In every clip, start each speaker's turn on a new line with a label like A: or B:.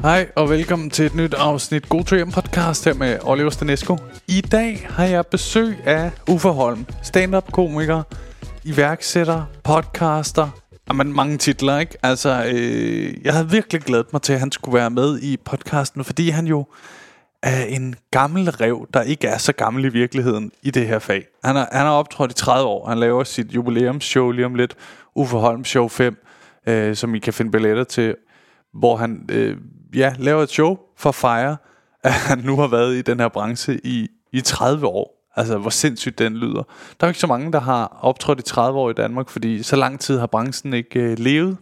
A: Hej og velkommen til et nyt afsnit God Trium Podcast her med Oliver Stanesco. I dag har jeg besøg af Uffe Holm, stand-up komiker, iværksætter, podcaster, Jamen, mange titler, ikke? Altså, øh, jeg havde virkelig glædet mig til, at han skulle være med i podcasten, fordi han jo er en gammel rev, der ikke er så gammel i virkeligheden i det her fag. Han har, han har optrådt i 30 år. Han laver sit jubilæumsshow lige om lidt. Uffe Holm Show 5, øh, som I kan finde billetter til. Hvor han øh, ja, laver et show for at fejre, at han nu har været i den her branche i, i 30 år. Altså, hvor sindssygt den lyder. Der er jo ikke så mange, der har optrådt i 30 år i Danmark, fordi så lang tid har branchen ikke øh, levet.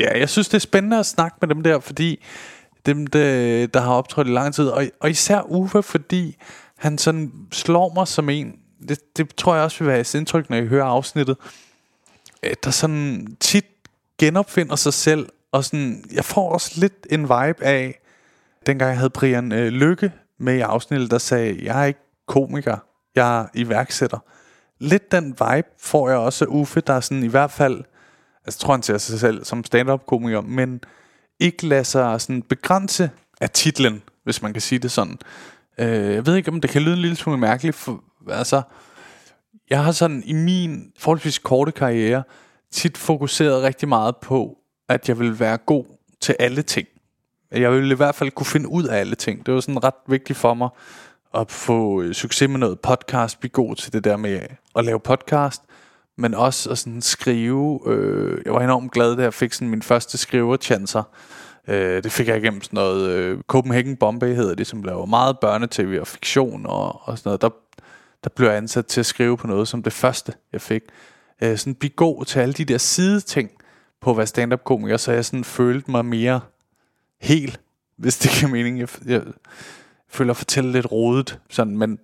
A: Ja, jeg synes, det er spændende at snakke med dem der, fordi dem, der, der har optrådt i lang tid, og, og især Uffe, fordi han sådan slår mig som en, det, det tror jeg også vil være jeres indtryk, når I hører afsnittet, øh, der sådan tit genopfinder sig selv, og sådan, jeg får også lidt en vibe af, dengang jeg havde Brian øh, Lykke med i afsnittet, der sagde, jeg er ikke komiker, jeg er iværksætter. Lidt den vibe får jeg også af Uffe, der er sådan i hvert fald, altså jeg tror han ser sig selv som stand-up komiker, men ikke lader sig sådan begrænse af titlen, hvis man kan sige det sådan. Øh, jeg ved ikke, om det kan lyde en lille smule mærkeligt, for, altså, jeg har sådan i min forholdsvis korte karriere tit fokuseret rigtig meget på, at jeg vil være god til alle ting. Jeg ville i hvert fald kunne finde ud af alle ting. Det var sådan ret vigtigt for mig at få øh, succes med noget podcast, blive god til det der med at lave podcast, men også at sådan skrive. Øh, jeg var enormt glad, da jeg fik sådan min første skriverchancer. Øh, det fik jeg igennem sådan noget, øh, Copenhagen Bombay hedder det, som laver meget børnetv og fiktion og, og sådan noget. Der, der blev jeg ansat til at skrive på noget som det første, jeg fik. Øh, sådan blive god til alle de der sideting på at være stand-up-komiker, så jeg sådan følte mig mere hel, hvis det giver mening. Jeg, jeg føler at fortælle lidt rodet, sådan, men,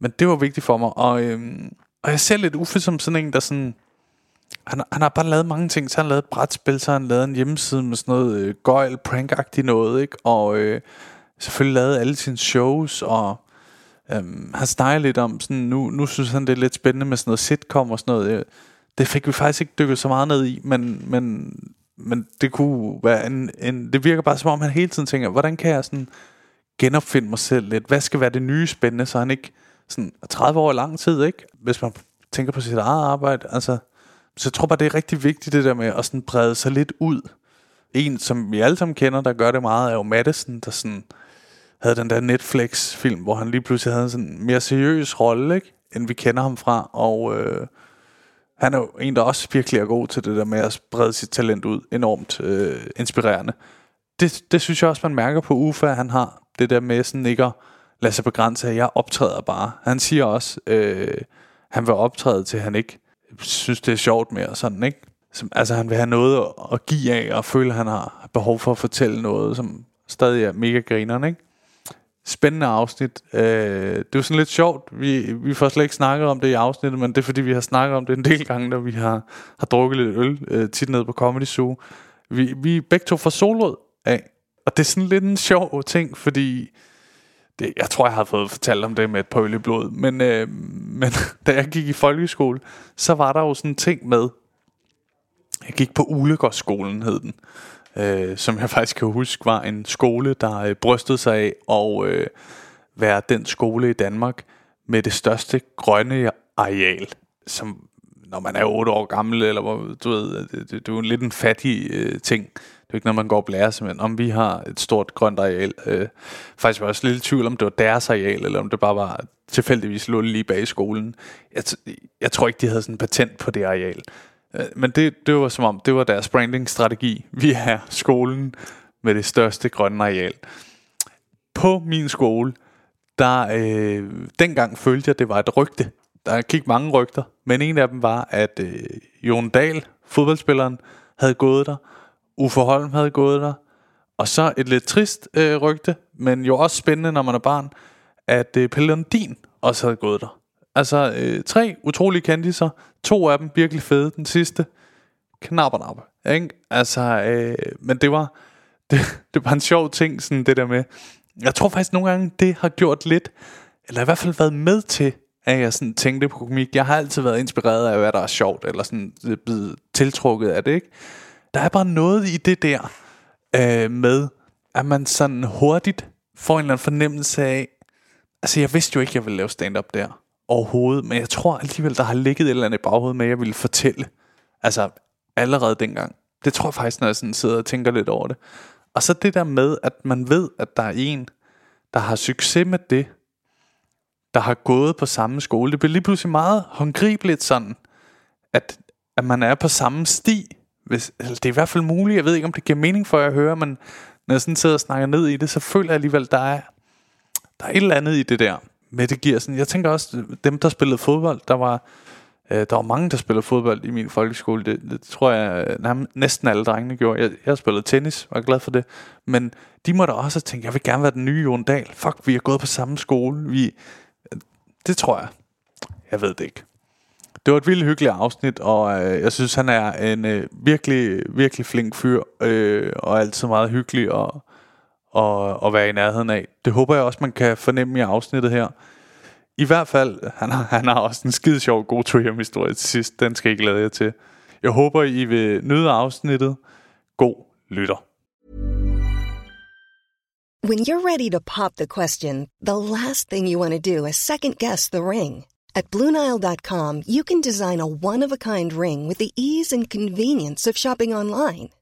A: men det var vigtigt for mig. Og, øhm, og jeg ser lidt Uffe som sådan en, der sådan... Han, han har bare lavet mange ting. Så har han lavet et brætspil, så har han lavet en hjemmeside med sådan noget øh, gøjl, prank noget, ikke? Og øh, selvfølgelig lavet alle sine shows, og øhm, han snakker lidt om sådan, nu, nu synes han, det er lidt spændende med sådan noget sitcom og sådan noget. Øh, det fik vi faktisk ikke dykket så meget ned i, men, men, men det kunne være en, en, det virker bare som om, han hele tiden tænker, hvordan kan jeg sådan genopfinde mig selv lidt? Hvad skal være det nye spændende, så han ikke sådan er 30 år i lang tid, ikke? Hvis man tænker på sit eget arbejde, altså... Så jeg tror bare, det er rigtig vigtigt det der med at sådan brede sig lidt ud. En, som vi alle sammen kender, der gør det meget, er jo Madison, der sådan havde den der Netflix-film, hvor han lige pludselig havde sådan en mere seriøs rolle, ikke? End vi kender ham fra, og... Øh, han er jo en, der også virkelig er god til det der med at sprede sit talent ud. Enormt øh, inspirerende. Det, det synes jeg også, man mærker på Uffe, at han har det der med sådan ikke at lade sig begrænse af, jeg optræder bare. Han siger også, øh, han vil optræde til, han ikke synes, det er sjovt mere. Sådan, ikke? Som, altså han vil have noget at, at give af, og føle, at han har behov for at fortælle noget, som stadig er mega grinerne, ikke? spændende afsnit. Øh, det er jo sådan lidt sjovt. Vi, vi får slet ikke snakket om det i afsnittet, men det er fordi, vi har snakket om det en del gange, når vi har, har drukket lidt øl, øh, tit nede på Comedy Zoo. Vi, vi er begge to fra Solrød af, og det er sådan lidt en sjov ting, fordi det, jeg tror, jeg har fået fortalt om det med et par øl i blod, men, øh, men da jeg gik i folkeskole, så var der jo sådan en ting med, jeg gik på Ulegårdsskolen, hed den øh, som jeg faktisk kan huske var en skole, der øh, brystede sig af at øh, være den skole i Danmark med det største grønne areal, som når man er 8 år gammel, eller hvor- du ved, det, det, det er jo en lidt en fattig øh, ting. Det er jo ikke, når man går og blærer sig, men om vi har et stort grønt areal. Øh, faktisk var jeg også lidt i tvivl, om det var deres areal, eller om det bare var tilfældigvis lå lige bag i skolen. Jeg, t- jeg tror ikke, de havde sådan patent på det areal. Øh, Men det, det var som om, det var deres branding-strategi. Vi er skolen med det største grønne areal. På min skole, der øh, dengang følte jeg, det var et rygte. Der gik mange rygter, men en af dem var, at øh, Jon Dahl, fodboldspilleren, havde gået der. Uffe Holm havde gået der. Og så et lidt trist øh, rygte, men jo også spændende, når man er barn, at øh, Pelle Lundin også havde gået der. Altså øh, tre utrolige kendiser, to af dem virkelig fede, den sidste knappernapper, ikke? Altså, øh, men det var, det, det var en sjov ting, sådan det der med, jeg tror faktisk nogle gange, det har gjort lidt, eller i hvert fald været med til, at jeg sådan tænkte på komik. Jeg har altid været inspireret af, hvad der er sjovt, eller sådan øh, blevet tiltrukket af det, ikke? Der er bare noget i det der øh, med, at man sådan hurtigt får en eller anden fornemmelse af, altså jeg vidste jo ikke, jeg ville lave stand-up der overhovedet, men jeg tror alligevel, der har ligget et eller andet i baghovedet med, at jeg ville fortælle. Altså allerede dengang. Det tror jeg faktisk, når jeg sådan sidder og tænker lidt over det. Og så det der med, at man ved, at der er en, der har succes med det, der har gået på samme skole. Det bliver lige pludselig meget håndgribeligt sådan, at, at man er på samme sti. Hvis, eller det er i hvert fald muligt. Jeg ved ikke, om det giver mening for jer at høre, men når jeg sådan sidder og snakker ned i det, så føler jeg alligevel, der er, der er et eller andet i det der. Med det giver sådan, jeg tænker også, dem der spillede fodbold, der var, øh, der var mange, der spillede fodbold i min folkeskole. Det, det tror jeg øh, nærm- næsten alle drengene gjorde. Jeg, jeg spillede tennis, var glad for det. Men de må da også tænke, jeg vil gerne være den nye Jon Dahl. Fuck, vi har gået på samme skole. Vi, øh, det tror jeg. Jeg ved det ikke. Det var et vildt hyggeligt afsnit, og øh, jeg synes, han er en øh, virkelig, virkelig flink fyr, øh, og altid meget hyggelig og, og, og være i nærheden af. Det håber jeg også, man kan fornemme i afsnittet her. I hvert fald, han har, han har også en skide sjov god Trium-historie til sidst. Den skal jeg glæde jer til. Jeg håber, I vil nyde afsnittet. God lytter.
B: When you're ready to pop the question, the last thing you want to do is second guess the ring. At Bluenile.com, you can design a one of a kind ring with the ease and convenience of shopping online.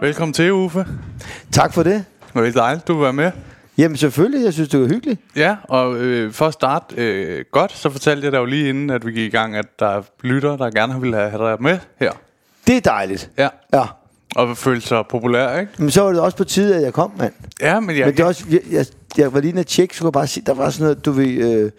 A: Velkommen til, Uffe.
C: Tak for det.
A: Det var helt dejligt, du vil være med.
C: Jamen selvfølgelig, jeg synes, det var hyggeligt.
A: Ja, og øh, for at starte øh, godt, så fortalte jeg dig jo lige inden, at vi gik i gang, at der er lytter, der gerne vil have, have dig med her.
C: Det er dejligt.
A: Ja,
C: Ja.
A: og føle sig populær, ikke?
C: Men så var det også på tide, at jeg kom, mand.
A: Ja, men jeg...
C: Men det er også, jeg, jeg, jeg var lige inde at tjekke, så kunne jeg bare sige, der var sådan noget, du ved, øh,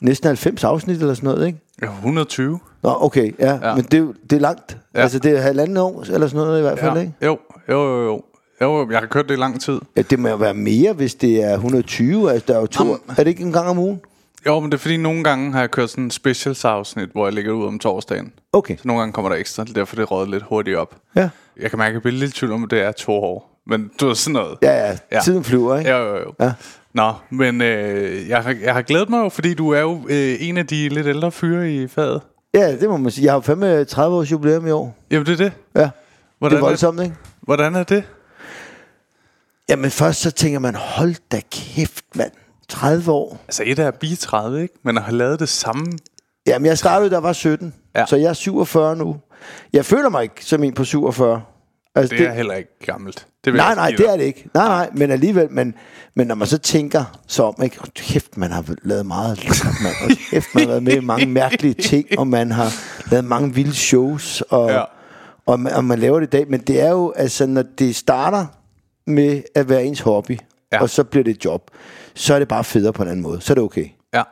C: næsten 90 afsnit eller sådan noget, ikke?
A: Ja, 120.
C: Nå, okay, ja,
A: Ja.
C: ja. men det, er jo- det er langt.
A: Ja.
C: Ja. Altså, det er halvanden år eller sådan noget i hvert fald, ja. ikke?
A: Jo, jo, jo, jo. Jo, jeg har kørt det i lang tid.
C: Ja, det må jo være mere, hvis det er 120, altså der er jo to,
A: Jamen.
C: er det ikke en gang om ugen?
A: Jo, men det er fordi, nogle gange har jeg kørt sådan en specials afsnit, hvor jeg ligger ud om torsdagen.
C: Okay,
A: Så nogle gange kommer der ekstra, det er derfor det råd lidt hurtigt op.
C: ja.
A: Jeg kan mærke, at jeg bliver lidt i tvivl om, at det er to år. Men du er sådan noget.
C: Ja, ja,
A: Ja.
C: ja. tiden flyver, ikke?
A: Jo, jo, jo. Ja.
C: Ja.
A: Nå, men øh, jeg, har, jeg har glædet mig jo, fordi du er jo øh, en af de lidt ældre fyre i faget.
C: Ja, det må man sige. Jeg har jo fandme 30 års jubilæum i år.
A: Jamen, det er det.
C: Ja, det
A: Hvordan,
C: er voldsomt, ikke?
A: Er, hvordan er det?
C: Jamen først så tænker man, hold da kæft, mand. 30 år.
A: Altså, et er at blive 30, ikke? Men at have lavet det samme.
C: Jamen, jeg startede, da jeg var 17.
A: Ja.
C: Ja. Så jeg er 47 nu. Jeg føler mig ikke som en på 47. Altså,
A: Det, det er heller ikke gammelt. Det vil
C: Nej,
A: jeg
C: nej,
A: sige
C: det
A: dig.
C: er det ikke. Nej, nej, men alligevel, men, men når man så tænker så om, ikke, "Åh, kæft, man har lavet meget lort, man, og kæft, man har været med i mange mærkelige ting, og man har lavet mange vilde shows, og,
A: Ja.
C: ja. og, man, og man laver det i dag, men det er jo, altså, når det starter med at være ens hobby,
A: Ja.
C: ja. og så bliver det et job, så er det bare federe på en anden måde, så er det okay.
A: Ja,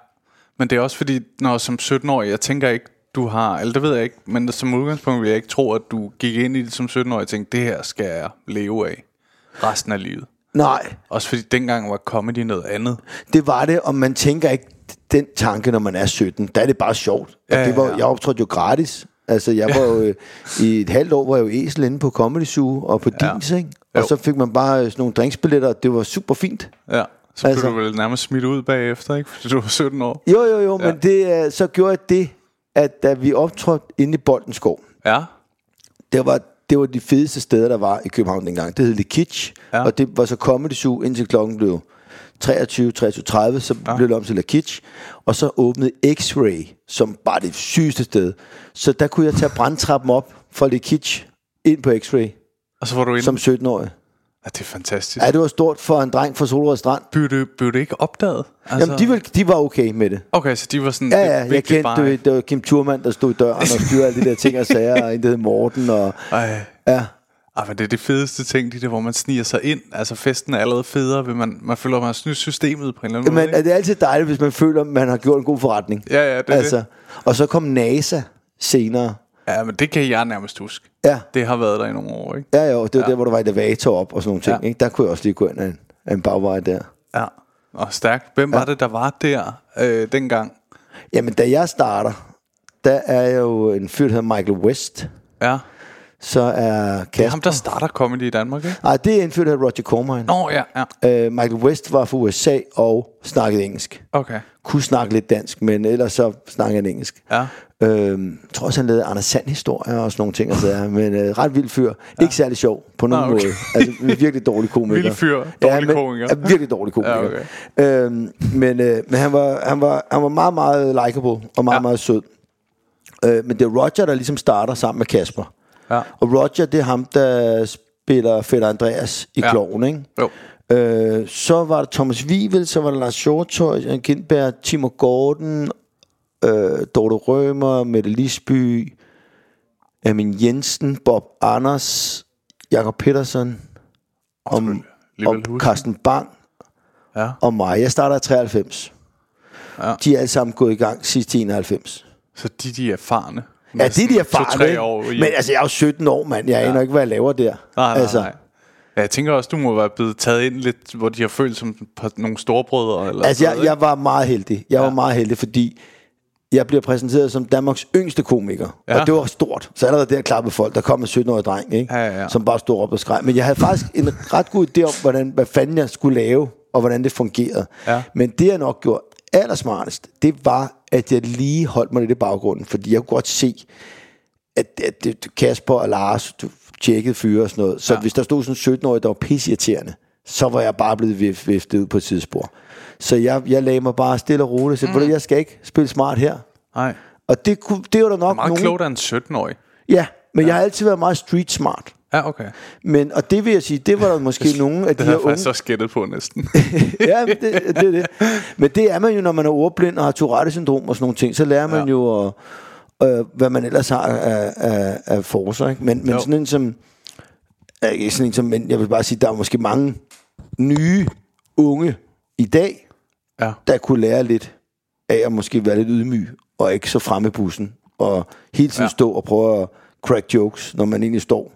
A: men det er også fordi, når som 17-årig, jeg tænker ikke, du har, eller det ved jeg ikke, men som udgangspunkt vil jeg ikke tro, at du gik ind i det som 17-årig og tænkte, det her skal jeg leve af resten af livet.
C: Nej,
A: Også fordi dengang var comedy noget andet.
C: Det var det, og man tænker ikke den tanke, når man er 17. Der er det bare sjovt.
A: Ja,
C: Ja,
A: ja,
C: det var,
A: ja.
C: Jeg optrådte jo gratis. Altså, jeg var jo, øh, i et halvt år var jeg jo æsel inde på Comedy Zoo og på
A: Ja.
C: ja. Dins, ikke? Og
A: Jo.
C: så fik man bare øh, sådan nogle drinksbilletter, og det var super fint.
A: Ja, så altså.
C: Altså.
A: blev du vel nærmest smidt ud bagefter, ikke? Fordi du var 17 år.
C: Jo, jo, jo,
A: Ja.
C: ja. men det, øh, så gjorde jeg det, at da vi optrådte inde i Boldenskov,
A: Ja,
C: det var, det var de fedeste steder, der var i København dengang. Det hed Le Kitsch,
A: Ja.
C: ja. og det var så Comedy Zoo, indtil klokken blev 23, 23.30, så ja. blev det om til La Kitsch, og så åbnede X-Ray, som var det sygeste sted. Så der kunne jeg tage brandtrappen op fra Le Kitsch ind på X-Ray
A: og så var du inde.
C: som 17-årig.
A: Ja, det er fantastisk.
C: Ja, det var stort for en dreng fra Solrød Strand.
A: Blev det, blev det ikke opdaget?
C: Altså... Jamen, de, var, de var okay med det.
A: Okay, så de var sådan...
C: Ja,
A: det er
C: ja, jeg
A: vigtigt
C: kendte,
A: bare-
C: du, ved, det var Kim Thurman, der stod i døren og styrede alle de der ting og sager, og en, der hed Morten, og
A: Ej.
C: ja,
A: Ej, men det er det fedeste ting, det der, hvor man sniger sig ind. Altså, festen er allerede federe, men man, man føler, man har snydt systemet på en eller anden
C: Men
A: måde.
C: er det er altid dejligt, hvis man føler, at man har gjort en god forretning.
A: Ja, ja, det er
C: altså. Og så kom NASA senere.
A: ikke? Ja, men det kan jeg nærmest huske.
C: Ja,
A: Det har været der i nogle år, ikke?
C: ja jo, det var ja. der, hvor der var elevator op og sådan nogle ting.
A: Ja.
C: Ja. Ikke? Der kunne jeg også lige gå ind ad en, ad en bagvej der.
A: Ja. Og stærkt. Hvem ja. var det, der var der øh, dengang?
C: Jamen, da jeg starter, der er jo en fyr, der hedder Michael West.
A: Ja.
C: Så er
A: Det er ham,
C: Kasper...
A: der starter comedy i Danmark, ikke?
C: Nej, det er en fyr, der hedder Roger Cormine.
A: Nå, ja, ja.
C: Øh, Michael West var fra USA og snakkede engelsk.
A: Okay.
C: Kunne snakke lidt dansk, men ellers så snakkede han engelsk.
A: Ja.
C: Øhm, jeg tror også, han lavede Anders Sand historier og sådan nogle ting. Altså, ja, men øh, ret vild fyr. Ja. Ikke særlig sjov på nogen
A: okay.
C: okay. måde. Altså, vi er virkelig dårlig komiker.
A: Vild fyr,
C: ja,
A: dårlig
C: men,
A: komiker.
C: Ja, virkelig dårlig komiker.
A: Ja,
C: Ja, okay. øhm, men øh, men han, var, han, var, han var meget, meget likable og meget,
A: Ja.
C: ja. meget sød. Øh, men det er Roger, der ligesom starter sammen med Kasper.
A: Ja.
C: Og Roger, det er ham, der spiller Fætter Andreas i
A: Ja.
C: ja. Kloven, ikke?
A: Jo.
C: Øh, så var der Thomas Wivel, så var der Lars Hjortøj, Jan Gindberg, Timo Gordon, øh, Dorte Rømer, Mette Lisby, Amin Jensen, Bob Anders, Jakob Petersen
A: Om,
C: og Carsten Bang
A: Ja.
C: og mig. Jeg starter i 93.
A: Ja.
C: De er alle sammen gået i gang sidst i 91.
A: Så de, de er erfarne.
C: Ja, det er de erfarne.
A: To-tre
C: ikke?
A: år i.
C: Men altså, jeg er jo 17 år, mand. Jeg aner ikke, hvad jeg laver der.
A: nej, nej,
C: altså,
A: nej. Ja, jeg tænker også, du må være blevet taget ind lidt, hvor de har følt som et par- nogle storebrødre. Eller
C: Altså,
A: sådan
C: jeg,
A: noget,
C: jeg var meget heldig. Jeg ja. var meget heldig, fordi jeg bliver præsenteret som Danmarks yngste komiker.
A: Ja.
C: Ja. Og det var stort. Så allerede der klappede folk. Der kom en 17-årig dreng, ikke?
A: Ja, ja, ja.
C: som bare stod op og skreg. Men jeg havde faktisk en ret god idé om, hvordan, hvad fanden jeg skulle lave, og hvordan det fungerede.
A: Ja.
C: Men det, jeg nok gjorde allersmartest, det var, at jeg lige holdt mig lidt i baggrunden. Fordi jeg kunne godt se, at, at det, Kasper og Lars du, tjekkede fyre og sådan noget. Så ja. hvis der stod sådan en 17-årig, der var pisseirriterende, så var jeg bare blevet vif- viftet ud på et sidespor. Så jeg, jeg lagde mig bare stille og roligt. Så mm. jeg skal ikke spille smart her.
A: Nej.
C: Og det, kunne, det var der nok
A: Meget
C: nogen...
A: klogt af en 17-årig.
C: Ja, men ja. jeg har altid været meget street smart.
A: Ja, okay.
C: Men, og det vil jeg sige, det var der måske nogen af
A: Det
C: de
A: har
C: her
A: jeg
C: unge...
A: faktisk også gættet på næsten.
C: ja, men det, det er det. Men det er man jo, når man er ordblind og har Tourette-syndrom og sådan nogle ting, så lærer man
A: Ja.
C: ja. jo, at, øh, hvad man ellers har af, af, af forser. Ikke? Men,
A: Jo.
C: men sådan en som... ja, Ikke sådan en som... Men jeg vil bare sige, der er måske mange nye unge i dag,
A: ja.
C: der kunne lære lidt af at måske være lidt ydmyg og ikke så fremme i bussen. Og hele tiden
A: Ja.
C: ja. stå og prøve at crack jokes, når man egentlig står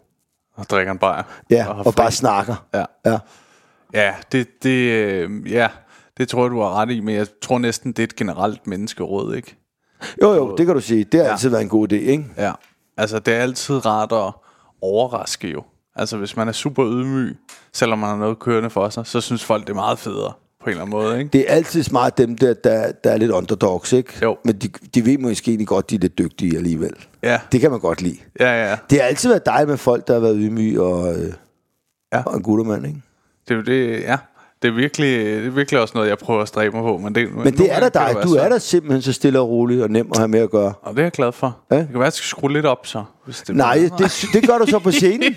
A: Og drikker en bajer.
C: ja,
A: har
C: og, og
A: fri.
C: bare snakker.
A: Ja.
C: Ja.
A: Ja, det, det, øh, ja, det tror jeg, du har ret i, men jeg tror næsten, det er et generelt menneskeråd, ikke?
C: Jo, jo, det kan du sige. Det har ja. altid været en god idé, ikke?
A: Ja. Altså, det er altid rart at overraske jo. Altså, hvis man er super ydmyg, selvom man har noget kørende for sig, så synes folk, det er meget federe på en eller anden måde, ikke?
C: Det er altid smart dem der, der, der er lidt underdogs, ikke?
A: Jo.
C: Men de, de ved måske egentlig godt, de er lidt dygtige alligevel.
A: Ja,
C: Det kan man godt lide.
A: ja, ja.
C: Det har altid været dig med folk, der har været ydmyge og, øh,
A: Ja.
C: ja. og en guttermand, ikke?
A: Det er jo det, ja. Det er virkelig, det er virkelig også noget, jeg prøver at stræbe mig på. Men det,
C: Men det er da dig. Du er da simpelthen så stille og rolig og nem at have med at gøre.
A: Og det er jeg glad for. Ja.
C: Ja.
A: Det kan være, at jeg skal skrue lidt op, så. Hvis det
C: Nej, det, det gør du så på scenen,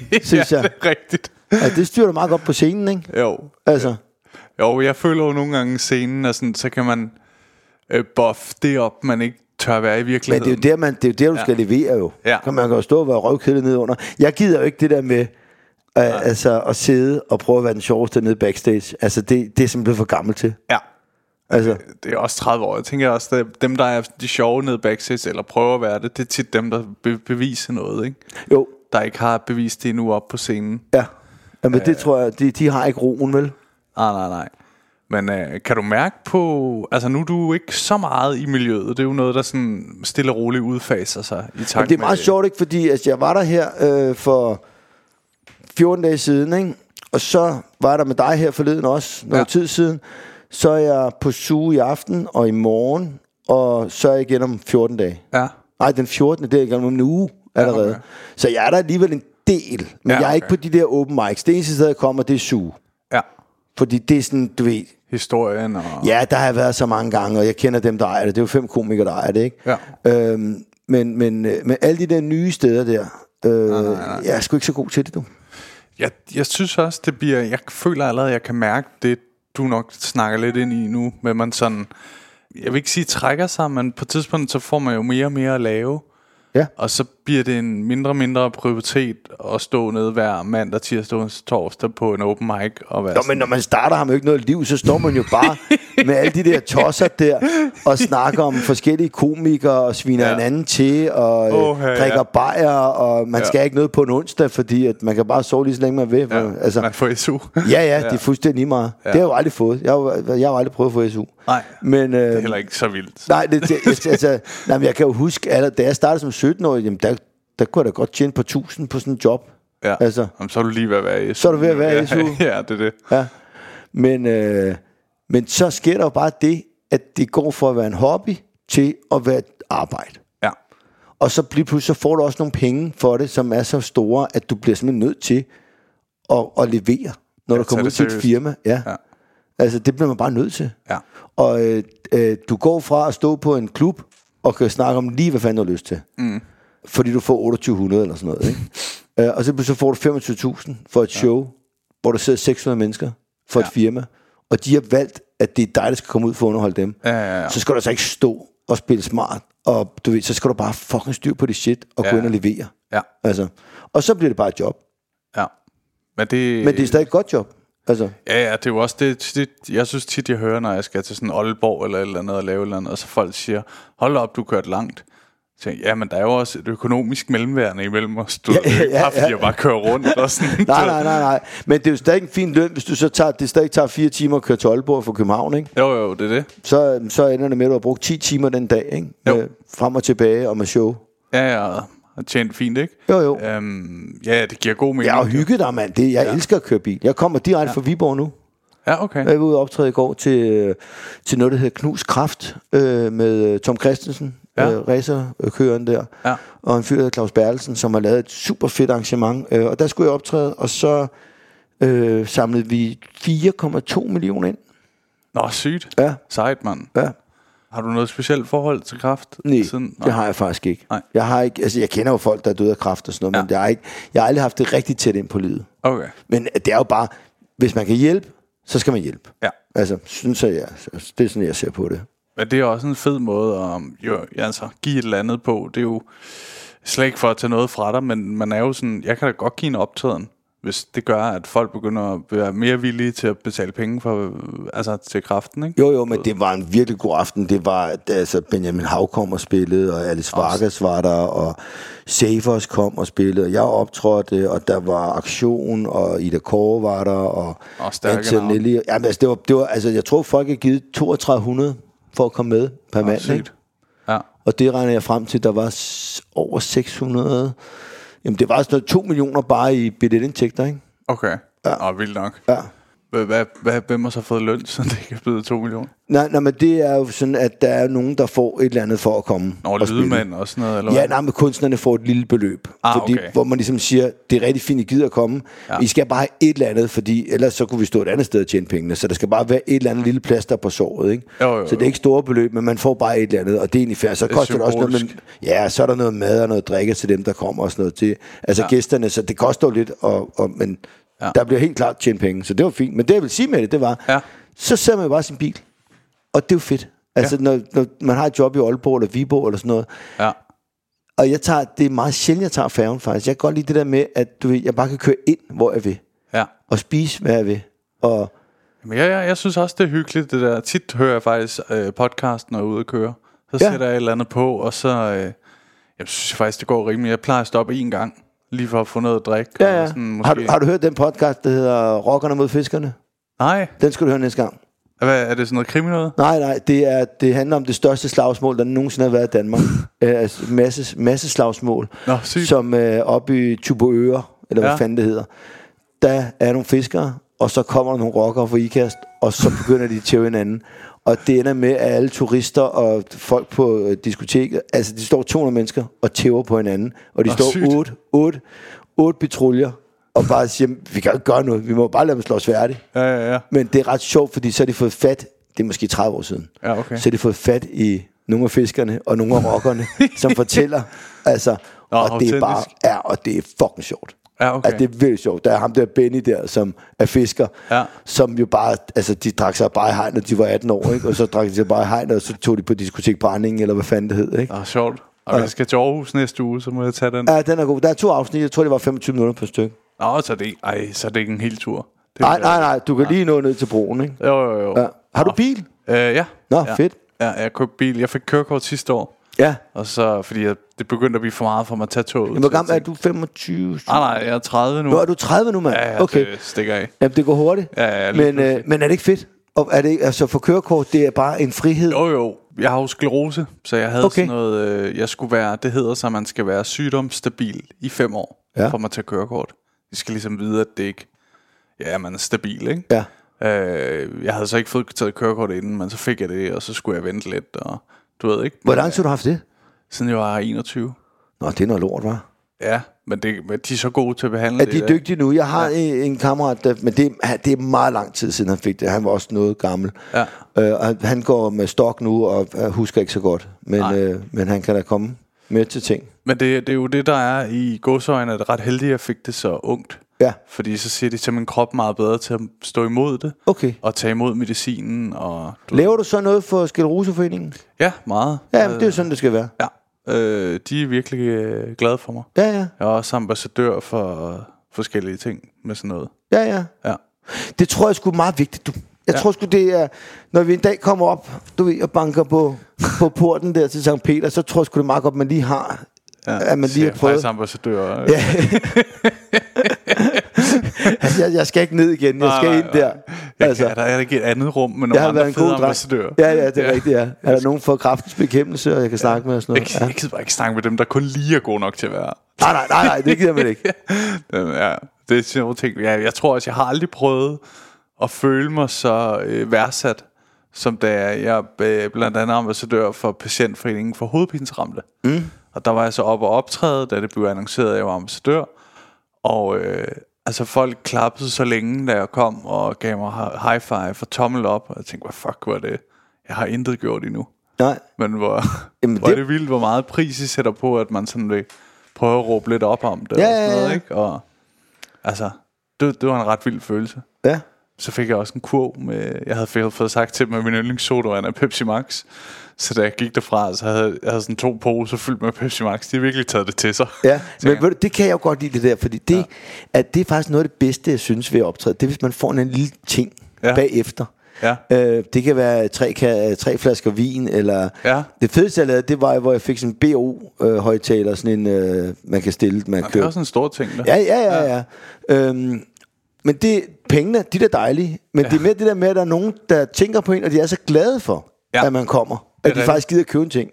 C: synes
A: ja,
C: jeg.
A: det er rigtigt.
C: Ja, det styrer du meget godt på scenen, ikke?
A: Jo,
C: Altså,
A: Jo, jeg føler jo nogle gange scenen, og sådan, så kan man øh, buff det op, man ikke tør være i
C: men det er
A: virkeligheden.
C: jo der, man, det er jo der du skal levere jo.
A: Ja.
C: Kan Man kan jo stå og være røvkedelig nede under. Jeg gider jo ikke det der med øh, altså, at sidde og prøve at være den sjoveste nede backstage. Altså, det, det er simpelthen blevet for gammel til.
A: Ja,
C: Altså,
A: det er også 30 år. Jeg tænker også, at dem, der er de sjove nede backstage, eller prøver at være det, det er tit dem, der be- beviser noget, ikke?
C: jo,
A: Der ikke har bevist det endnu op på scenen.
C: ja. Jamen, det tror jeg, de, de har ikke roen, vel?
A: Nej, nej, nej. Men øh, kan du mærke på... Altså, nu er du jo ikke så meget i miljøet. Det er jo noget, der sådan stille og roligt udfaser sig i takt
C: Jamen, det er meget
A: med,
C: sjovt, ikke? Fordi altså, jeg var der her øh, for 14 dage siden, ikke? Og så var der med dig her forleden også, noget
A: Ja.
C: ja. tid siden. Så er jeg på suge i aften og i morgen, og så er jeg igen om 14 dage.
A: Ja,
C: Nej, den 14. det er igen om en uge allerede.
A: okay.
C: okay. Så jeg er der alligevel en del, men
A: Ja,
C: ja, jeg er ikke på
A: okay.
C: de der open mics. Det eneste sted, jeg kommer, det er suge.
A: ja.
C: Fordi det er sådan, du ved,
A: Historien og...
C: Ja, der har jeg været så mange gange, og jeg kender dem, der ejer det. Det er jo fem komikere, der ejer det, ikke?
A: Ja.
C: Øhm, men, men, øh, men alle de der nye steder der, øh, nej, nej, nej. jeg er sgu ikke så god til det, du.
A: Jeg, jeg synes også, det bliver... Jeg føler allerede, jeg kan mærke det, du nok snakker lidt ind i nu, med man sådan... Jeg vil ikke sige trækker sig, men på et tidspunkt, så får man jo mere og mere at lave.
C: Ja.
A: Og så bliver det en mindre og mindre prioritet at stå nede hver mandag, tirsdag, onsdag, torsdag på en open mic. Og være
C: Nå, men når man starter har man jo ikke noget liv, så står man jo bare med alle de der tosser der, og snakker om forskellige komikere, og sviner
A: Ja.
C: ja. hinanden til, og
A: Åh,
C: oh,
A: ja,
C: hey, drikker
A: ja.
C: ja. bajer, og man
A: Ja.
C: ja. skal ikke noget på en onsdag, fordi at man kan bare sove lige så længe man vil.
A: sådan,
C: Ja. Altså,
A: man får SU.
C: ja, ja, det er fuldstændig lige meget. Ja. Det har jeg jo aldrig fået. Jeg har jo, jeg har jo aldrig prøvet at få SU.
A: Nej,
C: Men, øh,
A: det er heller ikke så vildt.
C: Nej, det, det, altså, altså, nej men jeg kan jo huske, altså, da jeg startede som 17-årig, jamen, der, der kunne jeg da godt tjene på tusind på sådan en job.
A: Ja.
C: Altså,
A: Jamen, så er du lige ved at være i SU.
C: Så er du ved at være i
A: ja,
C: SU.
A: Ja, det er det.
C: ja. Men, øh, men så sker der jo bare det, at det går fra at være en hobby til at være et arbejde.
A: Ja.
C: Og så lige pludselig så får du også nogle penge for det, som er så store, at du bliver simpelthen nødt til at, at levere, når
A: Ja,
C: du kommer
A: tag
C: ud
A: det
C: til et
A: seriøst.
C: firma. Ja.
A: Ja.
C: ja. Altså, det bliver man bare nødt til.
A: Ja.
C: Og øh, øh, du går fra at stå på en klub og kan snakke om lige, hvad fanden du har lyst til. Mm. Fordi du får 2800 eller sådan noget. Ikke? øh, og så, pludselig så får du 25.000 for et show, ja. hvor der sidder 600 mennesker for ja. et firma. Og de har valgt, at det er dig, der skal komme ud for at underholde dem.
A: Ja, ja, ja.
C: Så skal du altså ikke stå og spille smart. Og du ved, så skal du bare fucking styr på det shit og ja.
A: Ja.
C: gå ind og levere.
A: Ja,
C: Altså. Og så bliver det bare et job.
A: ja. Men det,
C: Men det er stadig et godt job. Altså.
A: Ja, ja, det er jo også det, det, jeg synes tit, jeg hører, når jeg skal til sådan Aalborg eller et eller andet og lave et eller andet, og så folk siger, hold op, du har kørt langt. Så tænker jeg, ja, men der er jo også et økonomisk mellemværende imellem os. Du ja, ja, ja, bare, fordi
C: ja.
A: jeg bare kører rundt og sådan.
C: Nej, nej, nej, nej. Men det er jo stadig en fin løn, hvis du så tager, det stadig tager fire timer at køre til Aalborg fra København, ikke?
A: Jo, jo, det er det.
C: Så, så ender det med, at du har brugt 10 timer den dag, ikke?
A: Jo.
C: Med, frem og tilbage og med show.
A: Ja, ja, og tjent fint, ikke?
C: Jo, jo. Ja,
A: Øhm, ja, det giver god mening.
C: jeg har jo hygget dig, mand. Det, jeg ja. elsker at køre bil. Jeg kommer direkte ja. fra Viborg nu.
A: Ja, okay.
C: Jeg var ude og optræde i går til, øh, til noget, der hedder Knus Kraft øh, med øh, Tom Christensen,
A: Ja.
C: ja. øh, racerkøren der,
A: Ja.
C: og en fyr, der hedder Claus Bertelsen, som har lavet et super fedt arrangement. Øh, og der skulle jeg optræde, og så øh, samlede vi 4,2 millioner ind.
A: Nå, sygt.
C: Ja,
A: Sejt, mand.
C: ja.
A: Har du noget specielt forhold til kraft?
C: Nej,
A: Siden?
C: det har jeg faktisk ikke.
A: Nej.
C: Jeg har ikke, altså jeg kender jo folk, der er døde af kræft og sådan noget, ja. men jeg har, ikke, jeg har aldrig haft det rigtig tæt ind på livet.
A: Okay,
C: Men det er jo bare, hvis man kan hjælpe, så skal man hjælpe.
A: ja.
C: Altså, synes jeg, ja. det er sådan, jeg ser på det.
A: Men det er også en fed måde at jo, altså, give et eller andet på. Det er jo slet ikke for at tage noget fra dig, men man er jo sådan, jeg kan da godt give en optræden, hvis det gør, at folk begynder at være mere villige til at betale penge for, øh, altså, til kraften, ikke?
C: Jo, jo, men det var en virkelig god aften. Det var, altså, Benjamin Hav kom og spillede, og Alice Vargas var der, og Savers kom og spillede, og jeg optrådte, og der var Aktion, og Ida Kåre var der, og,
A: Og stærke navne.
C: Antonelli. Jamen, altså, det var, det var, altså, jeg tror, folk har givet 3200 for at komme med per mand, ikke?
A: Sygt. Ja,
C: Og det regner jeg frem til, der var s- over 600... Jamen, det var sådan noget 2 millioner bare i billetindtægter, ikke?
A: okay. Ja. Nå, vildt nok.
C: Ja.
A: Hvad- hvad- hvad- Hvem har så fået løn, så det ikke er blevet 2 millioner?
C: Nej, nej, men det er jo sådan, at der er nogen, der får et eller andet for at komme
A: Nå,
C: og spille.
A: lydmænd og sådan noget, eller
C: Ja,
A: hvad?
C: nej, men kunstnerne får et lille beløb.
A: Ah,
C: fordi,
A: okay.
C: Hvor man ligesom siger, det er rigtig fint, I gider at komme. Ja. I skal bare have et eller andet, fordi ellers så kunne vi stå et andet sted og tjene pengene. Så der skal bare være et eller andet lille plaster på såret. Ikke?
A: Jo, jo, jo.
C: Så det er ikke store beløb, men man får bare et eller andet, og det er egentlig fair. Så
A: er
C: koster det også noget, men,
A: symbolsk.
C: ja, så er der noget mad og noget drikke til dem, der kommer og sådan noget til. Altså ja. gæsterne, så det koster jo lidt, og, og, men
A: Ja.
C: ja. der bliver helt klart tjent penge. Så det var fint. Men det, jeg vil sige med det, det var,
A: Ja.
C: så ser man jo bare sin bil. Og det er jo fedt. Altså, ja. når, når, man har et job i Aalborg eller Viborg eller sådan noget,
A: Ja,
C: og jeg tager, det er meget sjældent, jeg tager færgen faktisk. Jeg kan godt lide det der med, at du ved, jeg bare kan køre ind, hvor jeg vil.
A: ja.
C: Og spise, hvad jeg vil. Og
A: Jamen, ja, ja, jeg synes også, det er hyggeligt, det der. Tit hører jeg faktisk øh, podcasten, når jeg er ude og køre. Så ja.
C: Ja.
A: sætter jeg et eller andet på, og så... Øh, jeg synes faktisk, det går rimeligt. Jeg plejer at stoppe én gang, lige for at få noget at drikke.
C: ja, ja.
A: Og sådan, måske.
C: Har, du, har du hørt den podcast, der hedder Rockerne mod fiskerne?
A: Nej,
C: Den skal du høre næste gang.
A: Hvad, er det sådan noget krimi noget?
C: Nej, nej, det, er, det handler om det største slagsmål, der nogensinde har været i Danmark. Øh, altså, masse, masse slagsmål,
A: Nå, sygt.
C: som øh, oppe i Tuboøre, eller ja.
A: Ja.
C: hvad fanden det hedder. Der er nogle fiskere, og så kommer der nogle rockere fra IKAST, og så begynder de at tæve hinanden. Og det ender med, at alle turister og folk på øh, diskoteket, altså de står 200 mennesker og tæver på hinanden. Og de
A: Nå,
C: står
A: sygt.
C: 8, 8, 8 patruljer og bare siger, vi kan jo ikke gøre noget, vi må bare lade dem slås færdigt.
A: Ja, ja, ja.
C: Men det er ret sjovt, fordi så har de fået fat, det er måske 30 år siden,
A: Ja, okay.
C: så har de fået fat i nogle af fiskerne og nogle af rockerne, som fortæller, altså, og det er
A: autentisk.
C: bare, ja, og det er fucking sjovt.
A: Ja, okay.
C: Altså, det er virkelig sjovt. Der er ham der Benny der, som er fisker,
A: Ja.
C: som jo bare, altså de drak sig bare i hegn, når de var 18 år, ikke? og så drak de sig bare i hegn, og så tog de på diskotek Brændingen, eller hvad fanden det hed. Ikke?
A: Nå, sjovt. Og jeg skal til Aarhus næste uge, så må jeg tage den.
C: Ja, den er god. Der er to afsnit, jeg tror det var 25 minutter per stykke.
A: Nå, så er det, ej, så er det ikke en hel tur. Det
C: Nej, nej, nej, du kan lige nå ned til broen, ikke?
A: Jo, jo, jo.
C: Ja. Har du bil?
A: Øh, ja.
C: Nå,
A: ja.
C: fedt.
A: Ja, jeg købte bil. Jeg fik kørekort sidste år.
C: Ja.
A: Og så, fordi jeg, det begyndte at blive for meget for mig at tage toget.
C: Hvor
A: så jeg
C: gammel er
A: tænkte,
C: du? 25?
A: Nej, nej, jeg er 30 nu.
C: Nå, er du 30 nu, mand?
A: Ja, ja,
C: okay.
A: det stikker af.
C: Jamen, det går hurtigt.
A: Ja, ja, lige
C: men, øh,
A: pludselig.
C: men er det ikke fedt? Og er det, ikke- altså, for kørekort, det er bare en frihed.
A: Jo, jo. Jeg har jo sklerose, så jeg havde
C: Okay.
A: okay. sådan noget... Øh, jeg skulle være... Det hedder så, at man skal være sygdomsstabil i fem år,
C: Ja.
A: ja. for at tage kørekort. De skal ligesom vide, at det ikke... Ja, man er stabil, ikke?
C: Ja.
A: Øh, jeg havde så ikke fået taget kørekort inden, men så fik jeg det, og så skulle jeg vente lidt, og du ved ikke,
C: Hvor lang tid har du haft det?
A: siden jeg var 21.
C: Nå, det er noget lort, var.
A: Ja, men, det, men de er så gode til at behandle
C: Er
A: det.
C: de dygtige nu? Jeg har ja. en, en kammerat, der, men det, er- han- det er meget lang tid siden, han fik det. Han var også noget gammel.
A: Ja.
C: Øh, og han- han går med stok nu, og øh, husker ikke så godt. Men,
A: Nej.
C: øh, men han kan da komme med til ting.
A: Men det, det er jo det, der er i godsøjne, at det er ret heldigt, at jeg fik det så ungt.
C: Ja,
A: Fordi så siger de til min krop meget bedre til at stå imod det,
C: okay.
A: og tage imod medicinen, og du
C: Laver du så noget for Skeleroseforeningen?
A: Ja, meget.
C: Ja, men det er jo sådan, det skal være.
A: Ja. Øh, de er virkelig øh, glade for mig.
C: Ja, ja.
A: Jeg er også ambassadør for øh, forskellige ting med sådan noget.
C: Ja, ja.
A: Ja.
C: Det tror jeg sgu er meget vigtigt, du. Jeg ja. tror sgu, det er, når vi en dag kommer op, du ved, og banker på, på porten der til St. Peter, så tror jeg sgu, det er meget godt, man lige har, ja, at man lige
A: jeg
C: har
A: er
C: prøvet.
A: faktisk ambassadør. øh.
C: Ja. altså, jeg, jeg skal ikke ned igen, jeg
A: Nej,
C: skal
A: nej,
C: ind der.
A: Jeg,
C: Altså,
A: altså, der er ikke et andet rum med nogle
C: jeg har
A: andre
C: været en
A: fede
C: god
A: ambassadører.
C: dreng. Ja, ja, det er ja. rigtigt, ja. Er der nogen for kraftens bekæmpelse, og jeg kan snakke med og sådan
A: Jeg,
C: noget? Ah,
A: jeg gider bare ikke snakke med dem, der kun lige er gode nok til at være.
C: Nej, nej, nej, nej, det gider man ikke.
A: Øh, ja, det er sådan nogle ting. Ja, jeg tror også, jeg har aldrig prøvet at føle mig så øh, værdsat, som da jeg øh, blandt andet er ambassadør for Patientforeningen for hovedpinsramte. Mm. Og der var jeg så oppe og optræde, da det blev annonceret, at jeg var ambassadør. Og øh, altså folk klappede så længe, da jeg kom og gav mig hi- high five og tommel op. Og jeg tænkte, hvad fuck var det? Jeg har intet gjort endnu.
C: Nej.
A: Men hvor,
C: Jamen,
A: Jamen, hvor det...
C: det-
A: er det vildt, hvor meget pris I sætter på, at man sådan vil prøve at råbe lidt op om det.
C: Ja,
A: og sådan
C: ja,
A: noget,
C: ja.
A: Ikke? Og, altså, det, det var en ret vild følelse.
C: Ja.
A: Så fik jeg også en kurv med, jeg havde fået fået sagt til dem, at min yndlingssodavand er Pepsi Max. Så da jeg gik derfra, så havde jeg havde sådan to poser fyldt med Pepsi Max. De har virkelig taget det til sig.
C: Ja,
A: Tænker
C: men ved du, det kan jeg jo godt lide det der, fordi det, ja. at det er faktisk noget af det bedste, jeg synes ved at optræde. Det er, hvis man får en lille ting ja.
A: Ja.
C: bagefter.
A: Ja.
C: Øh, det kan være tre, ka- tre flasker vin, eller...
A: Ja.
C: Det fedeste, jeg lavede, det var, hvor jeg fik sådan en BO-højtaler, sådan en, øh, man kan stille, man
A: Det er
C: køber.
A: også en stor ting, der.
C: Ja, ja, ja, ja. ja. Øhm, men det, pengene, de er da dejlige, men ja. det er mere det der med, at der er nogen, der tænker på en, og de er så glade for, ja.
A: Ja.
C: at man kommer.
A: er
C: At de
A: rigtigt.
C: faktisk gider at købe en ting.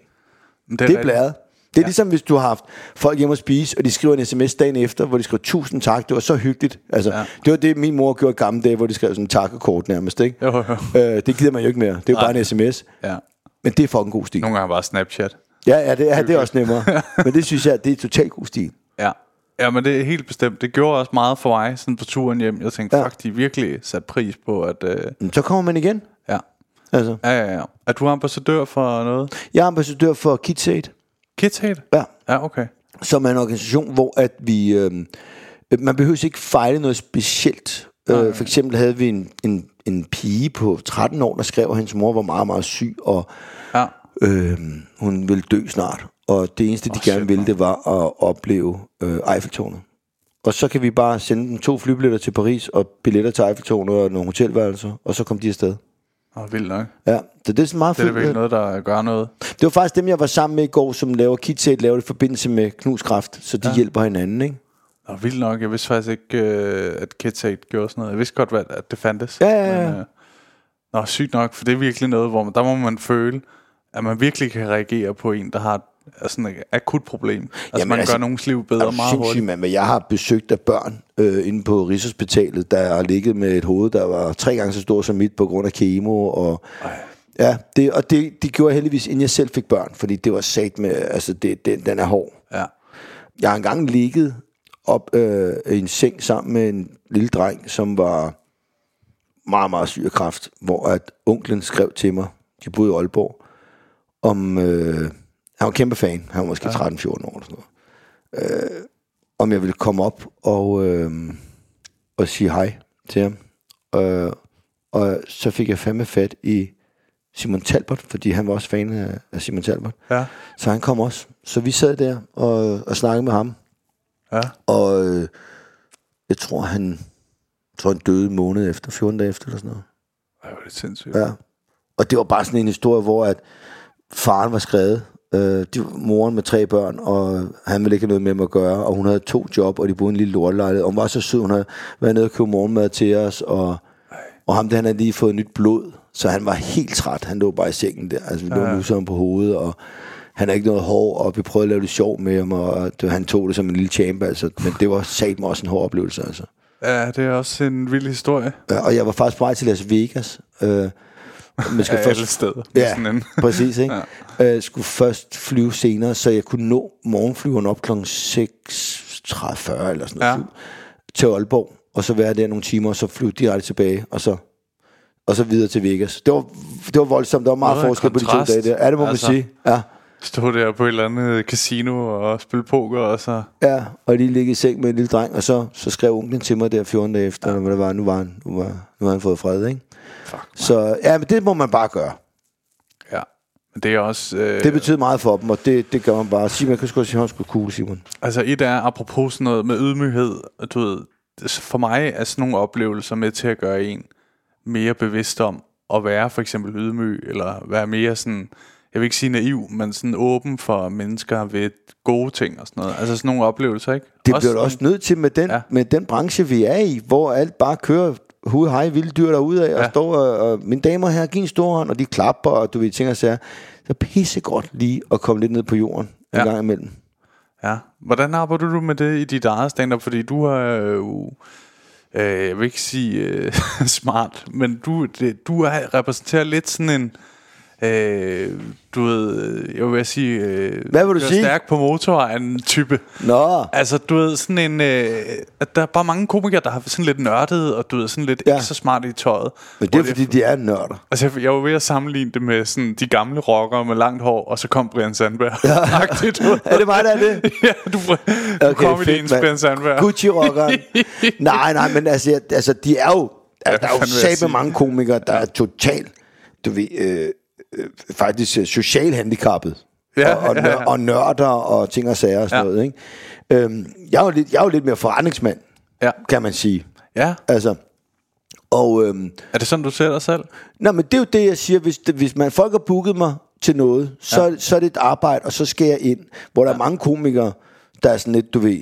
A: Men
C: Det er
A: rigtigt.
C: blæret. Det er ja. ligesom, hvis du har haft folk hjemme at spise, og de skriver en sms dagen efter, hvor de skriver, tusind tak, det var så hyggeligt. Altså, ja.
A: Ja.
C: Det var det, min mor gjorde i gamle dage, hvor de skrev sådan en takkekort nærmest. Ikke?
A: Jo, jo.
C: Øh, det gider man jo ikke mere. Det er jo bare en sms.
A: Ja.
C: Men det er fucking god stil.
A: Nogle gange bare Snapchat.
C: Ja, ja, det, ja, det er også nemmere. Men det synes jeg, det er totalt god stil.
A: Ja. Ja, men det er helt bestemt. Det gjorde også meget for mig sådan på turen hjem. Jeg tænkte,
C: Ja.
A: ja. fuck, de har virkelig sat pris på, at... Øh,
C: Men så kommer man igen.
A: ja.
C: Altså,
A: Ja, ja, ja. Er du ambassadør for noget?
C: jeg er ambassadør for KidsAid,
A: Kidshead?
C: ja,
A: Ja, okay.
C: som er en organisation, hvor at vi... Øh, man behøver ikke fejle noget specielt. Øh, for eksempel havde vi en, en, en pige på 13 år, der skrev, at hendes mor var meget, meget syg, og
A: Ja.
C: øh, hun ville dø snart. Og det eneste, de oh, gerne
A: shit,
C: ville, det var at opleve øh, Eiffeltårnet. Og så kan vi bare sende dem to flybilletter til Paris, og billetter til Eiffeltårnet og nogle hotelværelser, og så kom de afsted.
A: Åh, vildt nok.
C: Ja, så det er sådan meget
A: Det er da
C: fedt.
A: virkelig noget, der gør noget.
C: Det var faktisk dem, jeg var sammen med i går, som laver KitSat, laver det i forbindelse med Knuskraft, så de ja. hjælper hinanden, ikke?
A: Og vildt nok. Jeg vidste faktisk ikke, øh, at Kidshead gjorde sådan noget. Jeg vidste godt, hvad, at det fandtes.
C: Ja, ja, ja.
A: Men, øh, nå, sygt nok, for det er virkelig noget, hvor man, der må man føle, at man virkelig kan reagere på en, der har et- sådan et akut problem. Altså, Jamen, man altså, gør nogens liv
C: Det
A: bedre
C: er
A: meget
C: sindssygt,
A: hurtigt.
C: mand, hvad jeg har besøgt af børn øh, inde på Rigshospitalet, der har ligget med et hoved, der var tre gange så stort som mit på grund af kemo. Og, ja, det, og det, det gjorde jeg heldigvis, inden jeg selv fik børn, fordi det var sat med, altså det, den, den er hård.
A: Ja.
C: Jeg har engang ligget op øh, i en seng sammen med en lille dreng, som var meget, meget syg af kræft, hvor at onklen skrev til mig, de boede i Aalborg, om, øh, han var kæmpe fan, han var måske 13-14 år eller sådan noget. Øh, om jeg ville komme op og, øh, og sige hej til ham. Øh, og så fik jeg fandme fat i Simon Talbot, fordi han var også fan af, af Simon Talbot.
A: Ja.
C: Så han kom også. Så vi sad der og, og snakkede med ham.
A: Ja.
C: Og øh, jeg tror, han, jeg tror, han døde en måned efter, 14 dage efter eller sådan noget.
A: Ej, hvor er det sindssygt.
C: Ja. Og det var bare sådan en historie, hvor at faren var skrevet. Øh, de, moren med tre børn, og han ville ikke have noget med mig at gøre, og hun havde to job, og de boede i en lille lortelejlighed. Og hun var så sød, hun havde været nede og købe morgenmad til os, og, og ham der, han havde lige fået nyt blod, så han var helt træt. Han lå bare i sengen der, altså vi lå ja. nu på hovedet, og han havde ikke noget hår, og vi prøvede at lave det sjov med ham, og det, han tog det som en lille chamber, altså. men det var satme også en hård oplevelse. Altså.
A: Ja, det er også en vild historie.
C: Ja, og jeg var faktisk på vej til Las Vegas. Øh, man skal
A: Af
C: først,
A: alle steder.
C: Ja,
A: Sådan en-
C: præcis. Ikke? ja. øh, skulle først flyve senere, så jeg kunne nå morgenflyveren op kl. 6.30 eller sådan noget.
A: Ja.
C: Til Aalborg, og så være der nogle timer, og så flyve direkte tilbage, og så og så videre til Vegas. Det var, det var voldsomt. Der var meget
A: Noget af en
C: forskel på de to
A: kontrast.
C: dage der. Ja, det må
A: Altså.
C: man sige. Ja.
A: Stå der på et eller andet casino og spille poker, og så...
C: Ja, og lige ligge i seng med en lille dreng, og så, så skrev onklen til mig der 14 dage efter, ja. hvad det var, nu var han, nu var, nu havde han fået fred, ikke? Fuck, så ja, men det må man bare gøre.
A: Ja. Men det er også... Øh,
C: Det betyder meget for dem, og det, det gør man bare. Simon, jeg kan sgu sige, at han skulle cool, Simon.
A: Altså et er apropos sådan noget med ydmyghed, og du ved, det- for mig er sådan nogle oplevelser med til at gøre en mere bevidst om at være for eksempel ydmyg, eller være mere sådan, jeg vil ikke sige naiv, men sådan åben for mennesker ved gode ting og sådan noget. Altså sådan nogle oplevelser, ikke?
C: Det bliver du også nødt til med den,
A: Ja.
C: ja. med den branche, vi er i, hvor alt bare kører hud, hej, vilde dyr derude af, ja. og
A: Ja.
C: står, og, og mine damer her, giv en stor hånd, og de klapper, og du ved, ting og sager. Så pisse godt lige at komme lidt ned på jorden ja.
A: Ja.
C: en gang imellem.
A: Ja. Hvordan arbejder du med det i dit eget stand-up? Fordi du har jo... Øh, jeg vil ikke sige øh, smart, men du, det, du er, repræsenterer lidt sådan en... Øh, du ved, øh, jeg vil sige... Øh,
C: Hvad vil du
A: kører
C: sige?
A: stærk på motorvejen type.
C: Nå,
A: Altså, du ved, sådan en... Øh, at der er bare mange komikere, der har sådan lidt nørdet, og du ved, sådan lidt ja.
C: Ja.
A: ikke så smart i tøjet.
C: men det
A: Hvor
C: er fordi, de er nørder.
A: Altså, jeg, jeg var ved at sammenligne det med sådan de gamle rockere med langt hår, og så kom Brian Sandberg. Ja. Agtigt, du ved.
C: Er det mig, der er det?
A: ja, du, du okay, kom i din
C: mand.
A: Brian Sandberg.
C: Gucci-rockeren. nej, nej, men altså, jeg, altså de er jo... Altså, der er
A: fandme
C: jo
A: vil jeg sige.
C: sæbe mange komikere, der er totalt, du ved, øh, øh, faktisk øh, socialt handicappet.
A: Ja,
C: og, og,
A: ja,
C: nør-
A: ja.
C: og nørder og ting og sager og sådan
A: Ja.
C: ja. noget. Ikke? Øhm, jeg, er jo lidt, jeg er jo lidt mere forretningsmand,
A: Ja.
C: kan man sige.
A: Ja,
C: Altså, og... Øhm,
A: er det sådan, du ser dig selv?
C: Nå, men det er jo det, jeg siger. Hvis, hvis man, folk har booket mig til noget, så, ja. så er det et arbejde, og så skal jeg ind. Hvor der ja. er mange komikere, der er sådan lidt, du ved,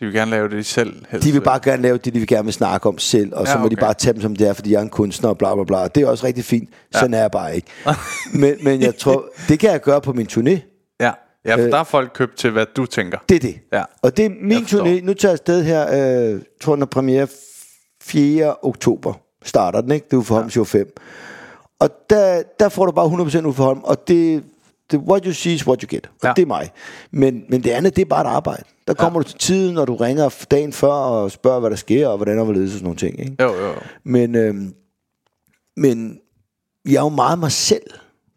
A: De vil gerne lave det selv. Helst.
C: de vil bare gerne lave det, de vil gerne vil snakke om selv, og så
A: Ja,
C: ja, okay. må de
A: okay.
C: bare tage dem, som det er, fordi jeg er en kunstner, og bla bla bla. Det er også rigtig fint. Sådan er jeg bare ikke. men, men jeg tror, det kan jeg gøre på min turné.
A: Ja, ja for øh, der er folk købt til, hvad du tænker.
C: Det er det.
A: Ja.
C: Og det er min
A: forstår.
C: turné. Nu tager jeg afsted her, øh, tror jeg, når premiere 4. oktober starter den, ikke? Det er Uforholm ja. 5. Og der, der får du bare 100% Uforholm, og det, det, what you see is what you get. Og
A: Ja.
C: ja. det er mig. Men, men det andet, det er bare et arbejde. Der kommer ja. du til tiden, når du ringer dagen før og spørger, hvad der sker, og hvordan og hvorledes og sådan nogle ting, ikke?
A: Jo, jo, jo.
C: Men, øh, men jeg er jo meget mig selv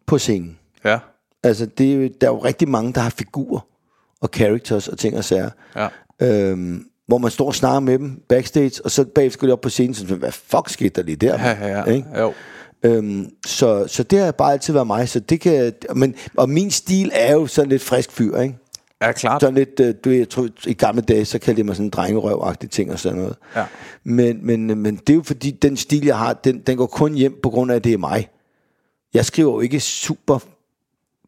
C: på scenen.
A: Ja,
C: Altså, det, er jo- der er jo rigtig mange, der har figurer og characters og ting og sager.
A: ja.
C: Øhm, hvor man står og snakker med dem backstage, og så bagefter skal de op på scenen, sådan, hvad fuck skete der lige der?
A: Ja, ja,
C: Ikke?
A: ja. Jo.
C: Øhm, så, så det har bare altid været mig, så det kan, men, og min stil er jo sådan lidt frisk fyr, ikke?
A: Ja, klart.
C: Sådan lidt, øh, du ved, jeg tror, i gamle dage, så kaldte jeg mig sådan en drengerøv-agtig ting og sådan noget.
A: Ja.
C: Men, men, men det er jo fordi, den stil, jeg har, den, den går kun hjem på grund af, at det er mig. Jeg skriver jo ikke super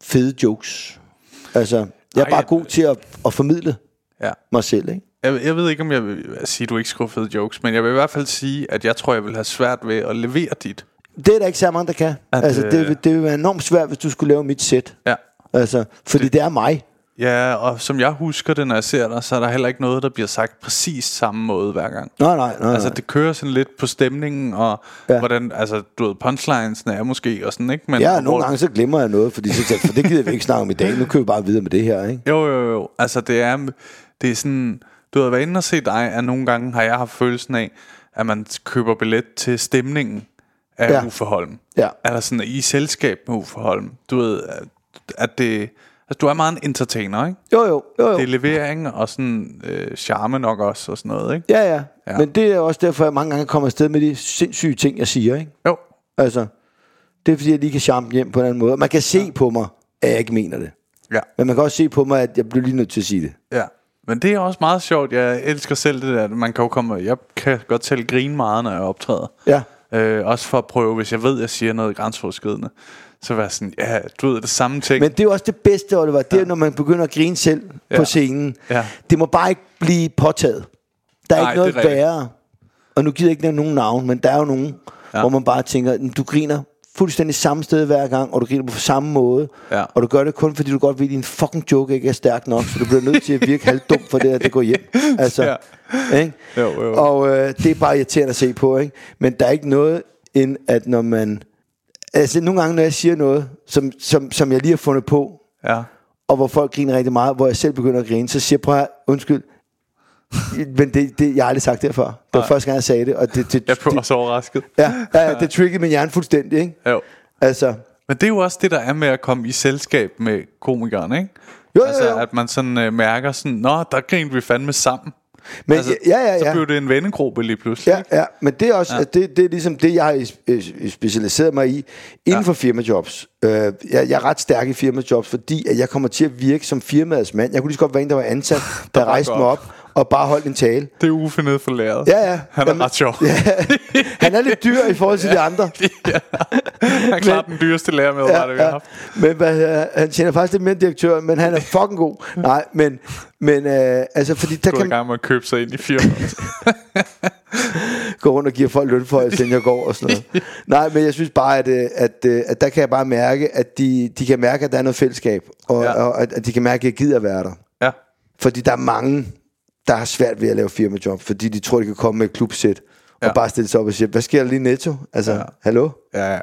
C: fede jokes. Altså, jeg er
A: Ej,
C: bare
A: jeg-
C: god til at, at formidle
A: Ja.
C: mig selv, ikke?
A: Jeg, jeg ved ikke, om jeg vil sige, at du ikke skriver fede jokes, men jeg vil i hvert fald sige, at jeg tror, jeg vil have svært ved at levere dit.
C: Det er der ikke så mange, der kan.
A: At,
C: At, altså, det,
A: øh,
C: vil- det vil være enormt svært, hvis du skulle lave mit sæt.
A: Ja.
C: Altså, fordi det, det er mig.
A: Ja, og som jeg husker det, når jeg ser dig, så er der heller ikke noget, der bliver sagt præcis samme måde hver gang.
C: Nej, nej, nej.
A: Altså,
C: Altså,
A: det kører sådan lidt på stemningen, og ja.
C: Ja.
A: hvordan, altså, du ved, punchlinesene er måske, og sådan, ikke? Men,
C: ja,
A: hvor-
C: nogle gange så glemmer jeg noget, fordi så tænker jeg, for det gider vi ikke snakke om i dag. Nu kører vi bare videre med det her, ikke?
A: Jo, jo, jo. Altså, det er, det er sådan... Du har været inde og se dig, at nogle gange har jeg haft følelsen af, at man køber billet til stemningen af ja.
C: Ja.
A: Uffe Holm.
C: Ja.
A: Eller sådan, i selskab med Uffe Holm. Du ved, at- at det... Altså, du er meget en entertainer, ikke?
C: Jo, jo, jo, jo.
A: Det er levering og sådan øh, charme nok også og sådan noget, ikke?
C: Ja, ja,
A: Ja.
C: ja. Men det er også derfor, jeg mange gange kommer afsted med de sindssyge ting, jeg siger, ikke?
A: Jo.
C: Altså, det er fordi, jeg lige kan charme hjem på en anden måde. Man kan se ja. på mig, at jeg ikke mener det.
A: Ja.
C: Men man kan også se på mig, at jeg bliver lige nødt til at sige det.
A: Ja, men det er også meget sjovt. Jeg elsker selv det der. Man kan jo komme, jeg kan godt selv grine meget, når jeg optræder.
C: Ja.
A: Øh, også for at prøve, hvis jeg ved, at jeg siger noget grænseoverskridende. Så være sådan, ja, du ved det samme ting.
C: Men det er jo også det bedste, Oliver. Det er, når man begynder at grine selv ja.
A: Ja.
C: på scenen.
A: Ja.
C: Det må bare ikke blive påtaget. Der er
A: Nej,
C: ikke noget
A: det er rigtigt.
C: værre. Og nu gider jeg ikke nævne nogen navn, men der er jo nogen,
A: Ja.
C: ja. hvor man bare tænker, "Men du griner fuldstændig samme sted hver gang, og du griner på samme måde.
A: Ja.
C: Og du gør det kun, fordi du godt ved, at din fucking joke ikke er stærk nok, så du bliver nødt til at virke halvdum for det, at det går hjem. Altså, ja. ikke?
A: Jo, jo.
C: Og øh, det er bare irriterende at se på, ikke? Men der er ikke noget, end at når man... Altså, nogle gange, når jeg siger noget, som, som, som jeg lige har fundet på,
A: Ja.
C: og hvor folk griner rigtig meget, hvor jeg selv begynder at grine, så siger jeg, prøv at høre, undskyld, men det, det, jeg har aldrig sagt det her før. Det var
A: Nej.
C: første gang, jeg sagde det, og det, det,
A: Jeg blev
C: det,
A: også overrasket.
C: ja, ja, ja, det triggede min hjerne fuldstændig, ikke?
A: Jo.
C: Altså,
A: Men det er jo også det, der er med at komme i selskab med komikeren, ikke?
C: Jo, jo,
A: altså,
C: jo.
A: at man sådan øh, mærker sådan, Nå, der griner vi fandme sammen. Altså,
C: men ja, ja, ja.
A: Så blev det en vennegruppe lige pludselig.
C: Ja, ja, men det er også ja. det, det er ligesom det, jeg har is- is- specialiseret mig i inden
A: Ja.
C: ja. for firmajobs. Øh, jeg, jeg er ret stærk i firmajobs, fordi at jeg kommer til at virke som firmaets mand. Jeg kunne lige så godt være en, der var ansat, der,
A: bare
C: rejste
A: går
C: mig
A: op.
C: op og bare holdt en tale.
A: Det er Uffe nede for læret.
C: Ja, ja.
A: Han er
C: Jamen-
A: ret sjov.
C: Ja. Han er lidt dyr i forhold til de andre.
A: Han er klart den dyreste lærer med, ja,
C: Ja,
A: det, vi har
C: ja.
A: haft.
C: Men hvad, hedder- han tjener faktisk lidt mere end direktøren, men han er fucking god. Nej, men, men øh, altså, fordi der
A: Du er i
C: kan man
A: gang med at købe sig ind i firmaet.
C: gå rundt og give folk lønforhøjelse, inden jeg går og sådan noget. Nej, men jeg synes bare, at, øh, at, øh, at der kan jeg bare mærke, at de, de kan mærke, at der er noget fællesskab, og,
A: Ja.
C: ja. og at, at de kan mærke, at jeg gider være der.
A: ja.
C: Fordi der er mange, der har svært ved at lave firmajob, fordi de tror, de kan komme med et klubsæt, og
A: Ja.
C: bare stille sig op og sige, hvad sker der lige i netto? Altså,
A: Ja.
C: ja. hallo?
A: Ja, ja.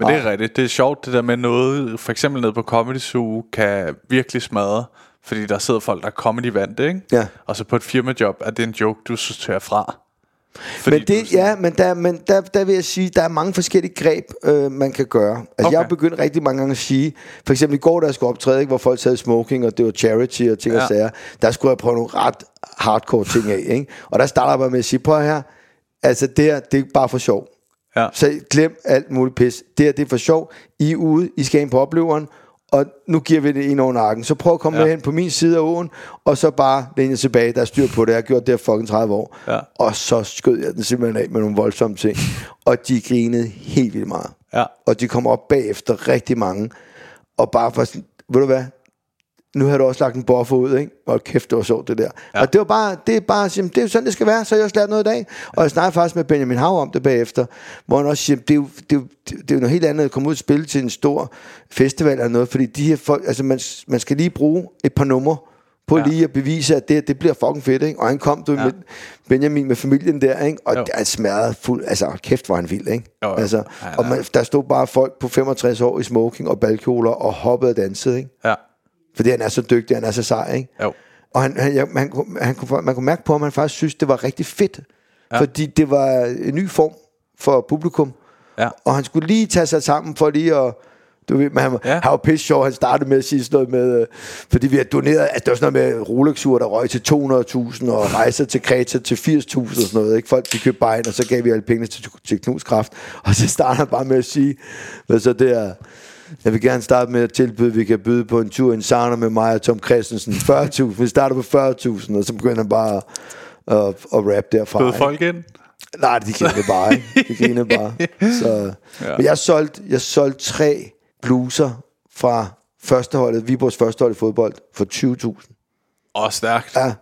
A: Men det er rigtigt. Det er sjovt, det der med noget, for eksempel nede på Comedy Zoo, kan virkelig smadre, fordi der sidder folk, der er comedy vant, ikke?
C: Ja.
A: Og så på et firmajob, er det en joke, du sorterer fra. Fordi
C: Men det, ja, men, der, men der, der vil jeg sige, der er mange forskellige greb, øh, man kan gøre. Altså, okay.
A: Okay.
C: jeg har begyndt rigtig mange gange at sige, for eksempel i går, da jeg skulle optræde, ikke, hvor folk havde smoking, og det var charity og ting ja.
A: Ja.
C: og sager, der skulle jeg prøve nogle ret hardcore ting af. Ikke? Og der starter jeg bare med at sige, prøv her, altså det her, det er bare for sjov.
A: Ja.
C: Så glem alt muligt pis. Det her, det er for sjov. I er ude, I skal ind på opleveren, og nu giver vi det en over nakken. Så prøv at komme
A: Ja.
C: ja. med hen på min side af åen, og så bare læn jer tilbage, der er styr på det. Jeg har gjort det her fucking 30 år.
A: Ja.
C: Og så skød jeg den simpelthen af med nogle voldsomme ting. Og de grinede helt vildt meget.
A: Ja.
C: Og de kom op bagefter rigtig mange. Og bare for sådan, ved du hvad, nu har du også lagt en buffer ud, ikke? Og kæft, det var sjovt, det der. Ja. Og det var bare, det er bare, simpelthen, det er jo sådan, det skal være, så har jeg også lært noget i dag. Og jeg snakkede faktisk med Benjamin Hav om det bagefter, hvor han også siger, det er jo, det er jo, det er jo noget helt andet at komme ud og spille til en stor festival eller noget, fordi de her folk, altså man, man skal lige bruge et par numre på
A: Ja.
C: ja. lige at bevise, at det, her, det bliver fucking fedt, ikke? Og han kom, du, ja. med Benjamin med familien der, ikke? Og
A: Jo.
C: det er smadret fuld, altså kæft, var han vild, ikke?
A: Jo, jo.
C: Altså,
A: Han
C: og
A: er-
C: man, der stod bare folk på 65 år i smoking og balkjoler og hoppede og dansede, ikke?
A: Ja.
C: Fordi han er så dygtig, han er så sej, ikke?
A: Jo.
C: Og han, han, ja, han, kunne- han, kunne, man kunne mærke på, at han faktisk synes, det var rigtig fedt. Ja. Fordi det var en ny form for publikum.
A: Ja.
C: Og han skulle lige tage sig sammen for lige at... Du ved, men han,
A: Ja.
C: ja. han var pisse sjov, han startede med at sige sådan noget med, øh, fordi vi har doneret, altså det var sådan noget med Rolexur, der røg til 200.000, og rejser til Kreta til 80.000 og sådan noget, ikke? Folk, de købte bare ind, og så gav vi alle pengene til, til Knuskraft, og så starter han bare med at sige, hvad så det er, jeg vil gerne starte med at tilbyde, at vi kan byde på en tur i en sauna med mig og Tom Christensen. 40.000. Vi starter på 40.000, og så begynder han bare at, at, at rap derfra.
A: Bød
C: ikke?
A: folk ind.
C: Nej, de griner bare, ikke? De griner bare. Så.
A: Ja.
C: Ja. Men jeg solgte, jeg solgte tre bluser fra førsteholdet, Viborgs førstehold i fodbold, for 20.000.
A: Og stærkt.
C: Ja.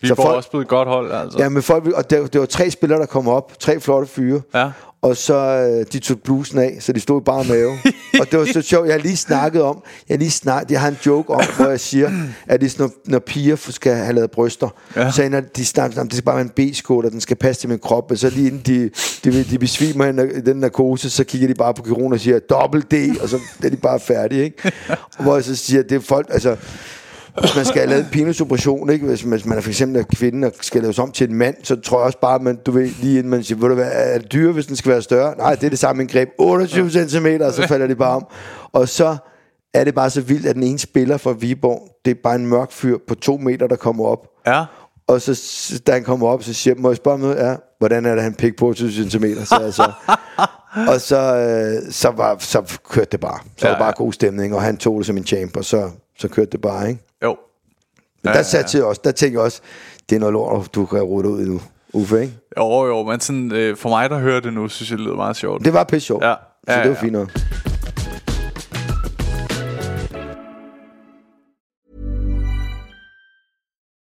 A: Vi
C: så
A: får
C: folk-
A: også blevet et godt hold, altså.
C: Ja, men folk, vil- og det, det var tre spillere, der kom op. Tre flotte fyre.
A: Ja.
C: Og så øh, de tog blusen af, så de stod bare i mave. og det var så sjovt, jeg har lige snakket om, jeg, har lige snak, jeg har en joke om, hvor jeg siger, at det er sådan, når, når piger skal have lavet bryster,
A: Ja.
C: ja. så ender de snakker om, det skal bare være en B-skål, og den skal passe til min krop, men så lige inden de, de, de besvimer i na- i den narkose, så kigger de bare på kirurgen og siger, dobbelt D, og så er de bare færdige, ikke? hvor jeg så siger, det er folk, altså, hvis man skal have lavet en penisoperation, ikke? Hvis, hvis man er for eksempel er kvinde og skal laves om til en mand, så tror jeg også bare, at man, du ved, lige inden man siger, ved du hvad, er det dyre, hvis den skal være større? Nej, det er det samme indgreb. 28 cm, og så falder de bare om. Og så er det bare så vildt, at den ene spiller fra Viborg, det er bare en mørk fyr på to meter, der kommer op.
A: Ja.
C: Og så, s- da han kommer op, så siger jeg, må jeg spørge om noget? Ja, hvordan er det, han pik på 20 cm? Så, jeg så, og så, øh, så, var, så kørte det bare.
A: Ja,
C: Så ja, var det bare
A: ja.
C: god stemning, og han tog det som en champ, og så, så kørte det bare, ikke?
A: Jo.
C: Men ja, der satte jeg også, der tænkte jeg også, det er noget lort, du kan rode ud i nu, Uffe, ikke?
A: Jo, jo, men sådan, øh, for mig, der hører det nu, synes jeg, det lyder meget sjovt.
C: Det var pisse sjovt,
A: Ja.
C: ja.
A: Ja,
C: så det var
A: ja.
C: fint nok.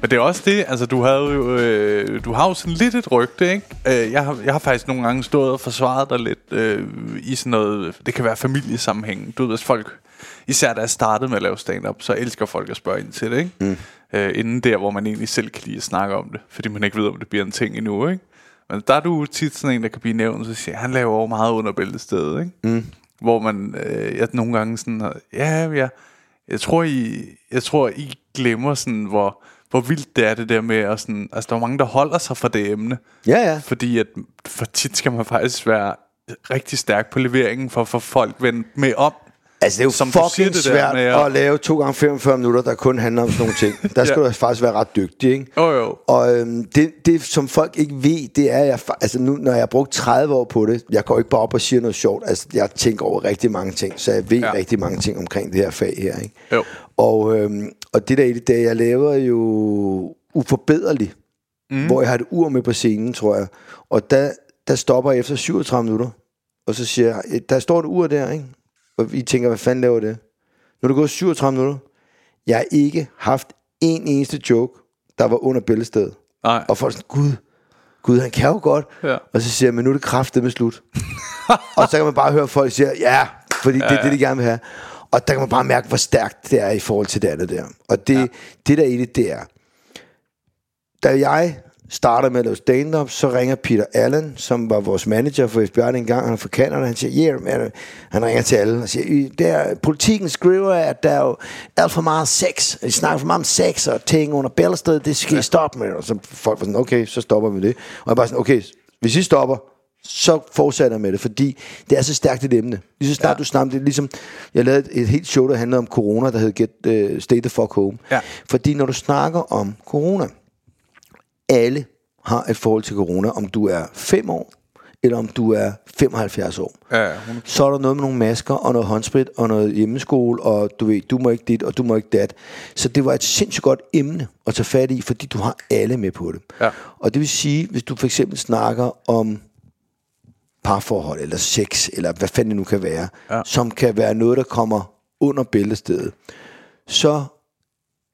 A: Men det er også det, altså du, havde jo, øh, du har jo sådan lidt et rygte, ikke? Øh, jeg, har, jeg har faktisk nogle gange stået og forsvaret dig lidt øh, i sådan noget, det kan være familiesammenhæng. Du ved, hvis folk, især da jeg startede med at lave stand-up, så elsker folk at spørge ind til det, ikke? Mm. Øh, inden der, hvor man egentlig selv kan lide at snakke om det, fordi man ikke ved, om det bliver en ting endnu, ikke? Men der er du tit sådan en, der kan blive nævnt, så siger jeg, han laver jo meget underbæltestedet, ikke? Mm. Hvor man, øh, jeg nogle gange sådan, har, ja, ja, jeg tror, I, jeg tror, I glemmer sådan, hvor, hvor vildt det er det der med, at sådan, altså der er mange, der holder sig fra det emne,
C: Ja, ja.
A: fordi at for tit skal man faktisk være rigtig stærk på leveringen for at få folk vendt med om.
C: Altså, det er jo
A: Som
C: Som
A: du
C: fucking
A: siger
C: siger,
A: det der
C: svært
A: med at-
C: at lave 2 gange 45 minutter, der kun handler om sådan nogle ting. Der skal
A: Ja.
C: du altså faktisk være ret dygtig, ikke?
A: Jo, jo.
C: Og øhm, det, det, som folk ikke ved, det er, jeg, fa- altså nu, når jeg har brugt 30 år på det, jeg går ikke bare op og siger noget sjovt. Altså, jeg tænker over rigtig mange ting, så jeg ved
A: Ja.
C: ja. rigtig mange ting omkring det her fag her, ikke?
A: Jo.
C: Og, øhm, og det der i det, der jeg laver jo uforbederligt, mm. hvor jeg har et ur med på scenen, tror jeg. Og der, der stopper jeg efter 37 minutter, og så siger jeg, "Øh, der står et ur der, ikke? Og I tænker, hvad fanden laver det? Nu er det gået 37 minutter. Jeg har ikke haft en eneste joke, der var under bæltestedet.
A: Nej.
C: Og folk er sådan, gud, gud, han kan jo godt.
A: Ja.
C: Og så siger jeg, men nu er det kraftet med slut. og så kan man bare høre folk sige, ja, fordi det er det, de gerne vil have. Og der kan man bare mærke, hvor stærkt det er i forhold til det andet der. Og det, ja. det der i det, det er, da jeg starter med at lave stand-up, så ringer Peter Allen, som var vores manager for FBI dengang, han er fra Canada, han siger, yeah, man. han ringer til alle og siger, "I- der, politikken skriver, at der er jo alt for meget sex, de snakker for meget om sex og ting under bæltestedet, det skal I stoppe med, og så folk var sådan, okay, så stopper vi det, og jeg er bare sådan, okay, hvis I stopper, så fortsætter jeg med det, fordi det er så stærkt et emne. Lige så snart ja. du snakker det, er ligesom, jeg lavede et, et helt show, der handlede om corona, der hed Get, uh, Stay the Fuck Home.
A: Ja.
C: Fordi når du snakker om corona, alle har et forhold til corona, om du er 5 år, eller om du er 75 år.
A: Ja, ja, hun-
C: Så er der noget med nogle masker, og noget håndsprit, og noget hjemmeskole, og du ved, du må ikke dit, og du må ikke dat. Så det var et sindssygt godt emne at tage fat i, fordi du har alle med på det.
A: Ja.
C: Og det vil sige, hvis du for eksempel snakker om parforhold, eller sex, eller hvad fanden det nu kan være, ja. som kan være noget, der kommer under bæltestedet, så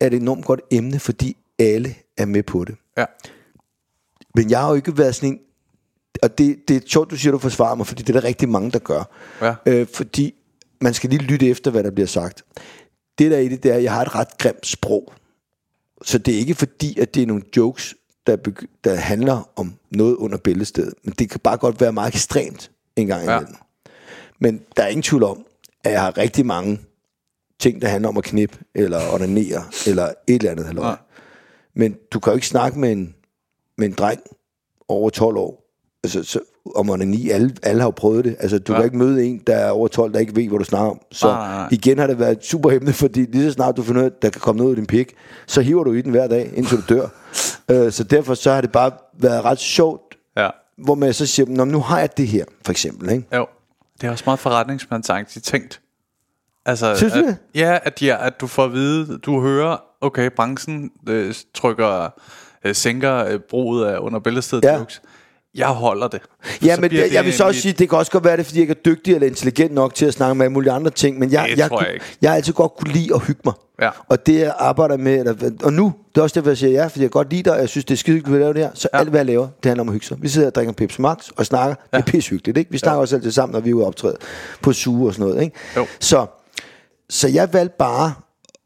C: er det et enormt godt emne, fordi alle er med på det.
A: Ja.
C: Men jeg har jo ikke været sådan en... Og det, det er sjovt, du siger, du forsvarer mig, fordi det er der rigtig mange, der gør.
A: Ja.
C: Øh, fordi man skal lige lytte efter, hvad der bliver sagt. Det der er i det, det er, at jeg har et ret grimt sprog. Så det er ikke fordi, at det er nogle jokes, der, begy- der handler om noget under bæltestedet. Men det kan bare godt være meget ekstremt en gang
A: Ja.
C: imellem. Men der er ingen tvivl om, at jeg har rigtig mange ting, der handler om at knippe, eller onanere, eller et eller andet. Halløj.
A: Nej.
C: Men du kan jo ikke snakke med en, med en dreng over 12 år, altså, så, om onani. Alle, alle har jo prøvet det. Altså, du ja. kan ikke møde en, der er over 12, der ikke ved, hvad du snakker om. Så
A: Nej, nej, nej.
C: igen har det været et super emne, fordi lige så snart du finder ud af, at der kan komme noget ud af din pik, så hiver du i den hver dag, indtil du dør. Øh, så derfor så har det bare været ret sjovt
A: Ja.
C: hvor man så siger, Nå, men nu har jeg det her, for eksempel. Ikke?
A: Jo. Det er også meget forretningsmandsagtigt tænkt. Altså,
C: Synes du
A: at,
C: det?
A: Ja, at, ja, at du får at vide, du hører, okay, branchen øh, trykker, øh, sænker øh, bruget af under bæltestedet
C: Ja.
A: ja. Jeg holder det.
C: Ja,
A: Så
C: men
A: bliver
C: jeg, jeg vil så
A: en-
C: også sige, det kan også godt være det, er, fordi jeg ikke er dygtig eller intelligent nok til at snakke med alle mulige andre ting, men jeg,
A: Det
C: jeg,
A: tror
C: kunne-
A: jeg ikke.
C: jeg har altid godt kunne lide at hygge mig.
A: Ja.
C: Og det, jeg arbejder med, eller, og nu, det er også derfor, jeg siger ja, fordi jeg godt lide dig, og jeg synes, det er skide hyggeligt, at lave det her, så ja. alt, hvad jeg laver, det handler om at hygge sig. Vi sidder og drikker Pepsi Max og snakker, ja. det er pishyggeligt, ikke? Vi snakker ja. også altid sammen, når vi er ude at optræde på suge og sådan noget, ikke?
A: Jo.
C: Så, så jeg valgte bare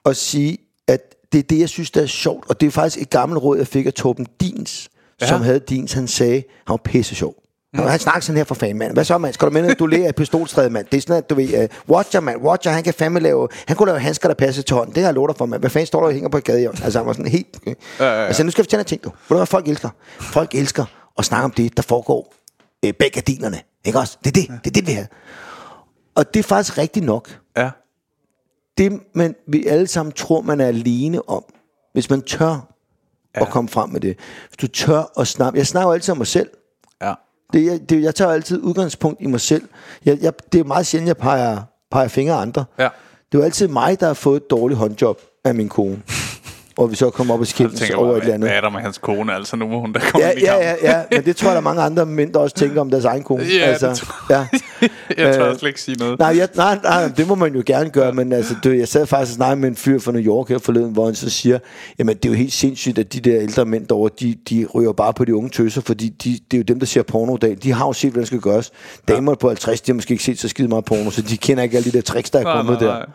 C: at sige, at det er det, jeg synes, der er sjovt, og det er faktisk et gammelt råd, jeg fik af Torben Dins, ja. som havde Dins, han sagde, han var pisse sjov. Mm. Han snakker sådan her for fanden, mand. Hvad så, mand? Skal du med, ned, at du lærer af pistolstræde, mand? Det er sådan, at du ved, uh, Watcher, mand. Watcher, han kan fandme lave... Han kunne lave handsker, der passer til hånden. Det har jeg lovet dig for, mand. Hvad fanden står der og hænger på et gadehjørne? Altså, han var sådan helt... Okay. Ja, ja, ja. Altså, nu skal jeg fortælle dig en ting, du. Ved du, hvad folk elsker? Folk elsker at snakke om det, der foregår øh, bag gardinerne. Ikke også? Det er det. Det er det, vi har. Og det er faktisk rigtigt nok
A: Ja,
C: det, man, vi alle sammen tror, man er alene om, hvis man tør ja. at komme frem med det. Hvis du tør at snakke. Jeg snakker jo altid om mig selv.
A: ja.
C: Det, jeg, det, jeg tager altid udgangspunkt i mig selv. Jeg, jeg, det er meget sjældent, jeg peger, peger fingre af andre.
A: Ja.
C: Det er jo altid mig, der har fået et dårligt håndjob af min kone. og vi så kommer op og
A: Jeg
C: skændes
A: tænker
C: Altså, over
A: bare,
C: et eller
A: hvad
C: andet.
A: er der med hans kone? Altså, nu må hun da komme
C: Ja,
A: ind i
C: ja, ja,
A: kampen.
C: ja, men det tror jeg, der er mange andre mænd, der også tænker om deres egen kone.
A: Ja,
C: altså, Øh,
A: det tror- Jeg tør slet ikke sige noget.
C: Nej, jeg, nej, nej, det må man jo gerne gøre, men altså, du, jeg sad faktisk og snakkede med en fyr fra New York her forleden, hvor han så siger, jamen det er jo helt sindssygt, at de der ældre mænd derovre, de, de ryger bare på de unge tøser, fordi de, det er jo dem, der ser porno i dag. De har jo set, hvad der skal gøres. Damer på 50, de har måske ikke set så skide meget porno, så de kender ikke alle de der tricks, der er
A: Nej,
C: kommet
A: nej,
C: der.
A: nej.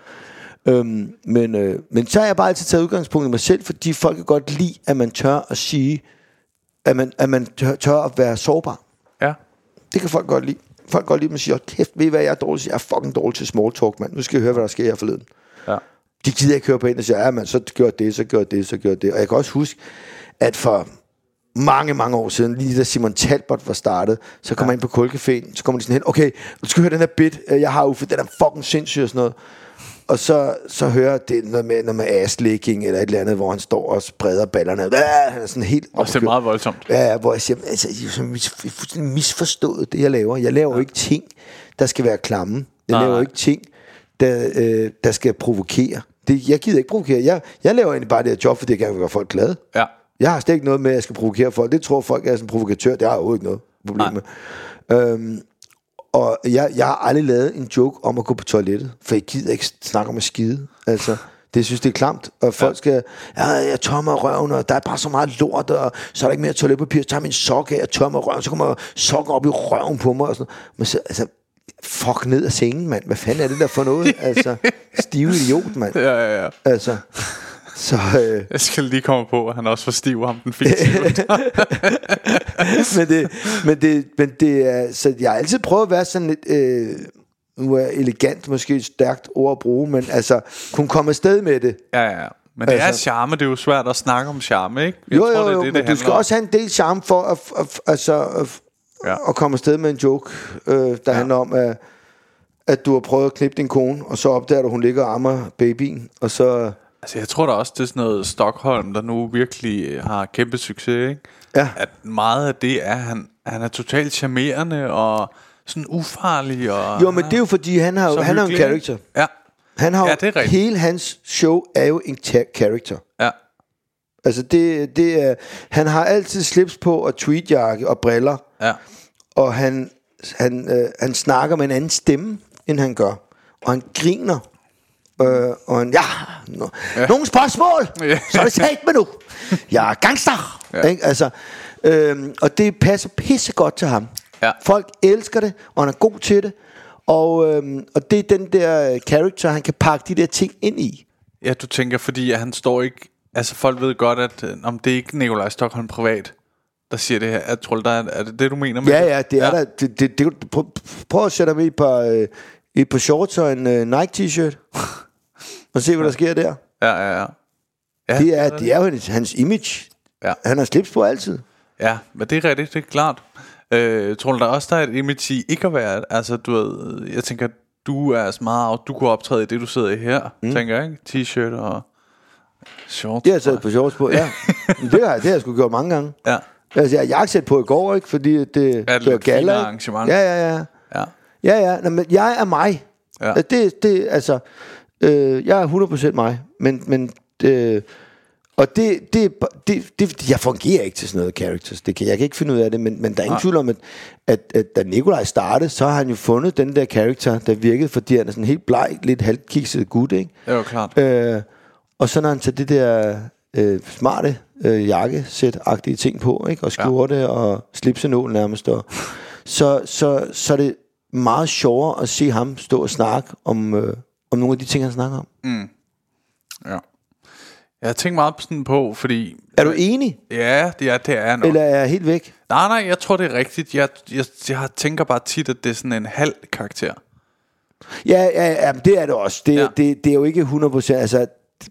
C: Øhm, men, øh, men så har jeg bare altid taget udgangspunkt i mig selv, fordi folk kan godt lide, at man tør at sige, at man, at man tør, tør at være sårbar.
A: Ja.
C: Det kan folk godt lide. Folk kan godt lide, at man siger, "Åh, kæft, ved I hvad, jeg er dårlig til? Jeg er fucking dårlig til small talk, mand. Nu skal jeg høre, hvad der sker her forleden.
A: Ja.
C: De gider ikke høre på en, og siger, ja, mand, så gør det, så gør det, så gør det. Og jeg kan også huske, at for mange, mange år siden, lige da Simon Talbot var startet, så kom ja. han ind på Kulcaféen, så kommer de sådan hen, okay, du skal høre den her bit, øh, jeg har Uffe, den er fucking sindssyg og sådan noget. Og så, så hører jeg det noget med, noget med asslicking eller et eller andet, hvor han står og spreder ballerne. Ah, han er sådan helt
A: Også det er
C: opkørt.
A: meget voldsomt.
C: Ja, ja, hvor jeg siger, altså, I er så mis- I er fuldstændig misforstået det, jeg laver. Jeg laver jo ikke ting, der skal være klamme. Jeg
A: Nej,
C: laver jo
A: nej.
C: ikke ting, der, øh, der skal provokere. Det, jeg gider ikke provokere. Jeg, jeg laver egentlig bare det her job, fordi jeg gerne vil gøre folk glade.
A: Ja.
C: Jeg har slet ikke noget med, at jeg skal provokere folk. Det tror folk, jeg er sådan en provokatør. Det har jeg overhovedet ikke noget problem med. Øhm, og jeg, jeg har aldrig lavet en joke om at gå på toilettet, for jeg gider ikke snakke om at skide. Altså, det synes det er klamt, og folk ja. skal, ja, jeg tømmer røven, og der er bare så meget lort, og så er der ikke mere toiletpapir, så tager jeg min sok af, jeg tømmer røven, så kommer sokken op i røven på mig, og sådan noget. Men så, altså, fuck ned af sengen, mand. Hvad fanden er det der for noget? altså, stive idiot, mand.
A: Ja, ja, ja.
C: Altså, så, øh,
A: Jeg skal lige komme på, at han også var stiv, ham den fiktive.
C: men, det, men, det, men det er, så jeg har altid prøvet at være sådan lidt, øh, nu er elegant måske et stærkt ord at bruge, men altså, kunne komme afsted med det.
A: Ja, ja, ja. Men det er
C: Altså-
A: charme, det er jo svært at snakke om charme, ikke?
C: Jo, jo, jo, men du
A: handler
C: skal
A: om.
C: også have en del charme for at, at, at, altså, at,
A: Ja.
C: at komme afsted med en joke, øh, der ja. handler om, at, at du har prøvet at knippe din kone, og så opdager du, at hun ligger og ammer babyen, og så...
A: Altså, jeg tror da også, det er sådan noget Stockholm, der nu virkelig øh, har kæmpe succes, ikke?
C: Ja.
A: At meget af det er, at han, han er totalt charmerende og sådan ufarlig. Og,
C: Jo, men det er jo fordi, han har, jo-
A: Ah. så
C: han har jo en
A: hyggelig,
C: character.
A: ikke? Ja,
C: Han har
A: Ja,
C: jo-
A: det er rigtigt.
C: hele hans show er jo en cha- character.
A: ja,
C: Altså det, det er, han har altid slips på og tweedjakke og briller,
A: ja.
C: og han, han, øh, han snakker med en anden stemme, end han gør. Og han griner. Øh, og han, ja, no, ja, nogle spørgsmål,
A: Ja.
C: så er det sat med nu. Jeg er gangster.
A: Ja.
C: Ja. Ikke? Altså, øhm, og det passer pissegodt til ham.
A: Ja.
C: Folk elsker det, og han er god til det. Og, øhm, og det er den der øh, character, han kan pakke de der ting ind i.
A: Ja, du tænker, fordi at han står ikke... Altså, folk ved godt, at øh, om det er ikke Nikolaj Stockholm privat, der siger det her. Jeg tror, der er, er det det, du mener med
C: Ja,
A: det?
C: ja, det er ja. der. Det, det, det, prøv, prøv at sætte ham i et par, øh, et par shorts og en øh, Nike-t-shirt. og se, hvad der sker der.
A: Ja, ja, ja. Ja,
C: Det er, det er jo hans, hans image.
A: Ja.
C: Han har slips på altid.
A: Ja, men det er rigtigt, det er klart. Øh, tror du, der også der er et image i ikke at være... Altså, du ved, jeg tænker, du er altså meget... Du kunne optræde i det, du sidder i her, mm. tænker jeg, ikke? T-shirt og shorts.
C: Det har jeg taget på shorts på, ja. Men det har, det har jeg sgu gjort mange gange.
A: Ja,
C: Altså, jeg har jakkesæt på i går, ikke? Fordi det, det
A: lidt
C: var gala.
A: finere
C: ikke?
A: arrangement.
C: Ja, ja, ja.
A: Ja.
C: Ja, ja. Nå, men jeg er mig.
A: Ja.
C: Altså, Det, det, altså, øh, jeg er 100% mig. Men, men øh, og det, det, det, det, jeg fungerer ikke til sådan noget characters. Det kan, jeg kan ikke finde ud af det, men, men der er ingen tvivl om, at, at, at da Nikolaj startede, så har han jo fundet den der character, der virkede, fordi han er sådan helt bleg, lidt halvkikset gut, ikke?
A: Det er jo klart.
C: Øh, og så når han tager det der øh, smarte øh, jakkesæt-agtige ting på, ikke? og skjorte ja. og slipsenål nærmest, og, så, så, så er det meget sjovere at se ham stå og snakke om, øh, om nogle af de ting, han snakker om. Mm.
A: Ja. Jeg har tænkt meget sådan på, fordi...
C: Er du enig,
A: Ja, det er, det er nok.
C: eller er jeg helt væk?
A: Nej, nej, jeg tror, det er rigtigt. Jeg, jeg, jeg tænker bare tit, at det er sådan en halv karakter.
C: Ja, ja, ja men det er det også. Det,
A: Ja.
C: ja. det, det er jo ikke 100%, altså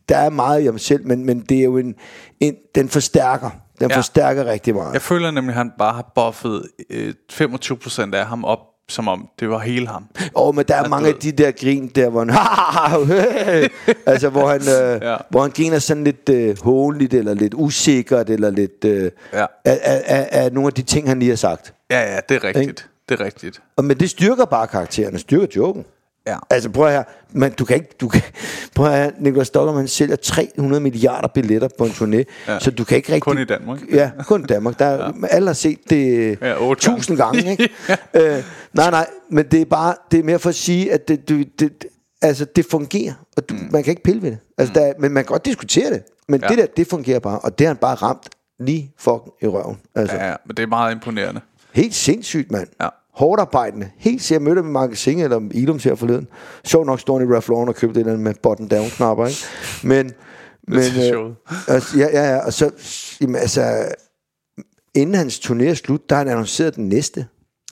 C: der er meget i ham selv, men, men det er jo en, en den forstærker. Den
A: Ja.
C: ja. forstærker rigtig meget.
A: Jeg føler nemlig, at han bare har buffet øh, 25% af ham op, som om det var hele ham.
C: Åh, oh, men der er mange af de der grin der, hvor han... altså, hvor han, øh,
A: Ja.
C: ja. hvor han griner sådan lidt øh, hånligt, eller lidt usikkert, eller lidt... Øh,
A: Ja.
C: af, af, af, af nogle af de ting, han lige har sagt.
A: Ja, ja, det er rigtigt. Det er rigtigt.
C: Og, men det styrker bare karakteren, styrker joken.
A: Ja.
C: Altså, prøv her. Men du kan ikke... Du kan, prøv her. Nikolaj Stockholm, han sælger 300 milliarder billetter på en turné, ja. så du kan ikke rigtig...
A: Kun i Danmark.
C: Ja, kun i Danmark. Der, er- Alle har set det
A: Ja, otte gange.
C: tusind gange, ikke? øh, nej, nej, men det er bare, det er mere for at sige, at det, du, det, altså, det fungerer, og du, mm. man kan ikke pille ved det. Altså,
A: Mm.
C: der, er- men man kan godt diskutere det, men ja. det der, det fungerer bare, og det har han bare ramt lige fucking i røven. Altså, ja.
A: Ja, ja, men det er meget imponerende.
C: helt sindssygt, mand.
A: Ja.
C: Hårdt arbejdende. Helt ser jeg mødte med Marcus Inge eller Ilums her forleden. Sjov nok står han i Ralph Lauren og købte det der med button down knapper, ikke? Men, men
A: til
C: øh,
A: showet.
C: altså, ja, ja, ja, og så, jamen, altså, inden hans turné er slut, der har han annonceret den næste.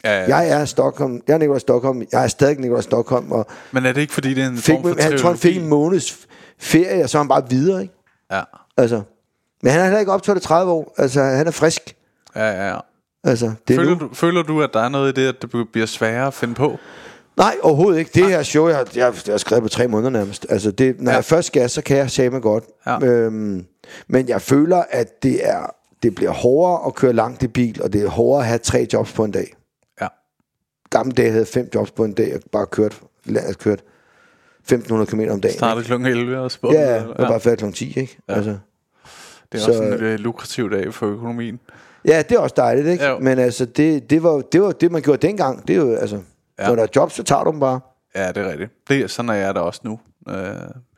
A: Ja, ja.
C: Jeg er Stockholm, jeg er Nikolaj Stockholm, jeg er stadig Nikolaj Stockholm, og
A: Men er det ikke, fordi det er en
C: fik,
A: form for
C: han tror, han fik en
A: trilogi?
C: måneds f- ferie, og så er han bare videre, ikke?
A: Ja,
C: Altså, men han er heller ikke optrådt i 30 år, altså, han er frisk.
A: ja, ja. ja.
C: Altså, det er nu.
A: Føler, du, føler du, at der er noget i det, at det bliver sværere at finde på?
C: Nej, overhovedet ikke. Det her show, jeg har, jeg, har- jeg har skrevet på tre måneder nærmest. Altså, det,
A: Ja.
C: når ja. jeg først skal, så kan jeg sige mig godt.
A: Ja.
C: Øhm, men jeg føler, at det er det bliver hårdere at køre langt i bil, og det er hårdere at have tre jobs på en dag.
A: Ja.
C: Gamle dage havde jeg fem jobs på en dag, og bare kørt, landet kørt 1.500 km om dagen.
A: Startede kl. 11 og spurgte.
C: Ja, ja, og bare færdig kl. 10, ikke? Ja. Altså,
A: Det er
C: Så-
A: også en øh, lukrativ dag for økonomien.
C: ja, det er også dejligt, ikke?
A: Ja, jo.
C: Men altså, det, det, var, jo- det var det, man gjorde dengang. Det er jo, altså,
A: Ja.
C: ja. når der er job, så tager du dem bare.
A: Ja, det er rigtigt. Det, er- sådan er jeg da også nu. Øh,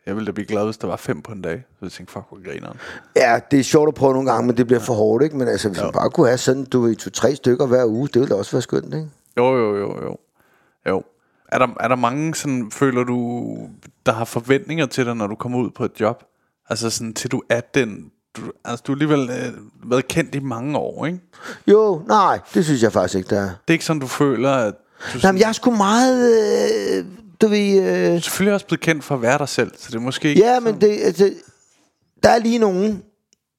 A: jeg ville da blive glad, hvis der var fem på en dag. Så jeg tænkte, fuck, hvor grineren.
C: Ja, det er sjovt at prøve nogle gange, men det bliver for hårdt, ikke? Men altså, hvis man bare kunne have sådan, du ved, to-tre stykker hver uge, det ville da også være skønt, ikke?
A: Jo, jo, jo, jo. jo. Er, der, er der mange, sådan, føler du, der har forventninger til dig, når du kommer ud på et job? Altså sådan, til du er den... Du, altså, du har alligevel øh, været kendt i mange år, ikke?
C: Jo, nej, det synes jeg faktisk ikke, der er.
A: Det er ikke sådan, du føler, at... Du
C: Jamen, jeg er sgu meget, øh, du ved... Øh,
A: er selvfølgelig også blevet kendt for at være dig selv, så det er måske ikke...
C: ja, men det, altså, der er lige nogen,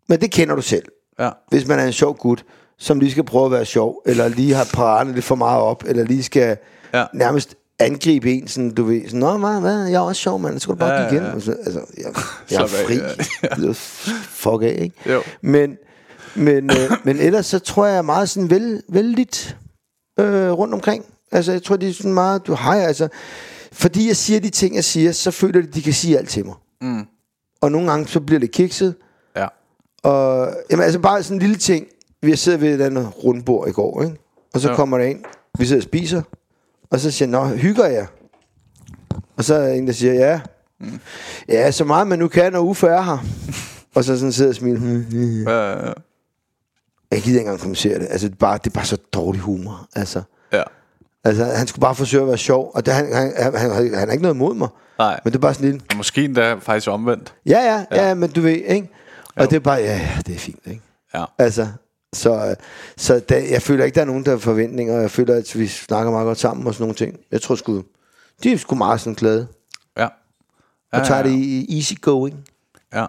C: men det kender du selv.
A: Ja,
C: Hvis man er en sjov gut, som lige skal prøve at være sjov, eller lige har paraderne lidt for meget op, eller lige skal
A: Ja.
C: ja. nærmest angribe en, sådan, du ved, sådan, Nå, hvad, hvad, jeg er også sjov, mand, så skal du bare
A: Ja,
C: ja,
A: ja,
C: gik igen.
A: ja.
C: Ja, Altså, jeg, jeg er
A: Slap af,
C: fri.
A: ja.
C: Ja, ja. Fuck af, ikke?
A: Jo.
C: Men, men, øh, men ellers så tror jeg, jeg er meget sådan vel, vældigt øh, rundt omkring. Altså, jeg tror, de er sådan meget, du har altså... Fordi jeg siger de ting, jeg siger, så føler de, de kan sige alt til mig. Mm. Og nogle gange, så bliver det kikset,
A: ja,
C: og jamen, altså bare sådan en lille ting. Vi har siddet ved et eller andet rundbord i går, ikke? Og så
A: Ja.
C: ja. kommer der en, vi sidder og spiser, og så siger han, nå, hygger jeg? Og så er der en, der siger, ja. Ja, så meget man nu kan, når Uffe er her. og så sådan sidder og smiler. "Hmm, hmm."
A: øh,
C: Jeg gider ikke engang kommentere det. Altså, det er bare, det er bare så dårlig humor. Altså,
A: ja.
C: altså han skulle bare forsøge at være sjov, og det, han, han, han, han, han har ikke noget imod mig.
A: Nej.
C: Men det er bare sådan en lille,
A: Og måske endda faktisk omvendt.
C: ja, ja, ja, ja men du ved, ikke? Og det er bare, ja, ja, det er fint, ikke?
A: Ja.
C: Altså, så, øh, så der, jeg føler ikke, der er nogen, der har forventninger, og jeg føler, at vi snakker meget godt sammen og sådan nogle ting. Jeg tror sgu, de er sgu meget sådan glade,
A: Ja.
C: og tager det i easy going.
A: Ja.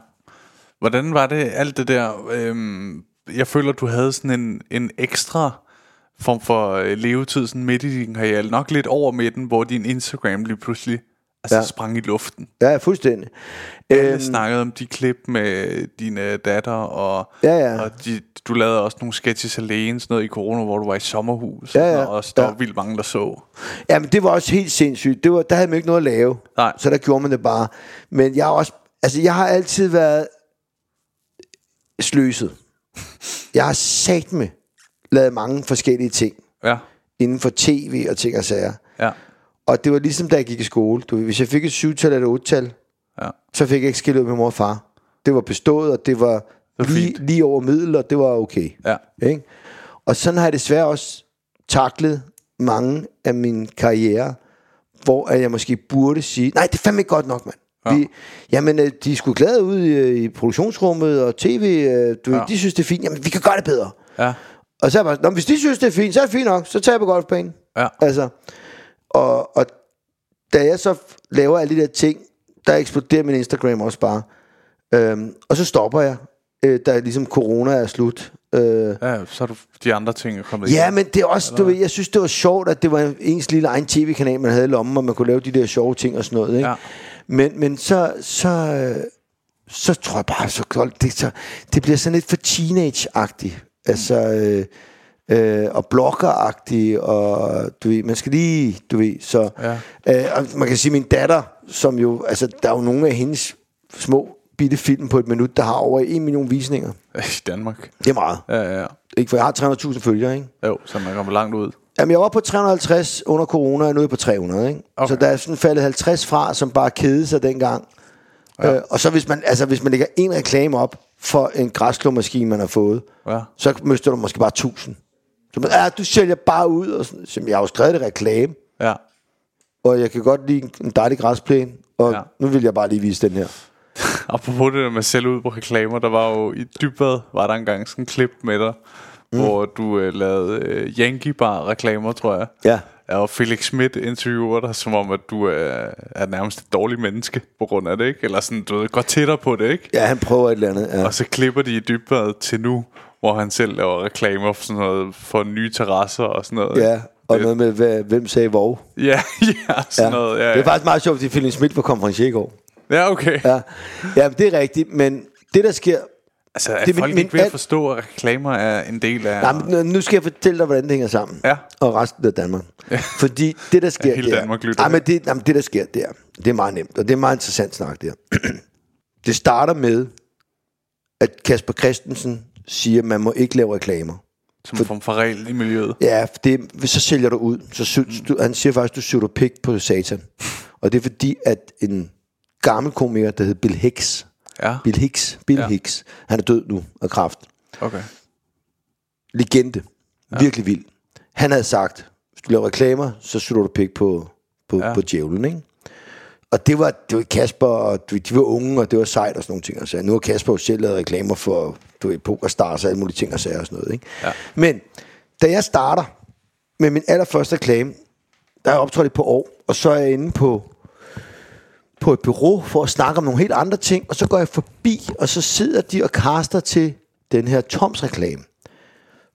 A: Hvordan var det, alt det der... Øhm, jeg føler, du havde sådan en, en ekstra form for øh, levetid sådan midt i din karriere. Nok lidt over midten, hvor din Instagram lige pludselig Altså ja.
C: Ja.
A: sprang i luften.
C: Ja, fuldstændig.
A: Alle
C: Øhm,
A: snakkede om de klip med dine datter, og,
C: Ja, ja.
A: og de, du lavede også nogle sketches alene, sådan noget i corona, hvor du var i sommerhus,
C: Ja,
A: og,
C: ja,
A: sådan noget, og der
C: ja.
A: var vildt mange, der så.
C: Ja, men det var også helt sindssygt. Det var, der havde man ikke noget at lave.
A: Nej.
C: Så der gjorde man det bare. Men jeg har også... Altså, jeg har altid været sløset. Jeg har sat med lavet mange forskellige ting
A: Ja,
C: inden for tv og ting og sager.
A: ja,
C: Og det var ligesom, da jeg gik i skole. Du, ved, hvis jeg fik et syvtal eller et otte
A: ja.
C: så fik jeg ikke skilt ud med mor og far. Det var bestået, og det var,
A: var
C: lige,
A: fint.
C: lige over middel, og det var okay.
A: Ja.
C: Ikke? Og sådan har jeg desværre også taklet mange af min karriere, hvor at jeg måske burde sige, nej, det er fandme ikke godt nok, mand. Ja. Vi, jamen, øh, de er sgu glade ude i, i produktionsrummet og tv, øh, du, ja. de synes, det er fint. Jamen, vi kan gøre det bedre.
A: ja.
C: Og så er jeg bare, Nå, men hvis de synes, det er fint, så er det fint nok, så tager jeg på golfbanen.
A: Ja.
C: Altså, og, og da jeg så f- laver alle de der ting, der eksploderer min Instagram også bare. Øhm, og så stopper jeg, øh, da ligesom corona er slut. Øh,
A: Ja, så er du, de andre ting er kommet
C: ja,
A: i.
C: men det er også, du ved, jeg synes, det var sjovt, at det var ens lille egen tv-kanal, man havde i lommen, og man kunne lave de der sjove ting og sådan noget. Ikke?
A: Ja.
C: Men, men så, så, øh, så tror jeg bare, så, koldt, det, så, det bliver sådan lidt for teenage-agtigt. Altså, øh, øh, og blogger-agtigt, og du ved, man skal lige, du ved, så... Øh, og man kan sige, min datter, som jo, altså, der er jo nogle af hendes små bitte film på et minut, der har over en million visninger.
A: I Danmark.
C: Det er meget.
A: Ja, ja, ja.
C: Ikke, for jeg har 300.000 følgere, ikke?
A: Jo, så man kommer langt ud.
C: Jamen, jeg var på 350 under corona, og nu er jeg på 300, ikke?
A: Okay.
C: Okay. Så der er sådan faldet 50 fra, som bare kedede sig dengang. Ja. Øh, og så hvis man, altså, hvis man lægger en reklame op for en græsklåmaskine, man har fået,
A: Ja.
C: så mister du måske bare 1000. Så man, ja, du sælger bare ud, og sådan, Så jeg har jo skrevet det reklame,
A: Ja.
C: og jeg kan godt lide en- en dejlig græsplæne, og
A: Ja.
C: ja. nu vil jeg bare lige vise den her.
A: Apropos det der med at sælge ud på reklamer, der var jo i Dybvad, var der engang sådan en klip med dig, mm. hvor du øh, lavede øh, Yankee Bar reklamer, tror jeg.
C: Ja.
A: Og Felix Schmidt interviewer dig, som om, at du er, er nærmest et dårligt menneske på grund af det, ikke? Eller sådan, du ved, går tættere på det, ikke?
C: Ja, han prøver et eller andet. Ja.
A: Og så klipper de i Dybvad til nu, hvor han selv laver reklamer for, sådan noget, for nye terrasser og sådan noget.
C: ja. Og
A: Det-
C: noget med, hvad, hvem sagde hvor.
A: Ja, ja, sådan ja. noget. Ja,
C: Det er
A: ja.
C: faktisk meget sjovt, fordi Philip Schmidt var konferencier i går.
A: ja okay.
C: Ja, ja men det er rigtigt, men det der sker...
A: Altså, er
C: Det
A: det,
C: er min-
A: folk
C: min
A: ikke ved at
C: al-
A: forstå, at reklamer er en del af...
C: Ja. Nej, men nu skal jeg fortælle dig, hvordan det hænger sammen.
A: Ja.
C: Og resten af Danmark. Ja. Fordi det, der sker...
A: Ja, hele
C: det er-
A: Danmark lytter.
C: Nej, men det, nej, men det, der sker, det er, det er meget nemt, og det er meget interessant snak, det her. det starter med, at Kasper Christensen siger, at man må ikke lave reklamer.
A: som en form for regel i miljøet.
C: Ja, for det, så sælger du ud. Så
A: Mm.
C: sy- du, han siger faktisk, du sutter pik på satan. Og det er fordi, at en gammel komiker, der hed Bill Hicks,
A: Ja,
C: Bill Hicks, Bill
A: Ah. Ja.
C: ja. Hicks, han er død nu af kraft.
A: okay.
C: Legende. Ja. Virkelig vild. Han havde sagt, hvis du laver reklamer, så sutter du pik på, på,
A: Ja.
C: ja. på djævlen, ikke? Og det var, det var Kasper, og du ved, de var unge, og det var sejt og sådan nogle ting. Og sager. Nu har Kasper jo selv lavet reklamer for, du ved, pokerstars og alle mulige ting og sager og sådan noget, ikke? Ja. Men, da jeg starter med min allerførste reklame, der er jeg optrådt i et par år, og så er jeg inde på på et bureau for at snakke om nogle helt andre ting, og så går jeg forbi, og så sidder de og kaster til den her Toms reklame,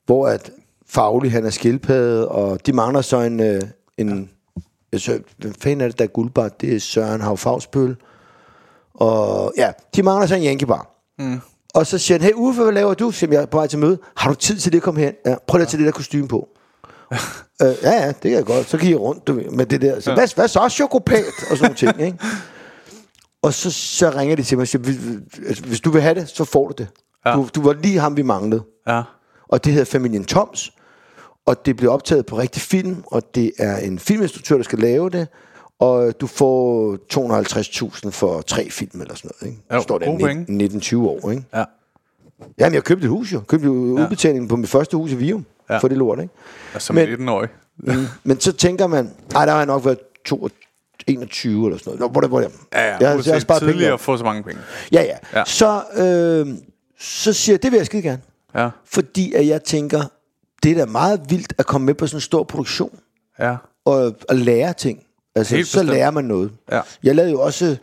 C: hvor at Faglig, han er skildpadde, og de mangler så en, øh, en jeg så, hvem fanden er det, der er guldbar? Det er Søren Havfagsbøl. Og ja, de mangler så en jankebar. Mm. Og så siger han, hey Uffe, hvad laver du? Så siger jeg, jeg er på vej til møde. Har du tid til det at komme hen? Ja, prøv lige at tage det der kostume på. øh, ja, ja, det kan jeg godt. Så gik jeg rundt du ved, med det der. Så, hvad, hvad så? Chokopat? Og sådan nogle ting, ikke? Og så, så ringer de til mig og siger, "Vi- vi- altså, hvis du vil have det, så får du det. Ja. Du, du var lige ham, vi manglede.
A: Ja,
C: Og det hedder Familien Toms. Og det bliver optaget på rigtig film, og det er en filminstruktør, der skal lave det. Og du får 250.000 for tre film eller sådan noget. Ikke?
A: Jo,
C: Står der
A: gode penge.
C: 19-20 år, ikke?
A: ja,
C: Jamen, jeg købte et hus jo. Købte jo udbetalingen på mit første hus i Vium.
A: Ja.
C: Ja. For det lort, ikke?
A: og Altså, som
C: Men-
A: men, 19-årig.
C: Men så tænker man, nej, der har jeg nok været 22, 21 eller sådan noget. Nå, hvor er det, hvor er det?
A: Ja, ja,
C: jeg, har-
A: uanset
C: jeg har sparet penge
A: tidligere
C: op.
A: at få så mange penge.
C: Ja, ja.
A: Ja.
C: ja. Så, øh, så siger jeg, det vil jeg skide gerne.
A: Ja,
C: Fordi at jeg tænker, det er da meget vildt at komme med på sådan en stor produktion
A: ja,
C: og, og lære ting. Altså,
A: Helt
C: så
A: bestemt.
C: lærer man noget.
A: Ja.
C: Jeg lavede jo også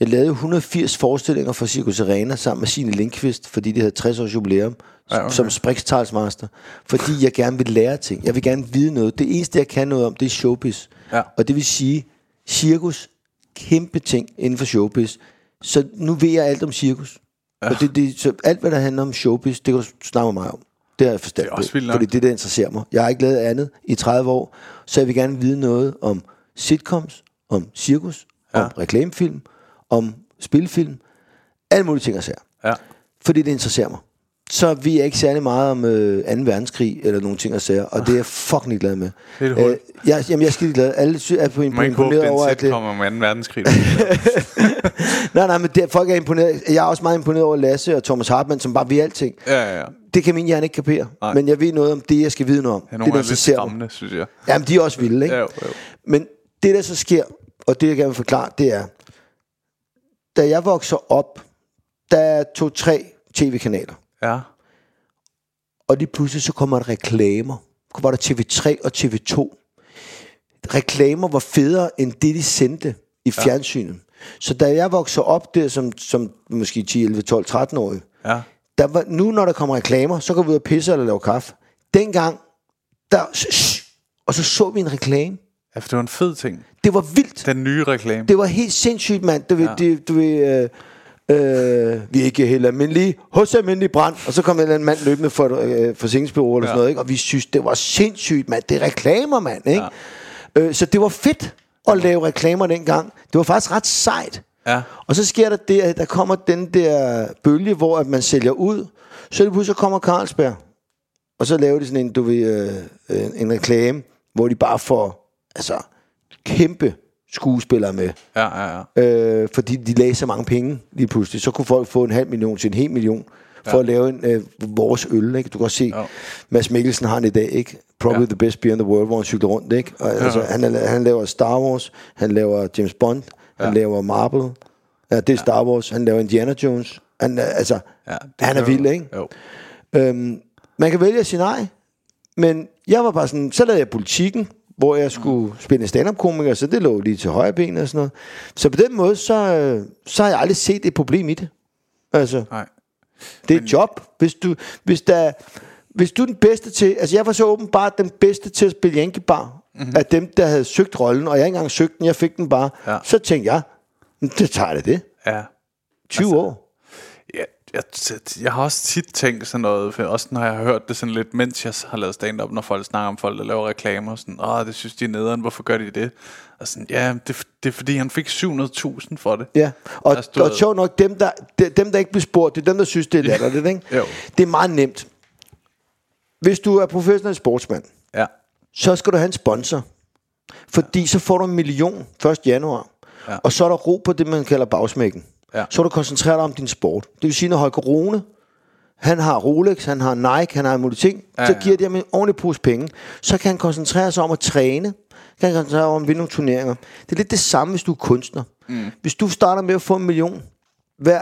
C: jeg lavede 180 forestillinger for Circus Arena sammen med Signe Lindqvist, fordi det havde 60 års jubilæum, ja, okay. som sprikstalsmaster. Fordi jeg gerne vil lære ting. Jeg vil gerne vide noget. Det eneste, jeg kan noget om, det er showbiz.
A: Ja.
C: Og det vil sige, cirkus, kæmpe ting inden for showbiz. Så nu ved jeg alt om cirkus. Ja. Og det, det, så alt, hvad der handler om showbiz, det kan du snakke med mig om. Det har jeg forstand
A: Det er også
C: på,
A: vildt nok.
C: fordi det er det, der interesserer mig. Jeg har ikke lavet andet i 30 år, så jeg vil gerne vide noget om sitcoms, om cirkus, ja. om reklamefilm, om spilfilm, alle mulige ting og sager
A: Ja.
C: fordi det interesserer mig. Så vi er ikke særlig meget om øh, 2. verdenskrig eller nogle ting og sager, og det er jeg fucking glad med. Øh,
A: Det er et hul.
C: jeg, jamen, jeg er skide glad. Alle sy- er på
A: Man kan ikke håbe,
C: imponeret
A: det
C: over,
A: er en
C: at det...
A: sitcom om 2. verdenskrig.
C: Nej, nej, men det, folk er imponeret. Jeg er også meget imponeret over Lasse og Thomas Hartmann, som bare ved alting.
A: ja, ja, ja.
C: Det kan min hjerne ikke kapere,
A: Nej.
C: men jeg ved noget om det, jeg skal vide noget om.
A: Ja,
C: det,
A: nogle
C: der
A: er lidt
C: interesserer mig.
A: skræmmende, synes jeg.
C: Jamen, de er også vilde, ikke?
A: Ja, jo, jo.
C: Men det, der så sker, og det, jeg gerne vil forklare, det er, da jeg vokser op, der er to-tre tv-kanaler.
A: Ja.
C: Og lige pludselig så kommer der reklamer. Så Var der TV3 og TV2. Reklamer var federe end det, de sendte i fjernsynet. Så da jeg voksede op der som, som måske 10, 11, 12, 13-årig,
A: Ja.
C: der var, nu når der kommer reklamer, så går vi ud og pisser eller laver kaffe. Dengang, der, shh, og så så vi en reklame.
A: ja, for det var en fed ting.
C: Det var vildt.
A: Den nye reklame.
C: Det var helt sindssygt, mand. Du ved, ja. det, du ved øh, øh, vi er ikke helt almindelige, hos almindelig brand. Og så kom en eller anden mand løbende for, øh, for singlingsbureau eller ja. sådan noget, ikke? og vi synes, det var sindssygt, mand. Det er reklamer, mand. Ikke? Ja. Øh, så det var fedt at lave reklamer dengang. Det var faktisk ret sejt.
A: Ja.
C: Og så sker der det, at der kommer den der bølge, hvor at man sælger ud. Så lige pludselig kommer Carlsberg. Og så laver de sådan en, du ved, øh, øh, en reklame, hvor de bare får altså, kæmpe skuespillere med.
A: Ja, ja, ja.
C: Øh, fordi de lagde så mange penge lige pludselig. Så kunne folk få en halv million til en hel million for at lave en, øh, vores øl. Ikke? Du kan også se, ja. Mads Mikkelsen har den i dag, ikke? Probably ja. the best beer in the world, hvor han cykler rundt, ikke? Og, altså, han, er- han laver Star Wars, han laver James Bond, ja. han laver Marvel, ja, det er Star Wars, han laver Indiana Jones. Han, er- altså, ja,
A: ja
C: han er
A: kan jo-
C: vild, ikke?
A: Jo.
C: Øhm, man kan vælge at sige nej, men jeg var bare sådan, så lavede jeg politikken, hvor jeg skulle spille stand-up-komiker, så det lå lige til højre ben og sådan noget. Så på den måde, så, øh, så har jeg aldrig set et problem i det. Altså,
A: Nej.
C: det er et job. Hvis du, hvis, der, hvis du er den bedste til... Altså, jeg var så åbenbart den bedste til at spille Yankee Bar mm-hmm. af dem, der havde søgt rollen, og jeg ikke engang søgte den, jeg fik den bare.
A: Ja.
C: Ja. Så tænkte jeg, "Men det tager det det.
A: Ja.
C: 20 altså, år.
A: Ja, jeg, jeg har også tit tænkt sådan noget, for også når jeg har hørt det sådan lidt, mens jeg har lavet stand-up, når folk snakker om folk, der laver reklamer, sådan, åh, det synes de er nederen, hvorfor gør de det? Og sådan, ja, det, er- det er fordi, han fik 700.000 for det.
C: Ja, og,
A: Altså, du
C: og
A: ved-
C: sjovt nok, dem der, de- dem der ikke bliver spurgt, det er dem, der synes, det er latterligt, ikke?
A: Jo.
C: Det er meget nemt. Hvis du er professionel sportsmand,
A: Ja,
C: så skal du have en sponsor. Fordi så får du en million 1. januar.
A: Ja.
C: Ja. Og så er der ro på det, man kalder bagsmækken.
A: Ja.
C: Så er du koncentreret om din sport. Det vil sige, når Holger Rune, han har Rolex, han har Nike, han har nogle ting, ja, så
A: ja.
C: giver de ham en ordentlig pose penge. Så kan han koncentrere sig om at træne. Kan han koncentrere sig om at vinde nogle turneringer. Det er lidt det samme, hvis du er kunstner. Mm. Hvis du starter med at få en million hver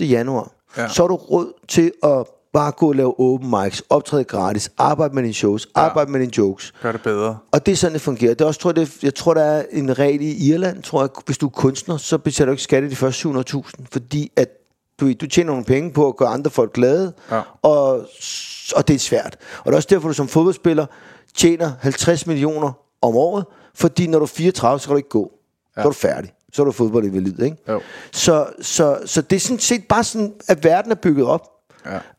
C: 1. januar,
A: Ja.
C: ja. så er du råd til at bare gå og lave open mics, optræde gratis, arbejde med dine shows, arbejde med dine jokes.
A: gør det bedre.
C: Og det er sådan, det fungerer. Det er også, tror jeg, det, jeg tror, der er en regel i Irland, tror jeg, hvis du er kunstner, så betaler du ikke skat i de første 700.000, fordi at du, ved, du tjener nogle penge på at gøre andre folk glade,
A: Ja.
C: og, s- og det er svært. Og det er også derfor, du som fodboldspiller tjener 50 millioner om året, fordi når du er 34, så kan du ikke gå. Ja. Så er du færdig. Så er du fodboldevalid, ikke?
A: Jo.
C: Så, så, så det er sådan set bare sådan, at verden er bygget op.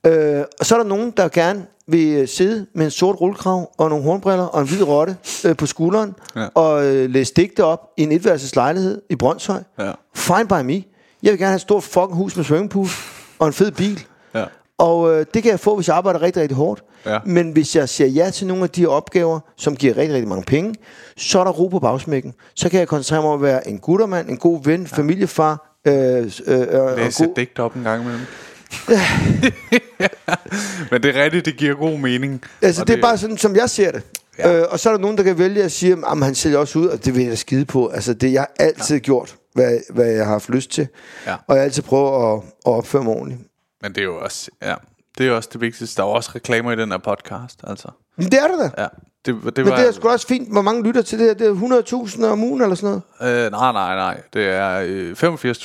C: Ja. Øh, og så er der nogen, der gerne vil øh, sidde med en sort rullekrav og nogle hornbriller og en hvid rotte øh, på skulderen
A: Ja.
C: ja. og øh, læse digte op i en etværelses lejlighed i Brøndshøj.
A: Ja.
C: Fine by me. Jeg vil gerne have et stort fucking hus med swimmingpool og en fed bil.
A: Ja.
C: Og øh, det kan jeg få, hvis jeg arbejder rigtig, rigtig hårdt.
A: Ja.
C: Men hvis jeg siger ja til nogle af de her opgaver, som giver rigtig, rigtig mange penge, så er der ro på bagsmækken. Så kan jeg koncentrere mig om at være en guttermand, en god ven, ja. familiefar. Øh, øh, øh, og
A: Læse
C: god-
A: et digt op en gang imellem. Men det er rigtigt, det giver god mening.
C: Altså,
A: Og
C: det er bare sådan, som jeg ser det. Ja. Øh, og så er der nogen, der kan vælge at sige, at han sælger også ud, og det vil jeg da skide på. Altså, det jeg har altid ja. gjort, hvad, hvad jeg har haft lyst til.
A: Ja.
C: Og jeg har altid prøvet at, at opføre mig ordentligt.
A: Men det er jo også, ja, det er også det vigtigste. Der er jo også reklamer i den her podcast, altså.
C: Men det er det da. Ja.
A: Ja, det, det
C: Men
A: var,
C: det er sgu da også fint. Hvor mange lytter til det her? Det er 100.000 om ugen eller sådan noget.
A: øh, nej, nej, nej. Det er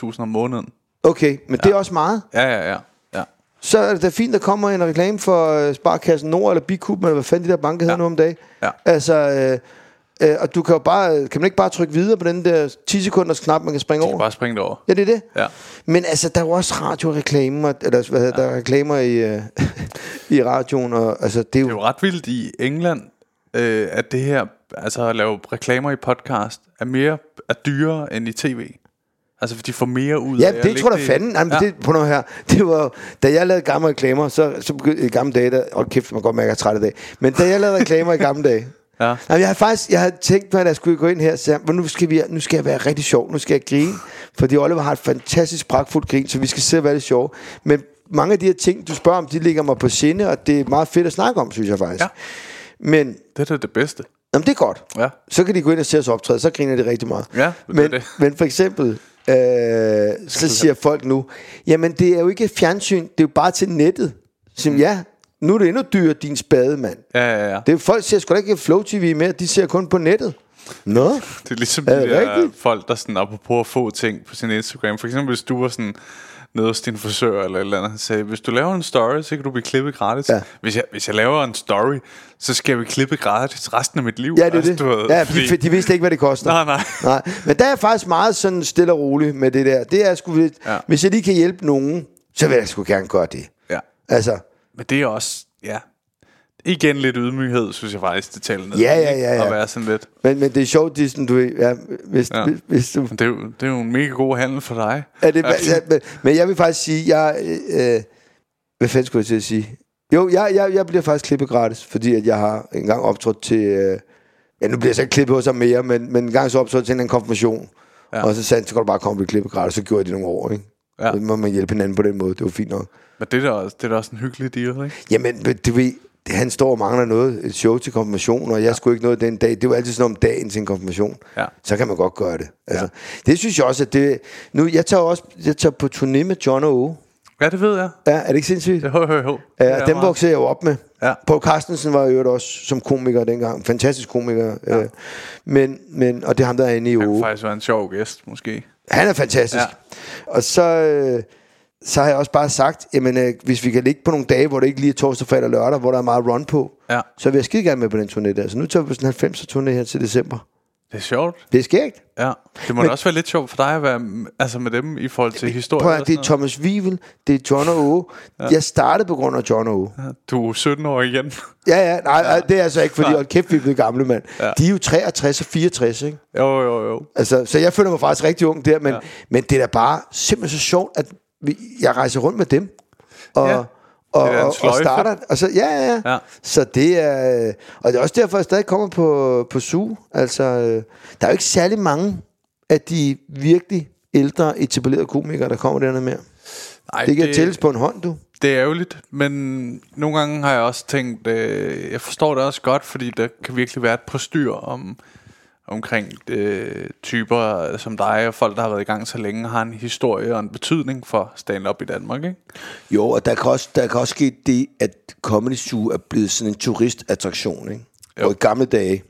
A: øh, 85.000 om måneden.
C: Okay, men ja. det er også meget.
A: Ja, ja, ja. ja.
C: Så er det da fint, der kommer en reklame for øh, Sparkassen Nord eller Bikuben, eller hvad fanden de der banker hedder
A: Ja.
C: nu om dagen.
A: Ja.
C: Altså, øh, Øh, og du kan jo bare, kan man ikke bare trykke videre på den der 10 sekunders knap, man kan springe
A: Du
C: over?
A: kan bare springe derover.
C: Ja, det er det.
A: Ja.
C: Men altså, der er jo også radioreklamer, eller hvad hedder, ja. der er reklamer i, øh, i radioen, og altså, det er jo...
A: Det er jo ret vildt i England, øh, at det her, altså at lave reklamer i podcast, er mere er dyrere end i tv. Altså, for de får mere ud
C: Ja,
A: af at
C: det
A: lægge
C: tror jeg da fanden. Nej, men
A: Ja.
C: ja. det, på noget her. Det var, da jeg lavede gamle reklamer, så, så begyndte i gamle dage, der, åh kæft, man kan godt mærke, at jeg er træt i dag. Men da jeg lavede reklamer i gamle dage,
A: Ja.
C: Nej, men jeg havde faktisk jeg havde tænkt mig, at jeg skulle gå ind her og sige, "Men nu skal, vi, nu skal jeg være rigtig sjov, nu skal jeg grine, fordi Oliver har et fantastisk pragtfuldt grin, så vi skal sidde og være lidt sjove. Men mange af de her ting, du spørger om, de ligger mig på sinde, og det er meget fedt at snakke om, synes jeg faktisk.
A: Ja.
C: Ja. Men
A: Det er da det bedste.
C: jamen, det er godt
A: Ja.
C: så kan de gå ind og se os optræde, så griner de rigtig meget.
A: Ja, det er
C: men,
A: det.
C: men for eksempel, øh, så siger folk nu, jamen det er jo ikke fjernsyn, det er jo bare til nettet. Så mm. ja, nu er det endnu dyrere, din spade, mand.
A: Ja, ja, ja.
C: Det er, folk ser sgu da ikke Flow TV mere, de ser kun på nettet. Nå,
A: Det er ligesom
C: Er
A: de
C: det
A: der
C: rigtigt?
A: folk, der sådan apropos at få ting på sin Instagram. For eksempel hvis du var sådan nede hos din frisør eller et eller andet, han sagde, hvis du laver en story, så kan du blive klippet gratis. Ja.
C: Ja.
A: Hvis, jeg, hvis jeg laver en story, så skal jeg blive klippet gratis resten af mit liv.
C: ja, det er
A: Altså,
C: det.
A: du ved,
C: Ja,
A: fordi-
C: de, de vidste ikke, hvad det koster.
A: Nej, nej.
C: nej. Men der er jeg faktisk meget sådan stille og roligt med det der. Det er sgu lidt,
A: Ja.
C: ja. hvis jeg lige kan hjælpe nogen, så vil jeg sgu gerne gøre det.
A: Ja.
C: Altså,
A: Men det er også, ja, igen lidt ydmyghed, synes jeg faktisk, det taler ned.
C: Ja, ja,
A: ikke?
C: ja, ja.
A: At være sådan lidt.
C: men, men det er sjovt, det er sådan, du ved, ja, hvis,
A: Ja.
C: ja. Hvis, hvis du
A: Men det er, jo, det er jo en mega god handel for dig.
C: Er det,
A: Altså,
C: ja, men, men jeg vil faktisk sige, jeg... Øh, øh, hvad fanden skulle jeg til at sige? Jo, jeg, jeg, jeg bliver faktisk klippet gratis, fordi at jeg har engang optrådt til... Øh, ja, nu bliver jeg så ikke klippet hos ham mere, men, men en gang så optrådt til en eller anden konfirmation. Ja. Og så sagde han, så kan du bare komme og blive klippet gratis. Så gjorde jeg det nogle år, ikke?
A: Ja.
C: Ja. Så må man hjælpe hinanden på den måde. Det var fint nok.
A: Men det er da også, det er da også en hyggelig deal, ikke?
C: Jamen, men du ved, han står og mangler noget, et show til konfirmation, og jeg ja. skulle ikke noget den dag. Det var altid sådan om dagen til en konfirmation.
A: Ja.
C: Så kan man godt gøre det. Altså, ja. Det synes jeg også, at det... Nu, jeg tager også jeg tager på turné med John og Åge.
A: Ja, det ved jeg.
C: Ja, er det ikke sindssygt?
A: Jo, jo, jo. Det
C: Ja,
A: er
C: dem
A: meget-
C: voksede jeg jo op med.
A: Ja.
C: Paul Carstensen var jo øvrigt også som komiker dengang. Fantastisk komiker. Ja. Men, men, og det er ham, der er inde i
A: Han kunne
C: Åge.
A: faktisk være en sjov gæst, måske.
C: Han er fantastisk.
A: Ja.
C: Ja. Og så, øh, så har jeg også bare sagt, jamen, øh, hvis vi kan ligge på nogle dage, hvor det ikke lige er torsdag, fredag og lørdag, hvor der er meget run på,
A: Ja.
C: så vil jeg skide gerne med på den turné der. Så nu tager vi på sådan en 90'er turné her til december.
A: Det er sjovt.
C: Det er skægt.
A: Ja. Det må da også være lidt sjovt for dig at være m- altså med dem i forhold til historien.
C: Prøv at,
A: og
C: høre, det er
A: sådan
C: Thomas Vivel, det er John og Åge. Ja. Jeg startede på grund af John og Åge.
A: noget. Du er 17 år igen.
C: Ja, ja, nej, ja. det er altså ikke, fordi hold kæft, vi er blevet gamle, mand.
A: Ja.
C: Ja. De er jo 63 og 64, ikke?
A: jo, jo, jo.
C: Altså, så jeg føler mig faktisk rigtig ung der, men, ja. men det er da bare simpelthen så sjovt, at vi, jeg rejser rundt med dem. Og,
A: Ja.
C: ja. og,
A: Det er en
C: og, og
A: sløjfe.
C: starter. Og så, ja, ja, ja,
A: Ja.
C: ja. Så det er... øh, Og det er også derfor, jeg stadig kommer på, på SU. Altså, øh, der er jo ikke særlig mange af de virkelig ældre etablerede komikere, der kommer dernede mere.
A: Ej,
C: Det kan det... tælles på en hånd, du.
A: det er ærgerligt, men nogle gange har jeg også tænkt, øh, jeg forstår det også godt, fordi der kan virkelig være et postyr om, omkring øh, typer som dig og folk, der har været i gang så længe, har en historie og en betydning for stand-up i Danmark, ikke?
C: Jo, og der kan også, der kan også ske det, at Comedy Zoo er blevet sådan en turistattraktion, ikke?
A: Jo.
C: Jo. Og i gamle dage,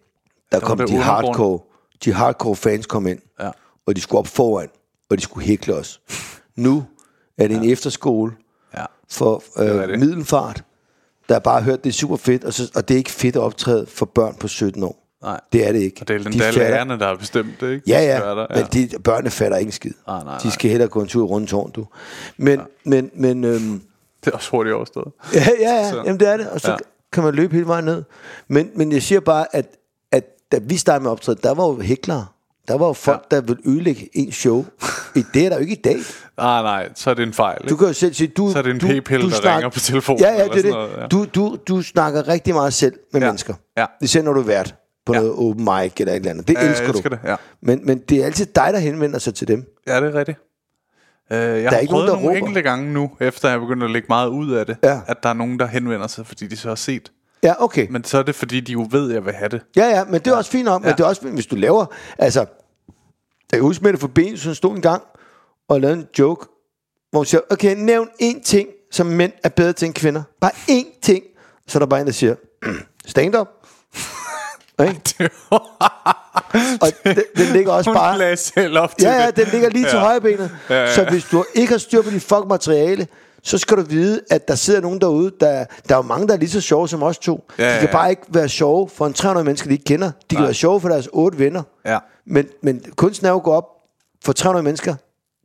C: der kom
A: det
C: de
A: undergrund.
C: hardcore, de hardcore fans kom ind,
A: Ja.
C: og de skulle op foran, og de skulle hækle os. Nu er det en ja. efterskole
A: Ja.
C: for
A: er det.
C: øh, middelfart, der har bare hørt, det er super fedt, og, så, og det er ikke fedt at optræde for børn på 17 år.
A: Nej.
C: Det er det ikke.
A: Og det er den
C: De
A: de der
C: fatter-
A: lærerne, der har bestemt det, ikke?
C: Ja,
A: Det
C: ja,
A: er der,
C: men de, børnene fatter ikke en skid.
A: Nej, nej,
C: de skal hellere gå en tur rundt tårn, du. Men, ja. men, men, øhm,
A: Det er også hurtigt overstået.
C: Ja, ja, ja.
A: Så-
C: Jamen, det er det. Og så
A: Ja.
C: ja. kan man løbe hele vejen ned. Men, men jeg siger bare, at, at da vi startede med optræde, der var jo hæklere. Der var jo folk, ja. der ville ødelægge en show. I det er der jo ikke i dag.
A: Nej, Ah, nej, så er det en fejl,
C: Du
A: ikke?
C: kan jo selv sige, du...
A: Så er det en
C: du,
A: p-pille, der
C: snak-
A: ringer på telefonen
C: Ja, ja,
A: eller
C: det er
A: sådan noget,
C: det.
A: ja.
C: Du, du, du snakker rigtig meget selv med
A: Ja.
C: ja. mennesker.
A: Ja.
C: Især når du er vært på
A: Ja.
C: ja. noget open mic eller et eller andet. Det
A: Ja, jeg
C: elsker,
A: elsker
C: du.
A: det, ja.
C: men, men det er altid dig, der henvender sig til dem.
A: Ja, det er rigtigt. Øh, jeg
C: Der
A: har
C: er
A: prøvet
C: ikke nogen, der
A: nogle
C: råber.
A: enkelte gange nu, efter jeg er begyndt at lægge meget ud af det,
C: Ja.
A: at der er nogen, der henvender sig, fordi de så har set.
C: Ja, okay.
A: Men så er det, fordi de jo ved, at jeg vil have det.
C: Ja, ja, men det er også fint nok, men
A: Ja.
C: det er også fint, hvis du laver, altså, jeg kan huske, Mette Forbindelsen stod en gang og lavede en joke, hvor hun siger, okay, nævn én ting, som mænd er bedre til end kvinder. Bare én ting. Så er der bare en, der siger, stand-up. Ikke? og den, den ligger også
A: Hun
C: Altså bare...
A: lagde selv op til
C: Ja, ja,
A: det.
C: den ligger lige ja. til højrebenet. Ja, ja, ja. Så hvis du ikke har styr på dit fuck materiale, så skal du vide, at der sidder nogen derude, der, der er jo mange, der er lige så sjove som os to.
A: Ja,
C: de
A: ja,
C: kan
A: ja.
C: bare ikke være sjove for en 300 mennesker, de ikke kender. De kan være sjove for deres otte venner.
A: Ja.
C: Men, men kunsten er jo at gå op for 300 mennesker,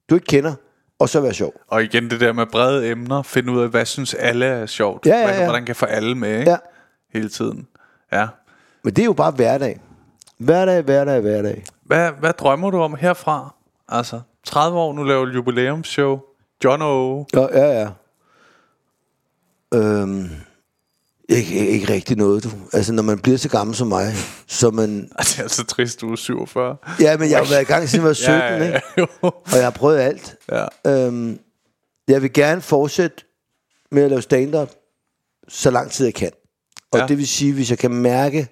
C: du ikke kender, og så være sjov.
A: Og igen det der med brede emner, finde ud af, hvad synes alle er sjovt.
C: Ja, ja,
A: Hvordan-
C: ja.
A: Hvordan kan få alle med, ikke?
C: Ja.
A: Hele tiden. Ja.
C: Men det er jo bare hverdag. Hverdag, hverdag, hverdag.
A: Hvad, hvad drømmer du om herfra? Altså, 30 år, nu laver du jubilæumsshow. John O.
C: Ja, ja, ja. Øhm, ikke, ikke, ikke rigtig noget, du. Altså, når man bliver så gammel som mig, så man...
A: Det er så trist, du er 47.
C: Ja, men jeg har været i gang siden jeg var 17,
A: ja, ja,
C: ikke?
A: ja, jo.
C: Og jeg har prøvet alt.
A: Ja.
C: Øhm, jeg vil gerne fortsætte med at lave stand-up, så lang tid jeg kan. Og
A: Ja.
C: ja. det vil sige, hvis jeg kan mærke,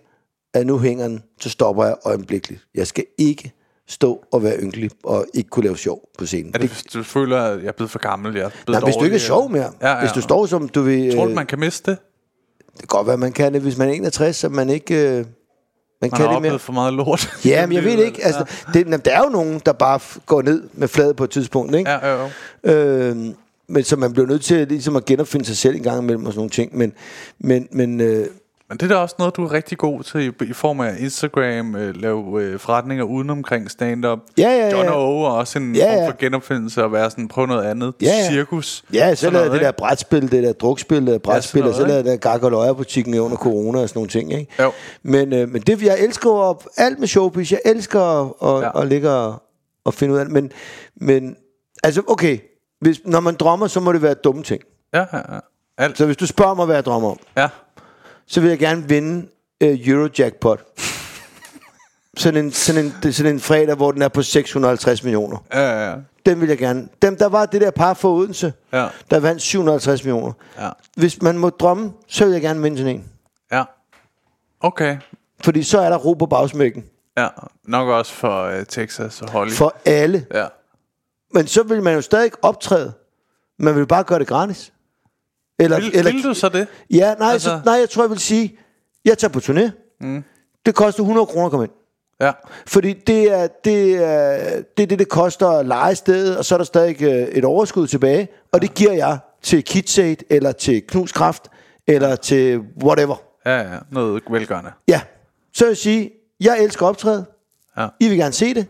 C: at nu hænger den, så stopper jeg øjeblikkeligt. Jeg skal ikke stå og være ynkelig og ikke kunne lave sjov på scenen.
A: Er det, hvis du føler, at jeg er blevet for gammel? Jeg er blevet
C: Nej, hvis du
A: dårlig,
C: ikke er sjov mere.
A: Ja, ja.
C: Hvis du står øh, som, du vil...
A: Tror du, man kan miste det?
C: Det kan godt være, man kan det, hvis man er 61, så man ikke... Øh, man
A: Man
C: kan
A: har
C: det mere.
A: oplevet for meget lort.
C: Ja, men jeg ved det ikke. Altså, det, jamen, der er jo nogen, der bare f- går ned med fladet på et tidspunkt, ikke?
A: Ja, ja, ja.
C: Øh, men så man bliver nødt til ligesom at genopfinde sig selv en gang imellem og sådan nogle ting. Men, men, men øh,
A: Men det er da også noget, du er rigtig god til i- i form af Instagram, øh, lave øh, forretninger udenomkring stand-up.
C: Ja, ja, ja.
A: John og er også en
C: Ja,
A: form
C: ja.
A: for genopfindelse at være sådan, prøv noget andet.
C: Ja, ja.
A: Cirkus.
C: ja, så
A: Sådan
C: lavede jeg
A: noget,
C: det der brætspil, det der drukspil, det der brætspil,
A: sådan
C: og så
A: noget,
C: lavede jeg gak og løjerbutikken under corona og sådan nogle ting, ikke?
A: Jo.
C: Men, øh, men det, jeg elsker jo at, alt med showbiz, jeg elsker at,
A: Ja.
C: ja. at ligge og, og finde ud af det. Men, men altså, okay, hvis, når man drømmer, så må det være dumme ting.
A: Ja, ja, ja. Alt.
C: Så hvis du spørger mig, hvad jeg drømmer om,
A: Ja.
C: så vil jeg gerne vinde øh, Eurojackpot. sådan, en, sådan, en, sådan en fredag, hvor den er på 650 millioner.
A: Ja, ja, ja.
C: Den vil jeg gerne. Dem, der var det der par for Odense,
A: Ja.
C: der vandt 750 millioner.
A: Ja.
C: Hvis man må drømme, så vil jeg gerne vinde sådan en.
A: ja. Okay.
C: Fordi så er der ro på bagsmækken.
A: Ja. Nok også for øh, Texas og Holly.
C: For alle.
A: Ja.
C: Men så vil man jo stadig ikke optræde. Man vil bare gøre det gratis. Eller,
A: Vil, eller... vil du så det?
C: Ja, nej,
A: Altså-
C: altså... så, nej, jeg tror, jeg vil sige, jeg tager på turné. Mm. Det koster 100 kroner at komme ind.
A: Ja.
C: Fordi det er det, er, det, er det, det koster at lege stedet, og så er der stadig øh, et overskud tilbage. Og det giver jeg til KidSaid, eller til Knuskraft, eller til whatever.
A: Ja, ja. Noget velgørende.
C: Ja, så vil jeg sige, jeg elsker optræde.
A: Ja.
C: I vil gerne se det.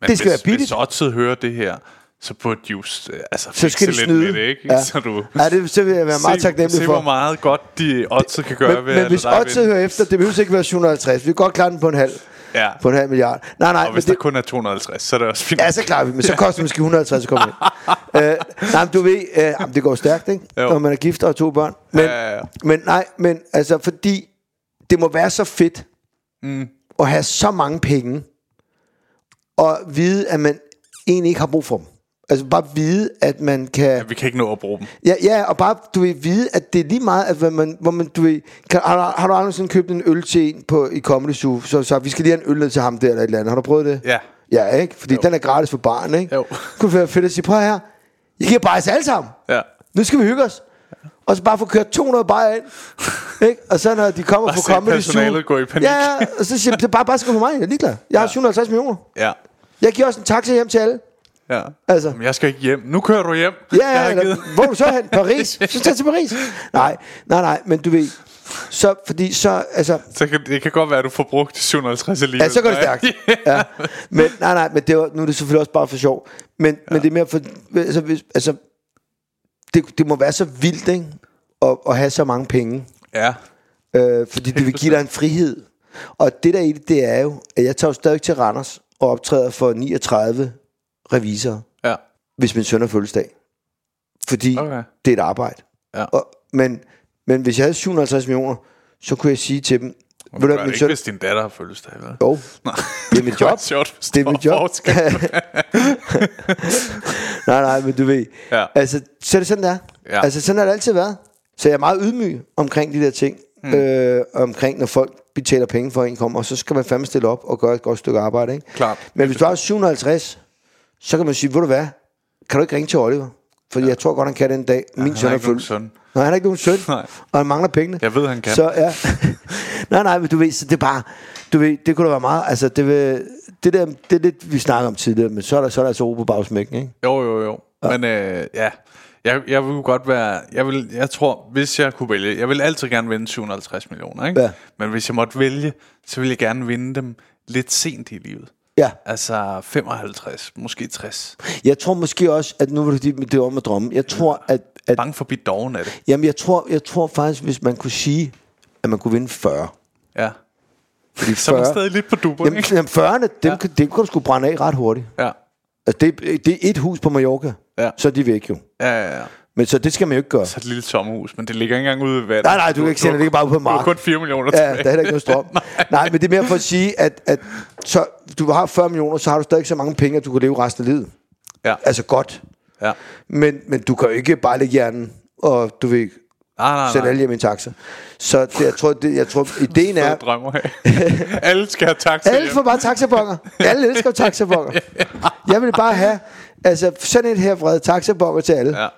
A: Men
C: Det
A: hvis,
C: skal være billigt.
A: Hvis Otted hører det her, så burde de jo øh, altså,
C: Så skal de
A: fikse lidt
C: snyde.
A: med det, ikke?
C: Ja.
A: Så du
C: Ja, det så vil jeg være meget
A: se,
C: taknemmelig
A: se,
C: for.
A: hvor meget godt de Otted kan gøre
C: Men,
A: ved
C: men
A: at
C: hvis
A: lade dig
C: Otze
A: vinde.
C: hører efter, det behøver ikke være 750. Vi kan godt klare den på en halv,
A: Ja.
C: på en halv milliard. Nej, nej,
A: Og
C: men
A: hvis det... der
C: det,
A: kun er 250, så er det også fint.
C: Ja, så klarer vi, men så koster det måske 150 at komme ind. øh, nej, men du ved, øh, jamen, det går stærkt, ikke?
A: Jo.
C: Når man er gift og har to børn. Men,
A: Ja, ja, ja.
C: men nej, men altså, fordi det må være så fedt mm. at have så mange penge, og vide, at man egentlig ikke har brug for dem. Altså bare vide, at man kan...
A: Vi kan ikke nå at bruge dem.
C: Ja, ja, og bare, du ved, vide, at det er lige meget, at hvad man, hvor man, du ved, kan, har, du- har du aldrig sådan købt en øl til en på, i Comedy Zoo, så, så vi skal lige have en øl ned til ham der, eller et eller andet. Har du prøvet det?
A: Ja.
C: Ja, ikke? Fordi jo. den er gratis for barn, ikke?
A: Jo.
C: Det kunne være fedt at sige, prøv her, I giver bare os alle sammen.
A: Ja.
C: Nu skal vi hygge os. Og så bare få kørt 200 bajer ind. ikke? Og så når de kommer
A: Bare
C: på
A: se
C: Comedy Zoo.
A: personalet gå i panik.
C: Ja, ja, og så siger jeg, det er bare, bare skal for mig, jeg er ligeglad. Jeg har 750 millioner.
A: Ja.
C: Jeg giver også en taxa hjem til alle.
A: Ja.
C: Altså.
A: Jamen, jeg skal ikke hjem. Nu kører du hjem.
C: Ja,
A: Jeg
C: ja
A: har
C: eller,
A: givet-
C: hvor er du så hen? Paris? Så tag til Paris. Nej, nej, nej, men du ved. Så, fordi så, altså,
A: Så kan, det kan godt være, at du får brugt 750 alligevel.
C: ja, så går det stærkt. Ja. Men, nej, nej, men det var, nu er det selvfølgelig også bare for sjov. Men, ja. men det er mere for, altså, hvis, altså det, det må være så vildt, ikke? At, at have så mange penge.
A: Ja.
C: Øh, fordi det vil give dig en frihed. Og det der i det, det er jo, at jeg tager jo stadig til Randers og optræder for 39 revisorer,
A: Ja.
C: hvis min søn har fødselsdag. Fordi
A: Okay.
C: okay. det er et arbejde.
A: Ja.
C: Og, men, men hvis jeg havde 750 millioner, så kunne jeg sige til dem,
A: Og det
C: ved
A: gør
C: du, hvad,
A: det
C: min
A: ikke,
C: søn...
A: hvis din datter har fødselsdag, vel?
C: Jo, det er mit
A: Det er
C: job.
A: ret sjovt, hvis
C: Det er
A: der
C: mit
A: var
C: job.
A: forskel.
C: nej, nej, men du ved.
A: Ja.
C: Altså, så er det sådan, det er.
A: Ja.
C: Altså, sådan har det altid været. Så jeg er meget ydmyg omkring de der ting. Mm. Øh, omkring, når folk betaler penge for at en kommer, og så skal man fandme stille op og gøre et godt stykke arbejde, ikke?
A: Klart.
C: Men hvis du har 750, så kan man sige, ved du hvad, kan du ikke ringe til Oliver? Fordi ja. jeg tror godt, han kan den dag. Min
A: han
C: søn
A: har
C: er
A: ikke nogen
C: født.
A: søn.
C: Nej, han har ikke nogen søn.
A: Nej.
C: Og han mangler pengene.
A: Jeg ved, han kan.
C: Så, ja. nej, nej, men du ved, så det er bare... Du ved, det kunne da være meget... Altså, det, vil, det, der, det er lidt, vi snakker om tidligere, men så er der, så er der altså ro på bagsmækken, ikke?
A: Jo, jo, jo. Men øh, ja, Jeg, jeg vil godt være... Jeg, vil, jeg tror, hvis jeg kunne vælge... Jeg vil altid gerne vinde 750 millioner, ikke?
C: Ja.
A: Men hvis jeg måtte vælge, så ville jeg gerne vinde dem lidt sent i livet.
C: Ja.
A: Altså 55, måske 60. Jeg
C: Jeg tror måske også, at nu var det, det var med drømmen. Jeg tror, at, at
A: er bange for at blive doven af det.
C: jamen, jeg, tror, jeg tror faktisk, hvis man kunne sige, at man kunne vinde 40.
A: Ja.
C: Fordi
A: Så er man stadig lidt på duberne,
C: Jamen,
A: ikke?
C: jamen 40'erne, dem, ja. dem kan du sgu brænde af ret hurtigt.
A: Ja.
C: Altså, det, det er et hus på Mallorca,
A: Ja.
C: så er de væk jo.
A: Ja, ja, ja.
C: Men så det skal man jo ikke gøre.
A: Så et lille sommerhus, men det ligger ikke engang ude i vandet.
C: Nej, nej, du kan ikke se det, det ligger bare ude på
A: Du har
C: marken.
A: kun 4 millioner
C: Ja,
A: tilbage.
C: der er heller ikke noget strøm. nej. nej, men det er mere for at sige, at, at så, du har 40 millioner, så har du stadig ikke så mange penge, at du kan leve resten af livet.
A: Ja.
C: Altså godt.
A: Ja.
C: Men, men du kan jo ikke bare lægge hjernen, og du vil
A: Nej, nej,
C: sætte
A: nej.
C: alle hjem i en taxa. Så det, jeg tror, det, jeg tror ideen
A: Jeg
C: er...
A: drømmer af. Alle skal have taxa
C: Alle
A: hjem.
C: får bare taxabonger. Alle elsker jo taxabonger. Jeg vil bare have... Altså, send et her vrede taxabonger til alle.
A: Ja.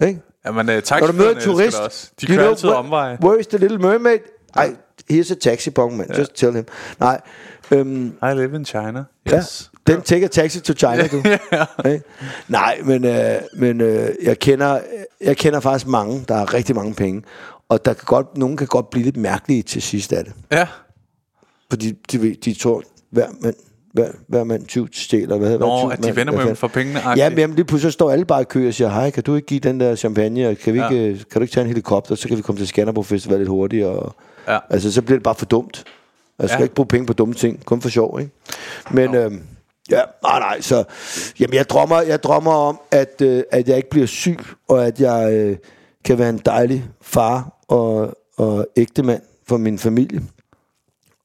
C: Ja. Ikke?
A: Jamen, øh,
C: Når du
A: taxiførerne
C: møder en
A: elsker
C: turist,
A: det også. De
C: you
A: kører
C: know,
A: altid
C: where-
A: omveje.
C: Where is the little mermaid? I, here's a taxi bong, man. Just tell him. Nej. Øhm,
A: I live in China.
C: Ja.
A: Yes.
C: Den tager taxi to China, du. Ikke? Nej, men, øh, men øh, jeg, kender, jeg kender faktisk mange, der har rigtig mange penge. Og der kan godt, nogen kan godt blive lidt mærkelige til sidst af det.
A: Ja.
C: Fordi de, ved- de tror, hver mand, hver, hver mand 20 stjæler. Hvad,
A: Nå,
C: hver tyv
A: at de vender
C: mand,
A: med
C: hvad
A: dem
C: fanden.
A: for pengene.
C: Ja, men jamen, lige pludselig står alle bare i kø og siger, hej, kan du ikke give den der champagne, og kan, vi ikke, øh, kan du ikke tage en helikopter, så kan vi komme til Skanderborg Festival lidt hurtigere. Og,
A: Ja.
C: Altså, så bliver det bare for dumt. Jeg skal
A: Ja.
C: ja. ikke bruge penge på dumme ting, kun for sjov, ikke? Men, øhm, ja, nej, nej, så, jamen, jeg drømmer, jeg drømmer om, at, øh, at jeg ikke bliver syg, og at jeg øh, kan være en dejlig far og, og ægte mand for min familie.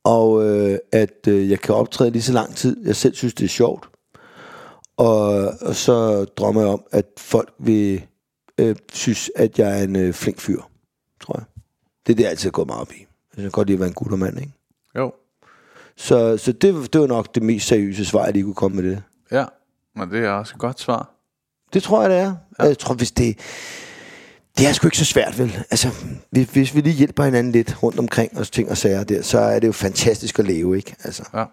C: Og øh, at øh, jeg kan optræde lige så lang tid, jeg selv synes, det er sjovt. Og, og så drømmer jeg om, at folk vil øh, synes, at jeg er en øh, flink fyr, tror jeg. Det er det, jeg altid går meget op i. Jeg kan godt lide at være en guttermand, ikke?
A: Jo.
C: Så, så det, det var nok det mest seriøse svar, jeg lige kunne komme med det.
A: Ja. Men det er også et godt svar.
C: Det tror jeg, det er. Ja. Jeg tror, hvis det... Det er sgu ikke så svært, vel? Altså, hvis, hvis vi lige hjælper hinanden lidt rundt omkring os ting og sager der, så er det jo fantastisk at leve, ikke? Altså,
A: Ja.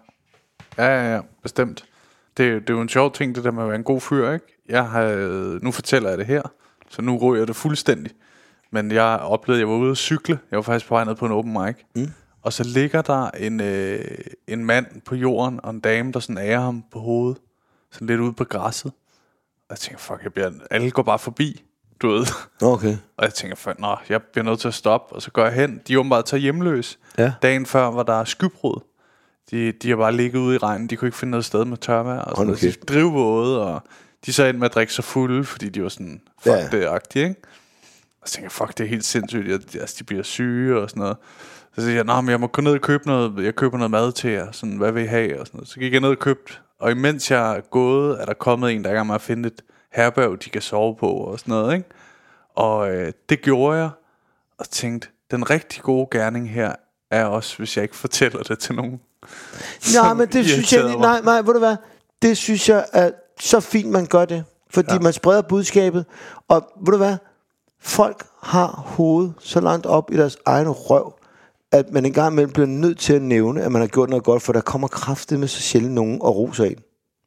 A: Ja, ja, ja, bestemt. Det, er- det er jo en sjov ting, det der med at være en god fyr, ikke? Jeg havde, nu fortæller jeg det her, så nu ryger jeg det fuldstændig. Men jeg oplevede, at jeg var ude at cykle. Jeg var faktisk på vej ned på en open mic. Mm. Og så ligger der en, øh, en mand på jorden, og en dame, der sådan ærer ham på hovedet. Sådan lidt ude på græsset. Og jeg tænker, fuck, jeg bliver, alle går bare forbi, du ved.
C: okay.
A: Og jeg tænker, for, nå, jeg bliver nødt til at stoppe, og så går jeg hen. De er åbenbart så hjemløse.
C: Ja.
A: Dagen før var der skybrud. De, de har bare ligget ude i regnen, de kunne ikke finde noget sted med tørvejr. Og sådan
C: Hold nu
A: noget. De
C: kæft.
A: driver våde, og de så ind med at drikke sig fulde, fordi de var sådan, fuck
C: Ja.
A: ja. det agtige, ikke? Og så tænker jeg, fuck, det er helt sindssygt, jeg, altså, de bliver syge og sådan noget. Så siger jeg, nå, men jeg må gå ned og købe noget, jeg køber noget mad til jer, sådan, hvad vil I have, og sådan noget. Så gik jeg ned og købte, og imens jeg er gået, er der kommet en, der er i gang med at finde et herberg, de kan sove på og sådan noget, ikke? Og øh, det gjorde jeg, og tænkte, den rigtig gode gerning her er også, hvis jeg ikke fortæller det til nogen.
C: Nej,
A: Som
C: men det synes
A: irriterede
C: jeg...
A: mig.
C: Nej, nej, ved du hvad? Det synes jeg er så fint, man gør det. Fordi ja. man spreder budskabet. Og ved du hvad? Folk har hovedet så langt op i deres egen røv, at man engang imellem bliver nødt til at nævne, at man har gjort noget godt, for der kommer kraftet med så sjældent nogen og roser en.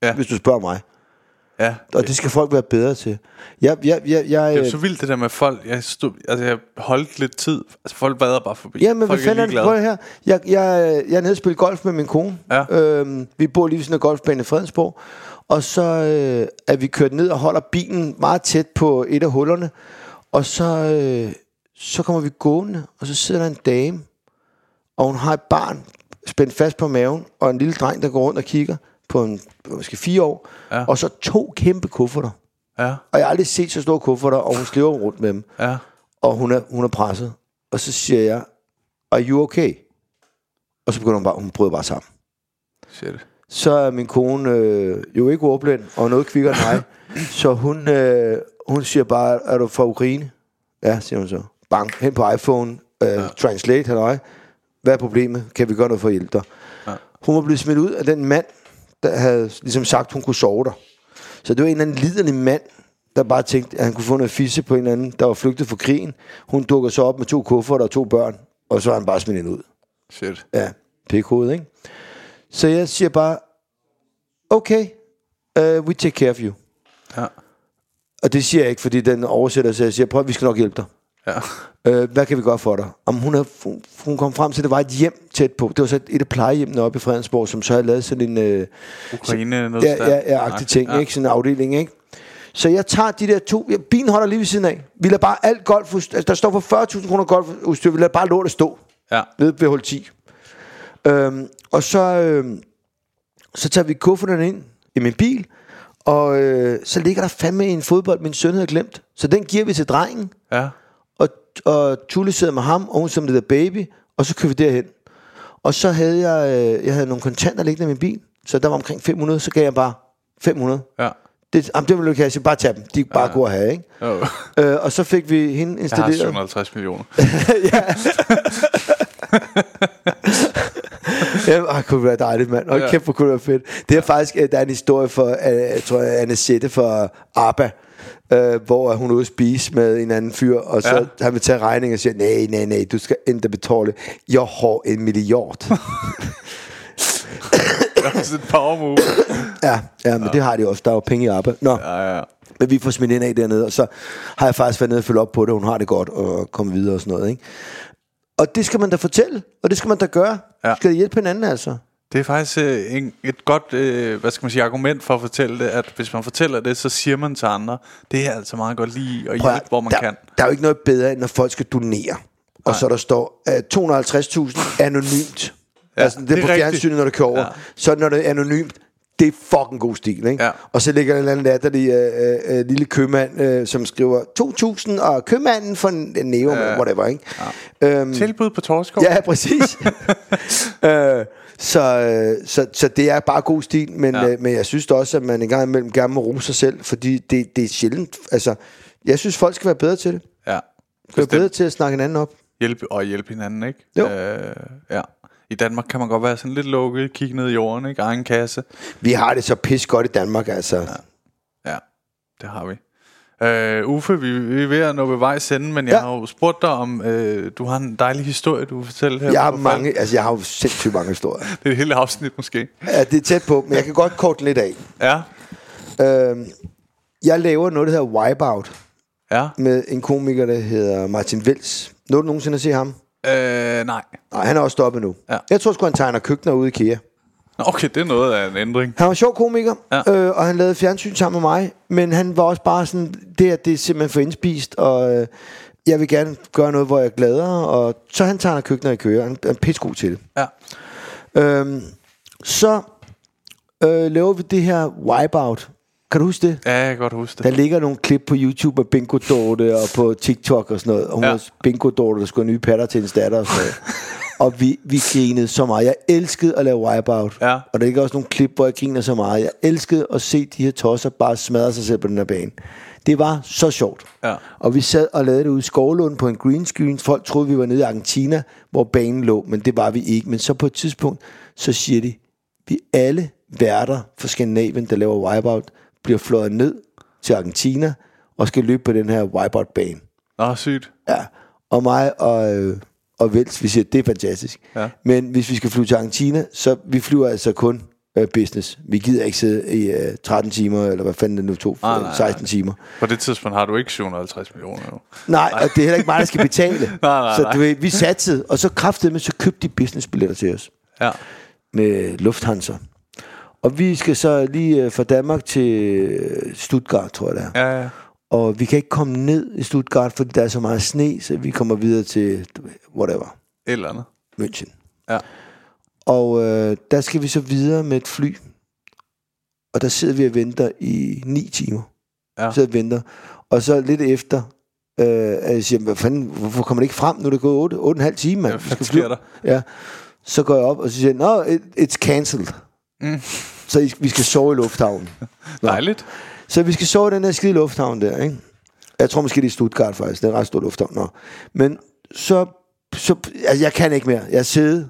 A: Ja.
C: Hvis du spørger mig.
A: Ja,
C: Og det skal folk være bedre til. Jeg, jeg, jeg, jeg,
A: Det er jo så vildt det der med folk. Jeg, stod, altså, jeg holdt lidt tid. Altså, folk vader bare forbi.
C: Ja, men hvad
A: folk
C: fanden er det? Prøv her. Jeg, jeg, jeg er nede og spille golf med min kone.
A: Ja.
C: Øhm, vi bor lige ved sådan en golfbane i Fredensborg. Og så øh, er vi kørt ned og holder bilen meget tæt på et af hullerne. Og så, øh, så kommer vi gående, og så sidder der en dame. Og hun har et barn spændt fast på maven, og en lille dreng, der går rundt og kigger på en, måske fire år.
A: Ja.
C: Og så to kæmpe kufferter.
A: Ja,
C: Og jeg har aldrig set så store kufferter, og hun sliver rundt med dem
A: ja.
C: og hun er, hun er presset. Og så siger jeg, are you okay? Og så begynder hun bare, hun bryder bare sammen.
A: Shit.
C: Så er min kone øh, jo ikke ordblind, og noget kvikker end mig. så hun, øh, hun siger bare, er du fra Ukraine? Ja, siger hun så. Bang, hen på iPhone, øh, ja. translate, halløj. Hvad er problemet? Kan vi gøre noget for at hjælpe dig? Ja. Hun var blevet smidt ud af den mand, der havde ligesom sagt, hun kunne sove der. Så det var en eller anden liderlig mand, der bare tænkte, at han kunne få noget fisse på en eller anden, der var flygtet fra krigen. Hun dukker så op med to kufferter og to børn, og så er han bare smidt hende ud.
A: Shit.
C: Ja, pikhoved, ikke? Så jeg siger øh, bare, okay, uh, we take care of you.
A: Ja.
C: Og det siger jeg ikke, fordi den oversætter sig og siger, prøv, vi skal nok hjælpe dig.
A: Ja.
C: Øh, hvad kan vi gøre for dig? Om hun, havde, hun, hun kom frem til, at det var et hjem tæt på. Det var så et, et af plejehjemmene oppe i Fredensborg, som så havde lavet sådan en... Øh,
A: Ukraine noget
C: ja, ja, ja, agtig ting, ja. ikke? Sådan en afdeling, ikke? Så jeg tager de der to... Ja, bilen holder lige ved siden af. Vi lader bare alt golf... Altså, der står for 40.000 kroner golfudstyr. Vi lader bare lortet stå
A: Ja.
C: ved, ved hul 10. Øhm, og så, øhm, så tager vi kufferterne ind i min bil, og øh, så ligger der fandme en fodbold, min søn havde glemt. Så den giver vi til drengen,
A: Ja.
C: og, og Tulle sidder med ham, og hun som det der baby, og så kører vi derhen. Og så havde jeg, øh, jeg havde nogle kontanter liggende i min bil, så der var omkring 500, så gav jeg bare 500.
A: Ja.
C: Det, jamen, det ville du ikke have, så bare tage dem. De er bare ja. gode at have, ikke?
A: Jo.
C: Øh, og så fik vi hende
A: Jeg har
C: installeret.
A: 750 millioner.
C: Ja, ah, kunne det være dejligt, mand. Og
A: Ja.
C: ja. kæft, hvor kunne det være fedt. Det er faktisk, øh, der er en historie for, øh, jeg tror, Anne Sette fra ABBA, øh, hvor øh, hun er ude at spise med en anden fyr, og så
A: Ja.
C: ja. han vil tage regningen og siger, nej, nej, nej, du skal ikke betale. Jeg har en milliard.
A: Det er sådan et power move.
C: ja, ja, men ja. det har de også. Der er jo penge i ABBA. Nå, ja.
A: Ja, ja.
C: men vi får smidt ind af dernede, og så har jeg faktisk været nede og følge op på det, hun har det godt, og komme videre og sådan noget, ikke? Og det skal man da fortælle, og det skal man da gøre.
A: Ja.
C: Ja. Du skal da hjælpe hinanden, altså.
A: Det er faktisk øh, en, et godt øh, hvad skal man sige, argument for at fortælle det, at hvis man fortæller det, så siger man til andre, det er altså meget godt lige at
C: Prøv at-
A: hjælpe, hvor man
C: der,
A: kan.
C: Der er jo ikke noget bedre, end når folk skal donere. Og så der står øh, 250.000 anonymt.
A: Ja,
C: Ja, altså, det
A: det
C: er
A: er
C: på
A: rigtigt.
C: fjernsynet, når det kører over.
A: Ja.
C: Ja. Så når det er anonymt, det er fucking god stil, ikke?
A: Ja.
C: Og så ligger der en eller anden latterlig øh, øh, øh, lille købmand, øh, som skriver 2.000, og købmanden for Neo, ja. whatever, ikke? Ja. Øhm,
A: Tilbud på Torskov.
C: Ja, præcis. øh, så, øh, så, så det er bare god stil, men,
A: Ja.
C: ja. øh, men jeg synes da også, at man en gang imellem gerne må rose sig selv, fordi det, det er sjældent. Altså, jeg synes, folk skal være bedre til det.
A: ja.
C: Skal være
A: Bestemt.
C: bedre til at snakke hinanden op.
A: Hjælpe, og hjælpe hinanden, ikke?
C: Jo.
A: Øh, ja. I Danmark kan man godt være sådan lidt lukket, kigge ned i jorden, ikke? Egen kasse.
C: Vi har det så pis godt i Danmark, altså. Ja.
A: Ja, det har vi. Øh, Uffe, vi, vi er ved at nå ved vejs ende, men jeg
C: Ja.
A: har jo spurgt dig om, øh, du har en dejlig historie, du vil fortælle her.
C: Jeg har
A: på
C: mange, altså jeg har jo sindssygt mange historier.
A: Det er et helt afsnit måske.
C: Ja, det er tæt på, men jeg kan godt korte den lidt af.
A: Ja,
C: Øh, jeg laver noget, der hedder Wipeout,
A: ja.
C: med en komiker, der hedder Martin Vels. Nåede du nogensinde at se ham?
A: Øh, nej.
C: Nej, han er også stoppet nu.
A: Ja.
C: Jeg tror sgu, han tegner køkkener ude i IKEA.
A: Nå, okay, det er noget af en ændring.
C: Han var sjov komiker,
A: Ja.
C: ja. øh, og han lavede fjernsyn sammen med mig, men han var også bare sådan, det her, det er simpelthen for indspist, og øh, jeg vil gerne gøre noget, hvor jeg glæder, og så han tager køkkener i køer, han, han er pissegod til det.
A: Ja,
C: Øhm, så øh, laver vi det her Wipeout. Kan du huske det?
A: ja jeg kan godt huske
C: Der
A: det.
C: ligger nogle klip på YouTube af Bingo Dorte og på TikTok og sådan noget. Og hun
A: Ja.
C: ja. Bingo Dorte, der skulle have nye patter til hendes datter og sådan noget. og vi, vi grinede så meget. Jeg elskede at lave wipeout.
A: Ja.
C: Og der ligger også nogle klip, hvor jeg griner så meget. Jeg elskede at se de her tosser bare smadre sig selv på den her bane. Det var så sjovt.
A: Ja.
C: Og vi sad og lavede det ude i Skovlund på en green screen. Folk troede, vi var nede i Argentina, hvor banen lå, men det var vi ikke. Men så på et tidspunkt, så siger de, vi alle værter fra Skandinavien, der laver wipeout, bliver fløjet ned til Argentina og skal løbe på den her wipeout-bane.
A: Nå, sygt.
C: Ja. Og mig og, øh, og Vels, vi siger, det er fantastisk.
A: Ja.
C: Men hvis vi skal flyve til Argentina, så vi flyver altså kun øh, business. Vi gider ikke sidde i øh, 13 timer, eller hvad fanden det nu tog,
A: Ah,
C: ah,
A: nej, nej.
C: 16 timer.
A: På det tidspunkt har du ikke 750 millioner jo.
C: Nej, og det er heller ikke mig, der skal betale.
A: Nej, nej,
C: så
A: nej.
C: du ved, vi satsede, og så kraftedeme, så købte de businessbilletter til os
A: Ja,
C: med Lufthansa. Og vi skal så lige øh, fra Danmark til øh, Stuttgart, tror jeg det er.
A: ja, ja.
C: Og vi kan ikke komme ned i Stuttgart, fordi der er så meget sne, så vi kommer videre til, du ved, whatever,
A: Et eller andet.
C: München.
A: Ja.
C: Og øh, der skal vi så videre med et fly. Og der sidder vi og venter i ni timer.
A: Ja.
C: Sidder og venter. Og så lidt efter, øh, at jeg siger, hvad fanden, hvorfor kommer det ikke frem? Nu er det gået 8, 8,5 timer, mand.
A: Hvad
C: Vi skal
A: fanden sker
C: flyve."
A: der?
C: Ja. Så går jeg op, og så siger jeg, no, it, it's cancelled.
A: Mm.
C: Så I- vi skal sove i lufthavnen. Nå.
A: Dejligt.
C: Så vi skal sove i den her skide lufthavn der, ikke? Jeg tror måske, det er i Stuttgart faktisk. Det er en ret stor lufthavn. Nå. Men så... så altså, jeg kan ikke mere. Jeg sidder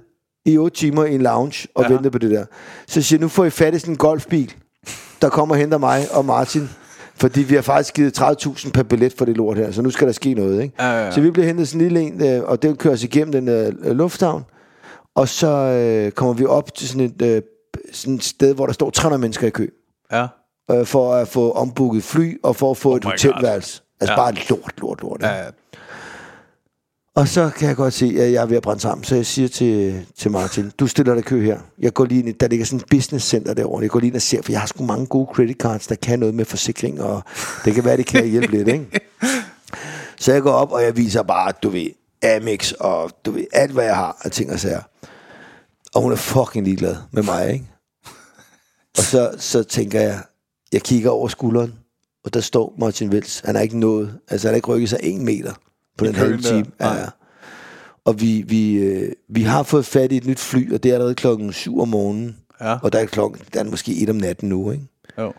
C: i 8 timer i en lounge og
A: Ja.
C: ja. venter på det der. Så siger jeg, nu får I fat i sådan en golfbil, der kommer og henter mig og Martin. Fordi vi har faktisk givet 30.000 per billet for det lort her, så nu skal der ske noget, ikke?
A: Ja, ja, ja.
C: Så vi bliver hentet sådan en lille en, øh, og den kører os igennem den øh, lufthavn. Og så øh, kommer vi op til sådan et, øh, sådan et sted, hvor der står 300 mennesker i kø.
A: Ja,
C: øh, for at få ombooket fly og for at få oh et
A: my
C: hotelværelse.
A: Ja.
C: Altså ja. bare lort, lort, lort. Ja.
A: Ja,
C: Og så kan jeg godt se, at jeg er ved at brænde sammen, så jeg siger til, til Martin, du stiller dig kø her. Jeg går lige ind, i- der ligger sådan et business center derovre, jeg går lige ind og ser, for jeg har sgu mange gode credit cards, der kan noget med forsikring, og det kan være, det kan hjælpe lidt, ikke? Så jeg går op, og jeg viser bare, du ved, Amex, og du ved, alt hvad jeg har, og ting og sager. Og hun er fucking ligeglad med mig, ikke? Og så, så tænker jeg, jeg kigger over skulderen, og der står Martin Vels. Han er ikke nået, altså han har ikke rykket sig en meter på den
A: køen
C: halve time.
A: der,
C: Ja,
A: nej.
C: ja. Og vi, vi, øh, vi har fået fat i et nyt fly, og det er allerede klokken 7 om morgenen.
A: Ja.
C: Og der er, klokken, der er måske 1 om natten nu, ikke?
A: jo.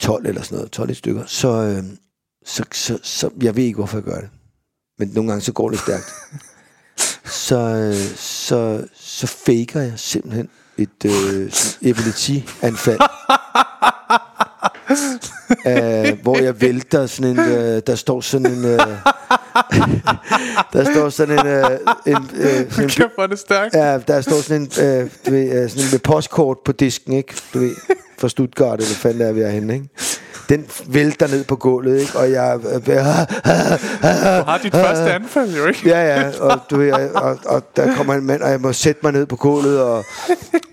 C: 12 eller sådan noget, 12 stykker, så, øh, så, så, så jeg ved ikke, hvorfor jeg gør det. Men nogle gange, så går det stærkt. så, øh, så, så faker jeg simpelthen et øh, sådan epilepsianfald. Æh, Øh, hvor jeg vælter sådan en, øh, der står sådan en, øh, der står sådan en, øh, en, øh, sådan en
A: Kæft, hvor er det stærkt. Ja.
C: Ja, der står sådan en, øh, du ved, øh, sådan en med postkort på disken, ikke? Du ved, fra Stuttgart, eller hvad fanden er vi er henne, ikke? Den vælter ned på gulvet, ikke? Og jeg... Øh, øh,
A: Du har dit første anfald, jo ikke?
C: ja, ja, og, du ved, og, og, og der kommer en mand, og jeg må sætte mig ned på gulvet, og,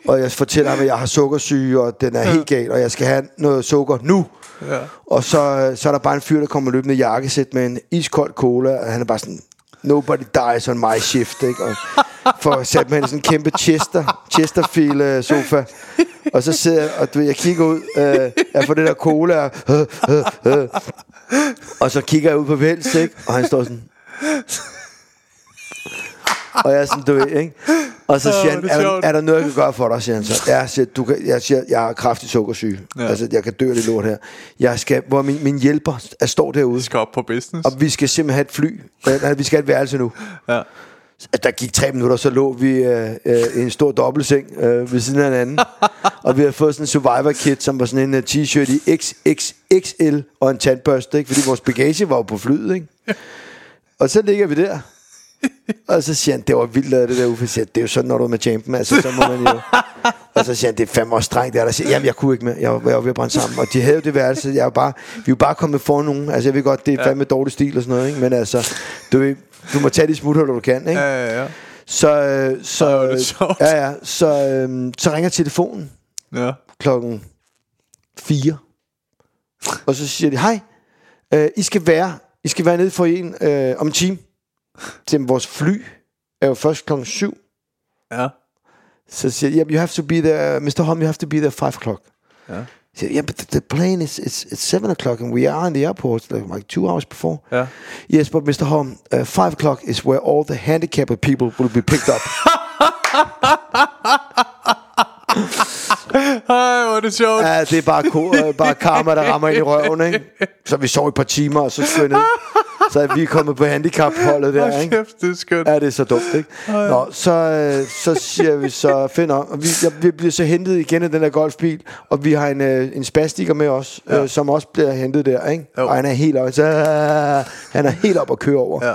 C: og jeg fortæller ham, at jeg har sukkersyge, og den er helt gal, og jeg skal have noget sukker nu. Ja. Og så, så er der bare en fyr, der kommer løbende i jakkesæt med en iskold cola, og han er bare sådan, nobody dies on my shift, ikke? Og får sat mig ind i sådan en kæmpe Chester, Chesterfield øh, sofa. Og så sidder jeg, og du ved, jeg kigger ud, øh, jeg får det der cola, og, øh, øh, øh. og så kigger jeg ud på Vels, ikke? Og han står sådan, og jeg er sådan, du ved, ikke? Og så
A: Åh,
C: siger han,
A: det er
C: er, der,
A: sjovt.
C: er der noget, jeg kan gøre for dig, siger han så. Ja, siger, du kan, jeg siger, jeg har kraftig sukkersyge.
A: Ja.
C: Ja. Altså, jeg kan dø af det lort her. Jeg skal, hvor min, min hjælper er, står derude,
A: Du skal op på business.
C: og vi skal simpelthen have et fly. Øh, Nej, vi skal have et værelse nu.
A: Ja.
C: At der gik tre minutter, så lå vi øh, øh, i en stor dobbeltseng øh, ved siden af hinanden. og vi havde fået sådan en survivor kit, som var sådan en øh, t-shirt i XXXL og en tandbørste, ikke? fordi vores bagage var jo på flyet. Ikke? Og så ligger vi der. Og så siger han, det var vildt lavet det der Uffe. Jeg Siger, det er jo sådan, når du er med champen, altså så må man jo... Og så siger han, det er fandme også strengt, det er der. Jeg Siger, Jamen, jeg kunne ikke mere. Jeg var, jeg var ved at brænde sammen. Og de havde jo det værelse. Jeg var bare, vi var bare kommet for nogen. Altså, jeg ved godt, det er fandme dårlig stil og sådan noget, ikke? Men altså, du, ved, du må tage de smuthuller, du kan, ikke?
A: Ja, ja, ja.
C: Så, øh, så,
A: Ej, hvor er det sjovt.
C: ja, ja, så, øh, så ringer telefonen
A: ja.
C: klokken 4. Og så siger de, hej, øh, I skal være, I skal være nede for en øh, om en time. Til vores fly er jo først klokken 7.
A: ja.
C: Så siger de, "Yep, you have to be there, Mr. Holm, you have to be there 5 o'clock.
A: Ja.
C: Så siger, de, yeah, but the- the plane is it's, it's 7 o'clock and we are in the airport like, like two hours before.
A: Ja.
C: Yes, but Mr. Holm, uh, 5 o'clock is where all the handicapped people will be picked up.
A: Ej, hvor er det sjovt.
C: Ja, det er bare, ko- øh, bare karma, der rammer ind i røven, ikke? Så vi sov i et par timer, og så skulle jeg ned. Så er vi kommet på handicapholdet der,
A: Ej,
C: ikke?
A: kæft, det er skønt.
C: Ja, det er så dumt, ikke? Nå, så, øh, så siger vi så, find om. Og vi, jeg, vi bliver så hentet igen af den der golfbil, og vi har en, øh, en spastiker med os, ja. øh, som også bliver hentet der, ikke?
A: Jo.
C: Jo. Og han er helt op, så, han er helt op at køre over. Ja.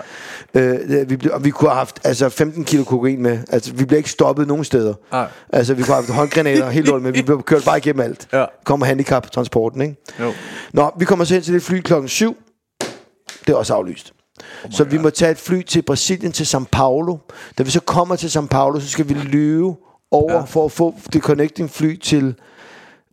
C: Øh, vi, blev- og vi kunne have haft altså 15 kilo kokain med. Altså, vi bliver ikke stoppet nogen steder.
A: Nej.
C: Altså, vi kunne have haft håndgranater og helt lort med. Vi blev kørt bare igennem alt.
A: Ja.
C: Kommer handicap transporten, ikke?
A: Jo.
C: Nå, vi kommer så hen til det fly klokken 7. Det er også aflyst. Oh så vi må tage et fly til Brasilien, til São Paulo. Da vi så kommer til São Paulo, så skal vi løbe over ja. for at få det connecting fly til,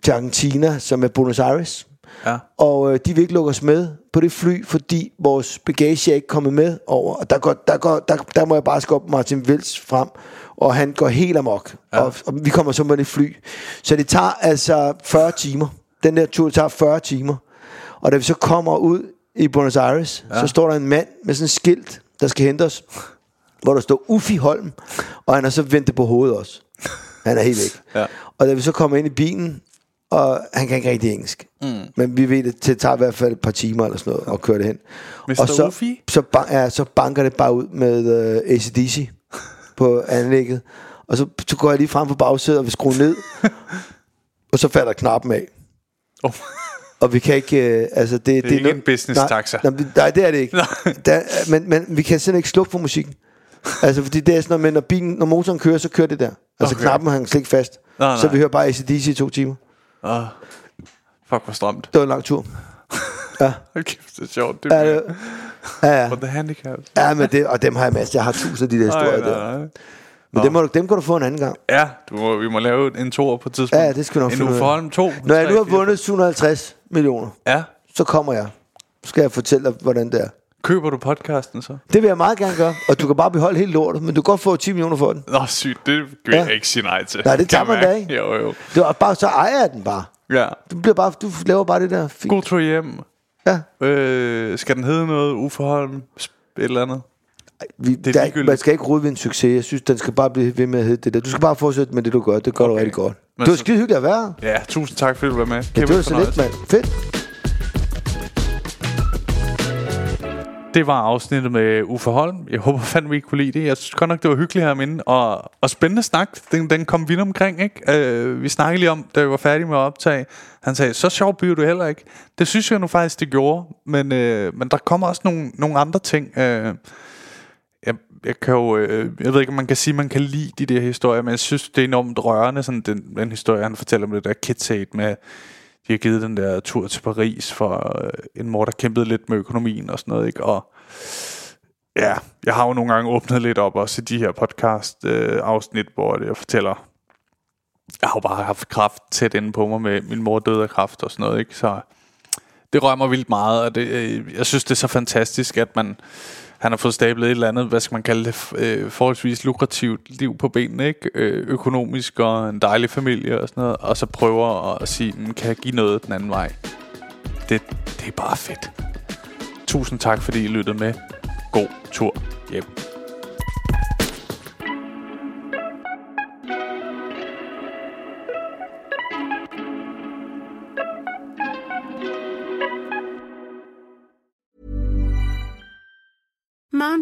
C: til Argentina, som er Buenos Aires.
A: Ja.
C: Og øh, de vil ikke lukke os med på det fly, fordi vores bagage er ikke kommet med over. Og der, går, der, går, der, der må jeg bare skubbe Martin Vils frem, og han går helt amok. Ja. Og, og vi kommer så med det fly. Så det tager altså 40 timer. Den der tur tager 40 timer. Og da vi så kommer ud i Buenos Aires, ja. så står der en mand med sådan en skilt, der skal hente os. Hvor der står Uffi Holm, og han har så vendt det på hovedet også. Han er helt væk.
A: Ja.
C: Og da vi så kommer ind i bilen, og han kan ikke rigtig engelsk. Mm. Men vi ved, at det tager i hvert fald et par timer eller sådan noget at køre det hen.
A: Mr.
C: Og så,
A: Uffi?
C: så, ban- ja, så banker det bare ud med uh, ACDC på anlægget. Og så, så går jeg lige frem på bagsædet og vil skrue ned. og så falder knappen af.
A: Oh.
C: Og vi kan ikke... Øh, altså det, det,
A: ikke
C: noget-
A: en business-taxa.
C: Nej, nej, nej, det er det ikke.
A: Nej.
C: Der, men, men vi kan simpelthen ikke slukke for musikken. Altså, fordi det er sådan noget med, når, bilen, når motoren kører, så kører det der.
A: Okay.
C: Altså, okay. knappen hang slet ikke fast.
A: Nej,
C: så
A: nej.
C: vi hører bare ACDC i to timer.
A: Åh. Fuck, hvor stramt.
C: Det var en lang tur.
A: Hold kæft, det er sjovt. Det
C: Ja,
A: er
C: det- ja, ja.
A: for the handicap.
C: ja men det, og dem har jeg masser. Jeg har tusind af de der historier
A: Nej,
C: der.
A: nej, nej.
C: Men dem, må du, dem kan du få en anden gang.
A: Ja, du må, vi må lave en toer på et tidspunkt.
C: Ja, det skal vi nok
A: En
C: finde ud af.
A: Uffe Holm 2.
C: Når jeg nu har vundet 750 millioner,
A: Ja.
C: så kommer jeg. Så skal jeg fortælle dig, hvordan det er.
A: Køber du podcasten så?
C: Det vil jeg meget gerne gøre, og du kan bare beholde helt lortet, men du kan godt få 10 millioner for den.
A: Nå, sygt. Det vil jeg
C: Ja.
A: ikke sige nej til.
C: Nej, det
A: Kan
C: tager man
A: jeg
C: da,
A: mærke.
C: ikke?
A: Jo, jo.
C: Det var bare, så ejer jeg den bare.
A: Ja.
C: Du, bliver bare, du laver bare det der. Fint.
A: God tur hjem.
C: Ja.
A: Øh, skal den hedde noget? Uffe Holm? Sp- Et eller andet?
C: Vi,
A: er
C: der, er ikke-
A: ligegyldigt.
C: man skal ikke rode ved en succes. Jeg synes, den skal bare blive ved med at hedde det der. Du skal bare fortsætte med det, du gør. Det gør okay. du
A: Okay.
C: rigtig godt.
A: Men
C: det var
A: så-
C: skide hyggeligt at være her.
A: Ja, tusind tak fordi du var med. Kæmpe
C: Ja, det var så lidt,
A: fornøjelse.
C: mand. Fedt.
A: Det var afsnittet med Uffe Holm. Jeg håber fandme, I kunne lide det. Jeg synes godt nok, det var hyggeligt herinde. Og, og spændende snak. Den, den kom vidt omkring, ikke? Øh, vi snakkede lige om, da vi var færdige med at optage. Han sagde, så sjov bliver du heller ikke. Det synes jeg nu faktisk, det gjorde. Men, øh, men der kommer også nogle, nogle andre ting. Øh, jeg, jeg, kan jo, øh, jeg ved ikke, om man kan sige, at man kan lide de der historier, men jeg synes, det er enormt rørende, sådan den, den historie, han fortæller om det der kidsat med, de har givet den der tur til Paris for øh, en mor, der kæmpede lidt med økonomien og sådan noget, ikke? Og ja, jeg har jo nogle gange åbnet lidt op også i de her podcast-afsnit, hvor det- jeg fortæller, jeg har jo bare haft kraft tæt inde på mig med min mor døde af kraft og sådan noget, ikke? Så det rører mig vildt meget, og det, øh, jeg synes, det er så fantastisk, at man han har fået stablet et eller andet, hvad skal man kalde det, f- øh, forholdsvis lukrativt liv på benene, ikke? Øh, økonomisk og en dejlig familie og sådan noget, og så prøver at sige, "Mm, kan jeg give noget den anden vej? Det, det er bare fedt. Tusind tak, fordi I lyttede med. God tur hjem.
D: Mom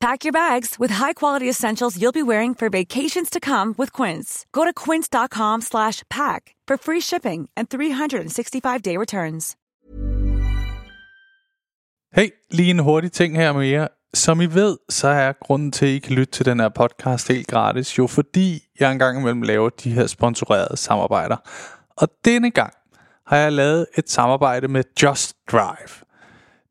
E: Pack your bags with high-quality essentials you'll be wearing for vacations to come with Quince. Go to quince.com slash pack for free shipping and 365-day returns.
A: Hey, lige en hurtig ting her med jer. Som I ved, så er grunden til, at I kan lytte til den her podcast helt gratis, jo fordi jeg engang imellem laver de her sponsorerede samarbejder. Og denne gang har jeg lavet et samarbejde med Just Drive.